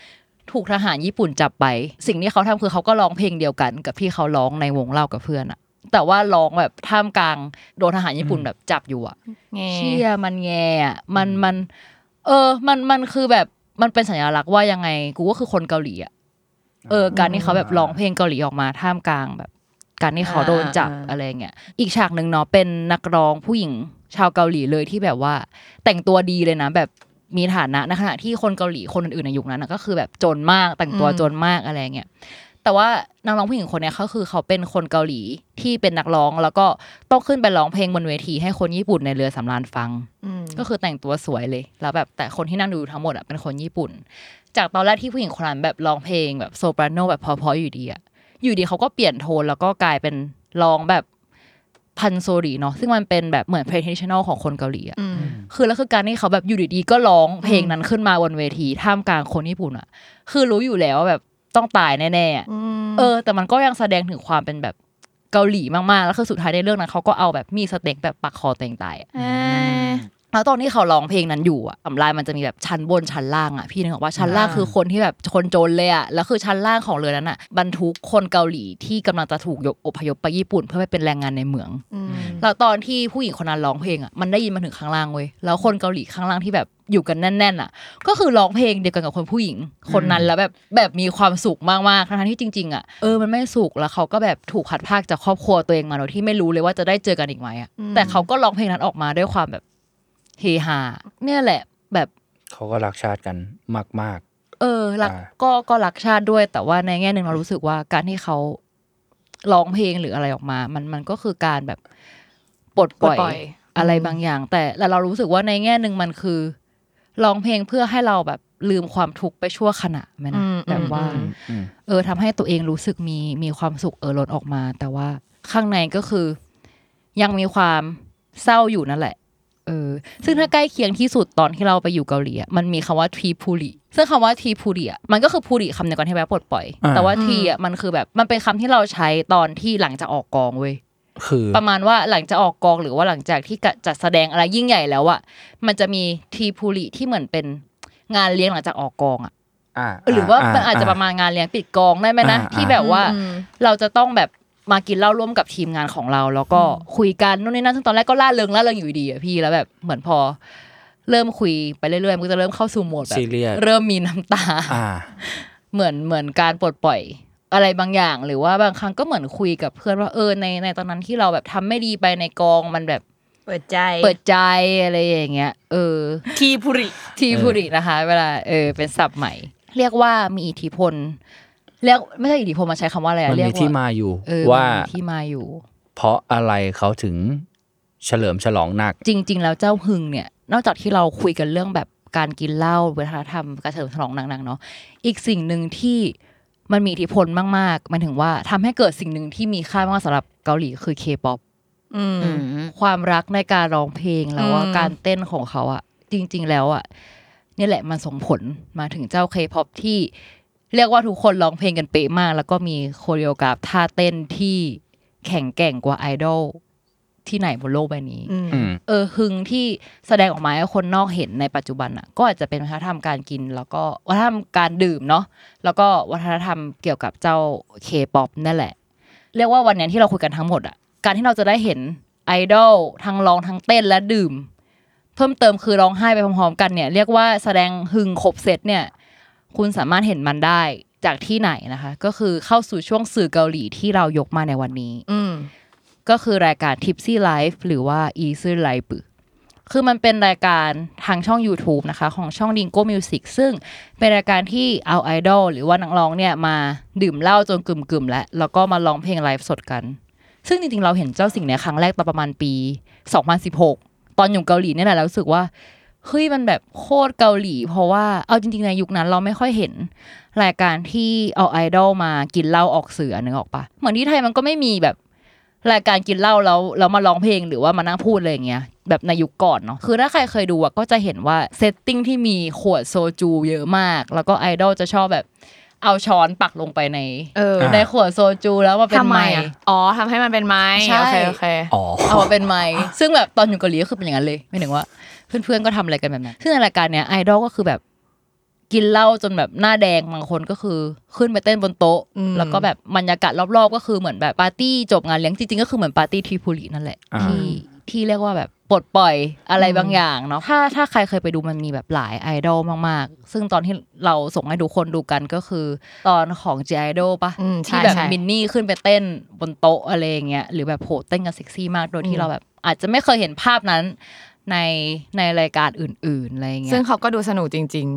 S2: ถูกทหารญี่ปุ่นจับไป สิ่งที่เขาทำคือเขาก็ร้องเพลงเดียวกัน กับที่เขาร้องในวงเล่ากับเพื่อนอ่ะ แต่ว่าร้องแบบท่ามกลางโดนทหารญี่ปุ่นแบบจับอยู่อ่ะ เชี่ยมันแง่อะมันมัน เออ มันมันคือแบบมันเป็นสัญลักษณ์ว่ายังไง กูก็คือคนเกาหลีอ่ะเออ การที่เขาแบบร้องเพลงเกาหลีออกมาท่ามกลางแบบ การที่เขาโดนจับ
S4: อ่า
S2: อะไรเงี้ยอีกฉากหนึ่งเนาะเป็นนักร้องผู้หญิงชาวเกาหลีเลยที่แบบว่า แต่งตัวดีเลยนะ แบบมีฐานะในขณะที่คนเกาหลีคนอื่นๆในยุคนั้นนะก็คือแบบจนมากแต่งตัวจนมากอะไรเงี้ย แต่ว่านักร้องผู้หญิงคนเนี้ยเขาคือเขาเป็นคนเกาหลีที่เป็นนักร้องแล้วก็ต้องขึ้นไปร้องเพลงบนเวที ให้คนญี่ปุ่นในเรือสำราญฟัง ก็คือแต่งตัวสวยเลย แล้วแบบแต่คนที่นั่งดูทั้งหมดอ่ะเป็นคนญี่ปุ่น จากตอนแรกที่ผู้หญิงคนนั้นแบบร้องเพลงแบบโซปราโนแบบเพอๆอยู่ดีอ่ะอยู่ดีเขาก็เปลี่ยนโทนแล้วก็กลายเป็นร้องแบบพันโซรีเนาะซึ่งมันเป็นแบบเหมือนเพลงทดิชแนลของคนเกาหลีอ่ะ คือแล้วคือการที่เขาแบบอยู่ดีๆก็ร้องเพลงนั้นขึ้นมาบนเวทีท่ามกลางคนญี่ปุ่นอ่ะ คือรู้อยู่แล้วว่าแบบต้องตายแน่ๆอะเออ แต่มันก็ยังแสดงถึงความเป็นแบบเกาหลีมากๆ แล้วคือสุดท้ายในเรื่องนั้นเขาก็เอาแบบมีดสเต็กแบบปักคอตัวเองตายอะ แล้วตอนที่เขาร้องเพลงนั้นอยู่อ่ะอำลายมันจะมีแบบชั้นบนชั้นล่างอ่ะพี่นึกออกว่าชั้นล่างคือคนที่แบบคนจนเลยอ่ะแล้วคือชั้นล่างของเรือนั้นอ่ะบรรทุกคนเกาหลีที่กำลังจะถูกยกอพยพไปญี่ปุ่น เพื่อไปเป็นแรงงานในเหมือง แล้วตอนที่ผู้หญิงคนนั้นร้องเพลงอ่ะมันได้ยินมาถึงข้างล่างเว้ยแล้วคนเกาหลีข้างล่างที่แบบอยู่กันแน่นๆอ่ะ ก็คือร้องเพลงเดียวกันกับคนผู้หญิง คนนั้นแล้วแบบแบบมีความสุขมากๆทั้งๆที่จริงๆอ่ะเออมันไม่สุขแล้วเขาก็แบบถูกพัดพรากจากครอบครัวตัวเองมาโดยที่ไม่รู้เลยว่าจะได้เจอกันอีกไหมอ่ะแต่เขาก็ร้องเพลงนั้นออกมาด้วยความแบบ เฮฮาเนี่ยแหละแบบ
S5: เขาก็รักชาติกันมาก
S2: เออรัก
S5: อ่า
S2: ก็ก็รักชาติด้วย แต่ว่าในแง่หนึ่งเรารู้สึกว่าการที่เขาร้องเพลงหรืออะไรออกมา มันมันก็คือการแบบปลดปล่อย
S4: ปลดปล่อย
S2: อะไรบางอย่าง แต่แต่เรารู้สึกว่าในแง่หนึ่งมันคือร้องเพลงเพื่อให้เราแบบลืมความทุกข์ไปชั่วขณะไหมนะ
S4: อืม
S2: แบบว่า
S4: อืม
S5: ๆอืม
S2: เออทำให้ตัวเองรู้สึกมีมีความสุขเออล้นออกมา แต่ว่าข้างในก็คือ ยังมีความเศร้าอยู่นั่นแหละ เออ ซึ่งถ้าใกล้เคียงที่สุดตอนที่เราไปอยู่เกาหลีอะมันมีคำว่าทีพูริซึ่งคำว่าทีพูริอะมันก็คือพูริคำเดียวกันที่แปลว่าปลดปล่อย
S5: อ่า
S2: แต่ว่าทีอะมันคือแบบมันเป็นคำที่เราใช้ตอนที่หลังจากออกกองเว้ย
S5: คือ
S2: ประมาณว่าหลังจะออกกองหรือว่าหลังจากที่จัดแสดงอะไรยิ่งใหญ่แล้วอะมันจะมีทีพูริที่เหมือนเป็นงานเลี้ยงหลังจากออกกองอะ
S5: อ่า
S2: หรือว่า
S5: อ่
S2: มันอาจจะประมาณงานเลี้ยงปิดกองได้ไหมนะ
S5: อ่า
S2: ที่แบบว่า
S4: อืม
S2: เราจะต้องแบบมากินเหล้าร่วมกับทีมงานของเรา แล้วก็คุยกันนู่นนี่นั่นซึ่งตอนแรกก็ล่าเริงล่าเริงอยู่ดีอะพี่แล้วแบบเหมือนพอ เริ่มคุยไปเรื่อยๆมันก็จะเริ่มเข้าสู่โหมดแบบ
S5: ซีเรียส
S2: เริ่มมีน้ำตา
S5: อ่า
S2: เหมือนเหมือนการปลดปล่อยอะไรบางอย่าง หรือว่าบางครั้งก็เหมือนคุยกับเพื่อนว่าเออในในตอนนั้นที่เราแบบทำไม่ดีไปในกองมันแบบ
S4: เปิดใจ
S2: เปิดใจอะไรอย่างเงี้ยเออ
S4: ทีพุริ
S2: ทีพูรินะคะ เวลาเออเป็นศัพท์ใหม่ เรียกว่ามีอิทธิพลเรียกไม่ใช่อิทธิพลมันใช้คำว่าอะไรอะ
S5: มัน
S2: เรีย
S5: มี
S2: กว่
S5: ที่มาอยู่
S2: เออน
S5: ว่า
S2: มีที่มาอยู่
S5: เพราะอะไรเขาถึงเฉลิมฉลองหนัก
S2: จริง ๆ แล้วเจ้าหึงเนี่ย นอกจากที่เราคุยกันเรื่องแบบการกินเหล้าวัฒนธรรมการเฉลิมฉลองหนักๆเนาะอีกสิ่งหนึ่งที่มันมีอิทธิพลมากๆหมันถึงว่าทำให้เกิดสิ่งหนึ่งที่มีค่ามากสำหรับเกาหลีคือเคป๊อป ความรักในการร้องเพลงแล้วว่า
S4: อืม
S2: การเต้นของเขาอะจริง ๆ แล้วอะนี่แหละมันส่งผลมาถึงเจ้าเคพ p อปที่ เรียกว่าทุกคนร้องเพลงกันเป๊ะมาก แล้วก็มีโคเรียกราฟท่าเต้นที่แข็งแกร่งกว่าไอดอลที่ไหนบนโลกใบนี้
S5: อืม
S2: เออฮึงที่แสดงออกมาให้คนนอกเห็นในปัจจุบันอ่ะ ก็อาจจะเป็นวัฒนธรรมการกิน แล้วก็วัฒนธรรมการดื่มเนาะแล้วก็วัฒนธรรมเกี่ยวกับเจ้าเคป๊อปนั่นแหละ เรียกว่าวันเนี้ยที่เราคุยกันทั้งหมดอ่ะการที่เราจะได้เห็นไอดอลทั้งร้องทั้งเต้นและดื่ม เพิ่มเติมคือร้องไห้ไปพร้อมๆกันเนี่ย เรียกว่าแสดงหึงครบเซตเนี่ย คุณสามารถเห็นมันได้จากที่ไหนนะคะ ก็คือเข้าสู่ช่วงสื่อเกาหลีที่เรายกมาในวันนี้
S4: อืม
S2: ก็คือรายการ Tipsy Life หรือว่า Easy Life คือมันเป็นรายการทางช่อง YouTube นะคะ ของช่อง Dingo Music ซึ่งเป็นรายการที่เอาไอดอลหรือว่านักร้องเนี่ยมาดื่มเหล้าจนกึ่มๆ แล้ว แล้วก็มาร้องเพลงไลฟ์สดกัน ซึ่งจริงๆ เราเห็นเจ้าสิ่งเนี้ยครั้งแรกตอนประมาณปี 2016 ตอนอยู่เกาหลีเนี่ยแหละแล้วรู้สึกว่าเฮ้ยมันแบบโคตรเกาหลี เพราะว่าเอาจริงๆ ในยุคนั้นเราไม่ค่อยเห็น รายการที่เอาไอดอลมากินเหล้าออกสื่ออะนึกออกปะเหมือนที่ไทยมันก็ไม่มีแบบ รายการกินเหล้าแล้วแล้วมาร้องเพลงหรือว่ามานั่งพูดอะไรอย่างเงี้ยแบบในยุคก่อนเนาะคือถ้าใครเคยดูอะก็จะเห็นว่าเซตติ้งที่มีขวดโซจูเยอะมาก แล้วก็ไอดอลจะชอบแบบเอาช้อนปักลงไปใน
S4: เออ
S2: ในขวดโซจูแล้วมาเป็น
S4: ทำไม
S2: ไม้
S4: อ่ะอ๋อทำให้มันเป็นไม้
S2: ใช่
S4: โอเคโอเค
S5: อ๋อ
S2: เอามาเป็นไม้ซึ่งแบบตอนอยู่เกาหลีก็คือเป็นอย่างนั้นเลยไม่ถึงว่า เพื่อนๆก็ทำอะไรกันแบบนั้นซึ่งในรายการเนี้ยไอดอลก็คือแบบกินเหล้าจนแบบหน้าแดงบางคนก็คือขึ้นไปเต้นบนโต๊ะ
S4: อืม
S2: แล้วก็แบบบรรยากาศรอบๆ ก็คือเหมือนแบบปาร์ตี้จบงานเลี้ยงจริงๆก็คือเหมือนปาร์ตี้ทริพูลินั่นแหละ
S5: อ่า
S2: ที่ที่เรียกว่าแบบปลดปล่อยอะไรบางอย่างเนาะถ้าถ้าใครเคยไปดูมันมีแบบหลายไอดอลมากๆ ซึ่งตอนที่เราส่งให้ดูคนดูกันก็คือตอนของจีไอดอลปะ
S4: อืม
S2: ที่
S4: ใช่
S2: แบบ
S4: ใช่
S2: มินนี่ขึ้นไปเต้นบนโต๊ะอะไรอย่างเงี้ยหรือแบบโหเต้นกันเซ็กซี่มากโดยที่เราแบบ อาจจะไม่เคยเห็นภาพนั้นในในรายการอื่นๆอะไรอย่างเงี้
S4: ซึ่ง
S2: ย
S4: เขาก็ดูสนุกจริง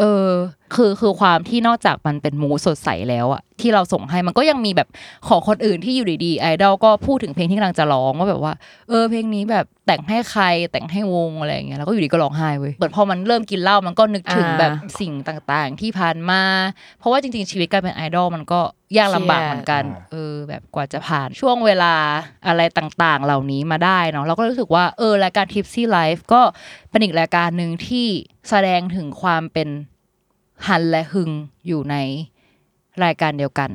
S2: เออคือคือความที่นอกจากมันเป็นมูดสดใสแล้วอะที่เราส่งให้มันก็ยังมีแบบของคนอื่นที่อยู่ดีๆไอดอลก็พูดถึงเพลงที่กำลังจะร้องว่าแบบว่า เออเพลงนี้แบบแต่งให้ใครแต่งให้วงอะไรอย่างเงี้ยแล้วก็อยู่ดีก็ร้องไห้เว้ยเหมือนพอมันเริ่มกินเหล้ามันก็นึกถึง
S4: อ่า
S2: แบบสิ่งต่างๆ ที่ผ่านมา เพราะว่าจริงๆชีวิตการเป็นไอดอลมันก็ยากลำบากเหมือนกัน
S5: เครียด
S2: เออแบบกว่าจะผ่านช่วงเวลาอะไรต่างๆ เหล่านี้มาได้เนาะเราก็รู้สึกว่าเออรายการ Tipsy Life ก็เป็นอีกรายการหนึ่งที่แสดงถึงความเป็นฮันและหึงอยู่ในรายการเดียวกัน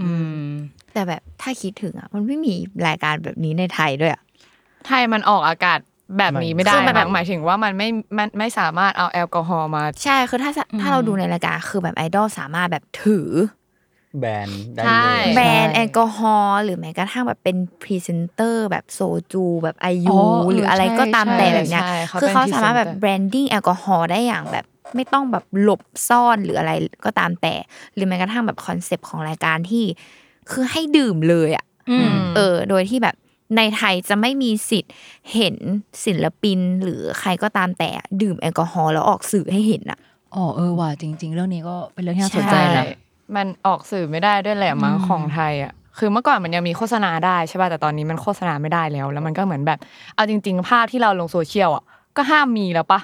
S2: อืม
S3: แต่แบบถ้าคิดถึงอ่ะมันไม่มีรายการแบบนี้ในไทยด้วยอ่ะ
S4: ๆ ไทยมันออกอากาศแบบนี้ไม่ได้
S3: คือมันแบบ
S4: นะหมายถึงว่ามันไม่มันไม่สามารถเอาแอลกอฮอล์มา
S3: ใช่ คือถ้าสะถ้าเราดูในรายการคือแบบไอดอลสามารถแบบถือ
S5: แบรนด์ได้
S4: ใช่
S5: เลย
S3: แบรนด์แอลกอฮอล์หรือแม้กระทั่งแบบเป็นพรีเซนเตอร์แบบโซจูแบบไอ
S2: อ๋
S3: ยู
S2: อเออ
S3: หรืออะไรก็ตาม
S2: ใช่
S3: แต่แบบเนี้ย
S4: ใช่ใช่
S3: คือเขา
S4: เขาเป็น
S3: สามารถแบบแบรนดิ้งแอลกอฮอล์ได้อย่างแบบไม่ต้องแบบหลบซ่อนหรืออะไรก็ตามแต่ หรือแม้กระทั่งแบบคอนเซปต์ของรายการที่ คือให้ดื่มเลยอ่ะ
S2: อืม
S3: เออ โดยที่แบบ ในไทยจะไม่มีสิทธิ์เห็นศิลปินหรือใครก็ตามแต่ดื่มแอลกอฮอล์แล้วออกสื่อให้เห็นอะ
S2: อ๋อเออว่ะจริง ๆ เรื่องนี้ก็เป็นเรื่องที่น่าสนใจนะ
S4: มันออกสื่อไม่ได้ด้วยแหละมั้งของไทยอ่ะ คือเมื่อก่อนมันยังมีโฆษณาได้ใช่ป่ะ แต่ตอนนี้มันโฆษณาไม่ได้แล้ว แล้วมันก็เหมือนแบบ เอาจริง ๆ ภาพที่เราลงโซเชียลอ่ะ ก็ห้ามมีแล้วปะ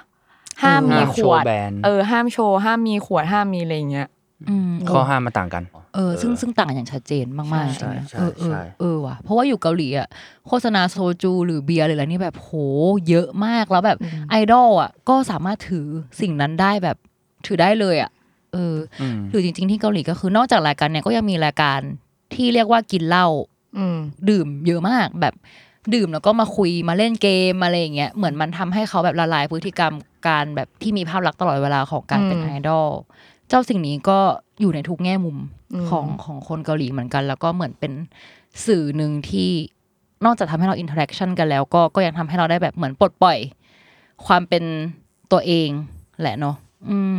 S4: ห้ามมี
S5: ห้าม
S4: ข
S5: โช
S4: ว
S5: ว์
S4: ด
S5: แบรนด์
S4: เออ ห้ามโชว์ ห้ามมีขวด ห้ามมีอะไรอย่างเงี้ย
S2: อืม
S5: ข้อห้ามมาต่างกัน
S2: เออซึ่งซึ่งต่างอย่างชัดเจนมากๆ
S5: ใช่
S2: จริงๆนะ
S5: ใช่
S2: เออเออ
S5: ใช่
S2: เออว่ะเพราะว่าอยู่เกาหลีอ่ะโฆษณาโซจูหรือเบียร์หรืออะไรนี่แบบโหเยอะมากแล้วแบบไอดอลอ่ะก็สามารถถือสิ่งนั้นได้แบบถือได้เลยอ่ะเออ
S5: อืม
S2: หรือจริง ๆ ที่เกาหลีก็คือนอกจากรายการเนี่ยก็ยังมีรายการที่เรียกว่ากินเหล้า
S4: อืม
S2: ดื่มเยอะมากแบบดื่มแล้วก็มาคุยมาเล่นเกมอะไรอย่างเงี้ยเหมือนมันทำให้เขาแบบละลายพฤติกรรมการแบบที่มีภาพลักษณ์ตลอดเวลาของการเป็น
S4: อืม
S2: ไอดอลเจ้าสิ่งนี้ก็อยู่ในทุกแง่มุม
S4: อืม
S2: ของของคนเกาหลีเหมือนกัน แล้วก็เหมือนเป็นสื่อหนึ่งที่นอกจากทำให้เราอินเทอร์แอคชั่นกันแล้วก็ก็ยังทำให้เราได้แบบเหมือนปลดปล่อย ความเป็นตัวเองแหละเนาะอืม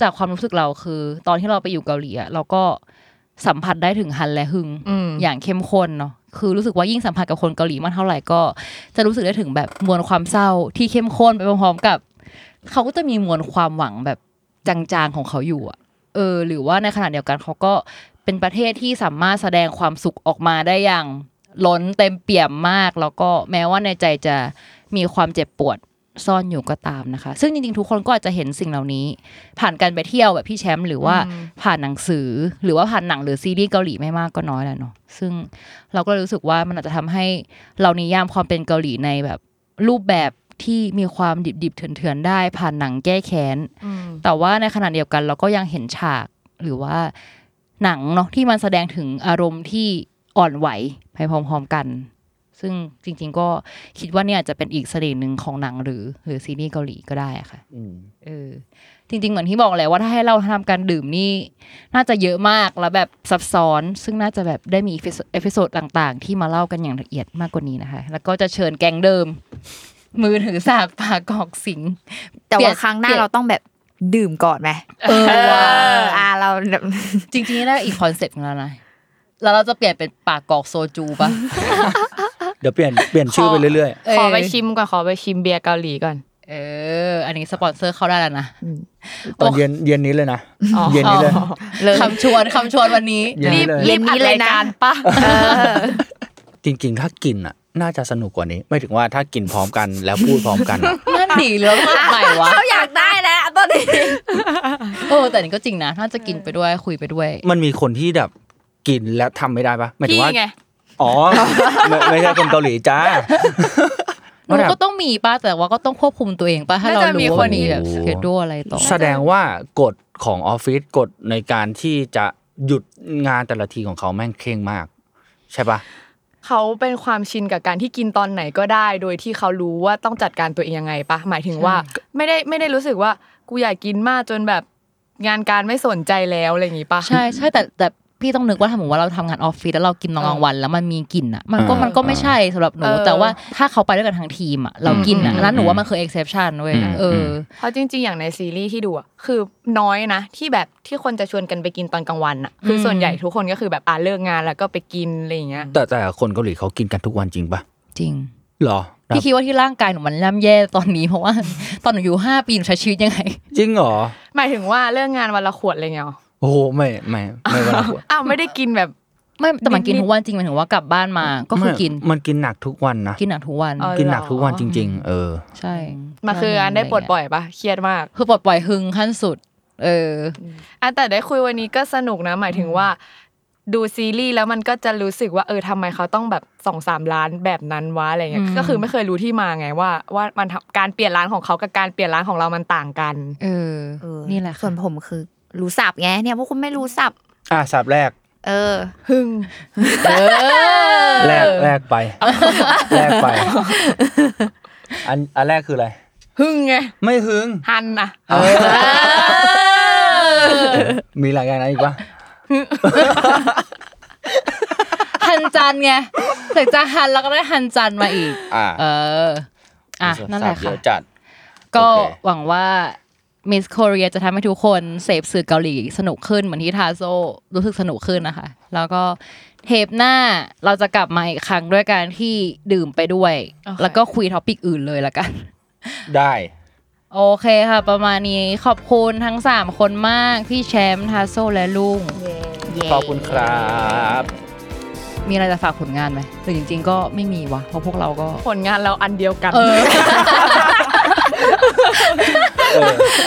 S2: จากความรู้สึกเราคือ ตอนที่เราไปอยู่เกาหลีอะเราก็สัมผัสได้ถึงฮันและฮึง
S4: อืม
S2: อย่างเข้มข้นเนาะ คือรู้สึกว่ายิ่งสัมผัสกับคนเกาหลีมากเท่าไหร่ก็ จะรู้สึกได้ถึงแบบมวลความเศร้าที่เข้มข้นไปพร้อมๆกับ เขาก็จะมีมวลความหวังแบบจางๆของเขาอยู่อะเออ หรือว่าในขณะเดียวกันเขาก็เป็นประเทศที่สามารถแสดงความสุขออกมาได้อย่างล้นเต็มเปี่ยมมาก แล้วก็แม้ว่าในใจจะมีความเจ็บปวดซ่อนอยู่ก็ตามนะคะ ซึ่งจริงๆทุกคนก็อาจจะเห็นสิ่งเหล่านี้ ผ่านการไปเที่ยวแบบพี่แชมป์หรือว่า
S4: อืม
S2: ผ่านหนังสือหรือว่าผ่านหนังหรือซีรีส์เกาหลีไม่มากก็น้อยแหละเนาะซึ่งเราก็เลยรู้สึกว่ามันอาจจะทำให้เรานิยามความเป็นเกาหลีในแบบรูปแบบที่มีความดิบๆเถื่อนๆได้ ผ่านหนังแก้แค้น
S4: อืม
S2: แต่ว่าในขณะเดียวกันเราก็ยังเห็นฉากหรือว่าหนังเนาะที่มันแสดงถึงอารมณ์ที่อ่อนไหวไปพร้อมๆกัน ซึ่งจริงๆก็คิดว่าเนี่ยอาจจะเป็นอีกเสน่ห์หนึ่งของหนังหรือ หรือซีรีส์เกาหลีก็ได้อะค่ะ เออจริงๆ เหมือนที่บอกแหละว่าถ้าให้เราทำการดื่มนี่ น่าจะเยอะมากแล้วแบบซับซ้อน ซึ่งน่าจะแบบได้มีเอพิโซดเอพิโซดต่างๆ ที่มาเล่ากันอย่างละเอียดมากกว่านี้นะคะ แล้วก็จะเชิญแกงเดิม มือถือสากปากกอกสิง
S3: แต่
S2: เปลี่
S3: ว่าย
S2: น
S3: ครั้งหน้า
S2: เปลี่ยน
S3: เราต้องแบบดื่มก่อนไหม
S2: เออว่ะ
S3: เอออ่าเราแบบ
S2: จริงๆได้อีกคอนเซ็ปต์หนึ่งแล้วนะแล้วเราจะเปลี่ยนเป็นปากกอกโซจูปะ
S5: เดี๋ยวเปลี่ยนเปลี่ยนชื่อไปเรื่อย
S2: เอ
S4: <laughs>
S2: อ
S4: ขอไปชิมก่อน ขอไปชิมเบียร์เกาหลีก่อน
S2: เออ อันนี้สปอนเซอร์เข้าได้แล้วนะ
S5: ๆ ตอนเย็นเย็นนี้เลยนะ
S4: อ๋อ
S5: เย็นนี้เลย
S2: คำชวนคำชวนวันนี้
S5: เย็น
S4: <laughs> รี
S5: นี้
S4: บ
S5: เลย
S4: รีบอัดรายการปะ
S5: จริง ๆ ถ้ากินอ่ะ น่าจะสนุกกว่านี้ ไม่ถึงว่าถ้ากินพร้อมกันแล้วพูดพร้อมกันอะ
S2: <laughs> นั่นดีหรือว่าใหม่วะ
S3: เราอยากได้แล้วตอนนี้
S2: เออแต่อันนี่ก็จริงนะ ถ้าจะกินไปด้วยคุยไปด้วย
S5: มันมีคนที่แบบกินแล้วทำไม่ได้ปะหมายถึงว่า
S4: พี่ไง
S5: อ๋อ ไม่ไม่ใช่คนเกาหลีจ้า
S2: มันก็ต้องมีป่ะ แต่ว่าก็ต้องควบคุมตัวเองป่ะ ถ้าเรา
S4: น่าจะมี
S2: รู้
S4: ค
S2: ว่าน มีแบบ
S5: อยู่
S2: สเกดูอะไรต่อ
S5: แสดงว่ากฎของออฟฟิศกฎในการที่จะหยุดงานแต่ละทีของเขาแม่งเคร่งมาก ใช่ปะ
S4: เขาเป็นความชินกับการที่กินตอนไหนก็ได้ โดยที่เขารู้ว่าต้องจัดการตัวเองยังไงปะหมายถึงว่า ไม่ได้ไม่ได้รู้สึกว่ากูอยากกินมากจนแบบงานการไม่สนใจแล้วอะไรอย่างงี้ปะ
S2: ใช่ใช่แต่แต่พี่ต้องนึกว่าถ้าสมมติว่าเราทำงานออฟฟิศแล้วเรากินตอนกลางวัน แล้วมันมีกลิ่นอ่ะ มันก็มันก็ไม่ใช่สำหรับหนู
S4: เออ
S2: แต่ว่าถ้าเขาไปด้วยกันทั้งทีมอ่ะเรากินอ่ะ
S4: อืม
S2: แล้วหนูว่ามันคือเอ็กเซปชันเว้ยเออ
S4: เพราะจริง ๆ อย่างในซีรีส์ที่ดูอะคือน้อยนะ ที่แบบที่คนจะชวนกันไปกินตอนกลางวันอะคืออ
S2: ม
S4: ส่วนใหญ่ทุกคนก็คือแบบอ่าเลิกงานแล้วก็ไปกินอะไรอย่างเงี้ย
S5: แต่แต่คนเกาหลีเขากินกันทุกวันจริงปะ
S2: จริง
S5: เหรอ
S2: พี่คิดว่าที่ร่างกายหนูมันย่ำแย่ตอนนี้เพราะ <laughs> ว่า ตอนหนูอยู่ห้าปีหนูใช้ชีวิตยังไง
S5: จริงเหรอ
S4: หมายถึงว่าเลิกงานวันละขวดอะไรเงี้ยหรอ
S5: โอ้โหไม่ไม่ไม่ว่าขวด
S4: อ้าวไม่ได้กินแบบ
S2: ไม่แต่มันกินทุกวันจริงหมันถึงว่ากลับบ้านมาก็คือกิน
S5: มันกินหนักทุกวันนะ
S2: กินหนักทุกวัน
S4: เออ
S5: กินหนักทุกวันจริง ๆ เออ
S2: ใช่
S4: มาคืออันได้ปลดปล่อยปะเครียดมาก
S2: คือปลดปล่อยหึงขั้นสุด เออ
S4: อ่ะแต่ได้คุยวันนี้ก็สนุกนะ หมายถึงว่า ดูซีรีส์แล้วมันก็จะรู้สึกว่าเออทำไมเขาต้องแบบสองสามร้านแบบนั้นวะอะไรเงี้ย
S2: อืม
S4: ก็คือไม่เคยรู้ที่มาไงว่า ว่ามันทำการเปลี่ยนร้านของเขากับการเปลี่ยนร้านของเรามันต่างกัน
S2: เออ นี่แหละ
S3: ส่
S2: ค่ะ
S3: วนผมคือรู้สับไงเนี่ยพวกคุณไม่รู้สับ
S5: อ่ะสับแรก
S3: เออ
S4: หึ่ง
S2: เออ
S5: แรกแรก
S2: <laughs>
S5: ไป แรกไป อันอันแรกคืออะไร
S4: หึ่งไง
S5: ไม่หึง
S4: ฮันอะ
S5: มีหลายอย่างนั้นอีกปะ
S2: ฮันจันไงถึงจะฮันแล้วก็ได้ฮันจันมาอีก
S5: อ่า
S2: เออ อ่ะ นั่นแหละ
S5: สับเย
S2: ค่ะ
S5: อจัด
S2: ก็
S5: โอเค
S2: หวังว่า มิส s คเรียจะทำให้ทุกคนเสพสื่อเกาหลีสนุกขึ้นเหมือนที่ทาโซรู้สึกสนุกขึ้นนะคะ แล้วก็เทปหน้าเราจะกลับมาอีกครั้งด้วยการที่ดื่มไปด้วย
S4: โอเค
S2: แล้วก็คุยท็อปิกอื่นเลยละกัน <laughs>
S5: ได้
S2: โอเคค่ะ ประมาณนี้ขอบคุณทั้ง 3 คนมาก พี่แชมป์ทาโซและลุง
S5: ขอบคุณครับ
S2: มีอะไรจะฝากผลงานไหมหรือจริง ๆ ก็ไม่มีวะเพราะพวกเราก็
S4: ผลงานเราอันเดียวกัน
S2: เออ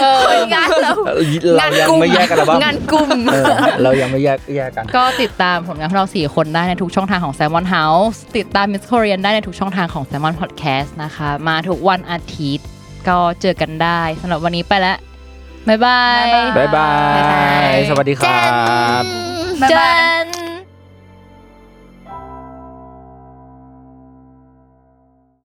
S5: เออ
S3: คนงานเรา
S5: เรายังไม่แยกกันหรอบ้าง
S3: งานกลุ่ม
S5: เออเรายังไม่แยกแยกกัน
S2: ก็ติดตามผลงานของเรา 4 คนได้ในทุกช่องทางของ Salmon House ติดตาม Miss Korean ได้ในทุกช่องทางของ Salmon Podcast นะคะ มาทุกวันอาทิตย์ก็เจอกันได้สำหรับวันนี้ไปแล้ว บ๊ายบาย
S5: บ๊ายบา
S2: บ๊ายบาย
S5: ย สวัสดีครับ
S2: จ้า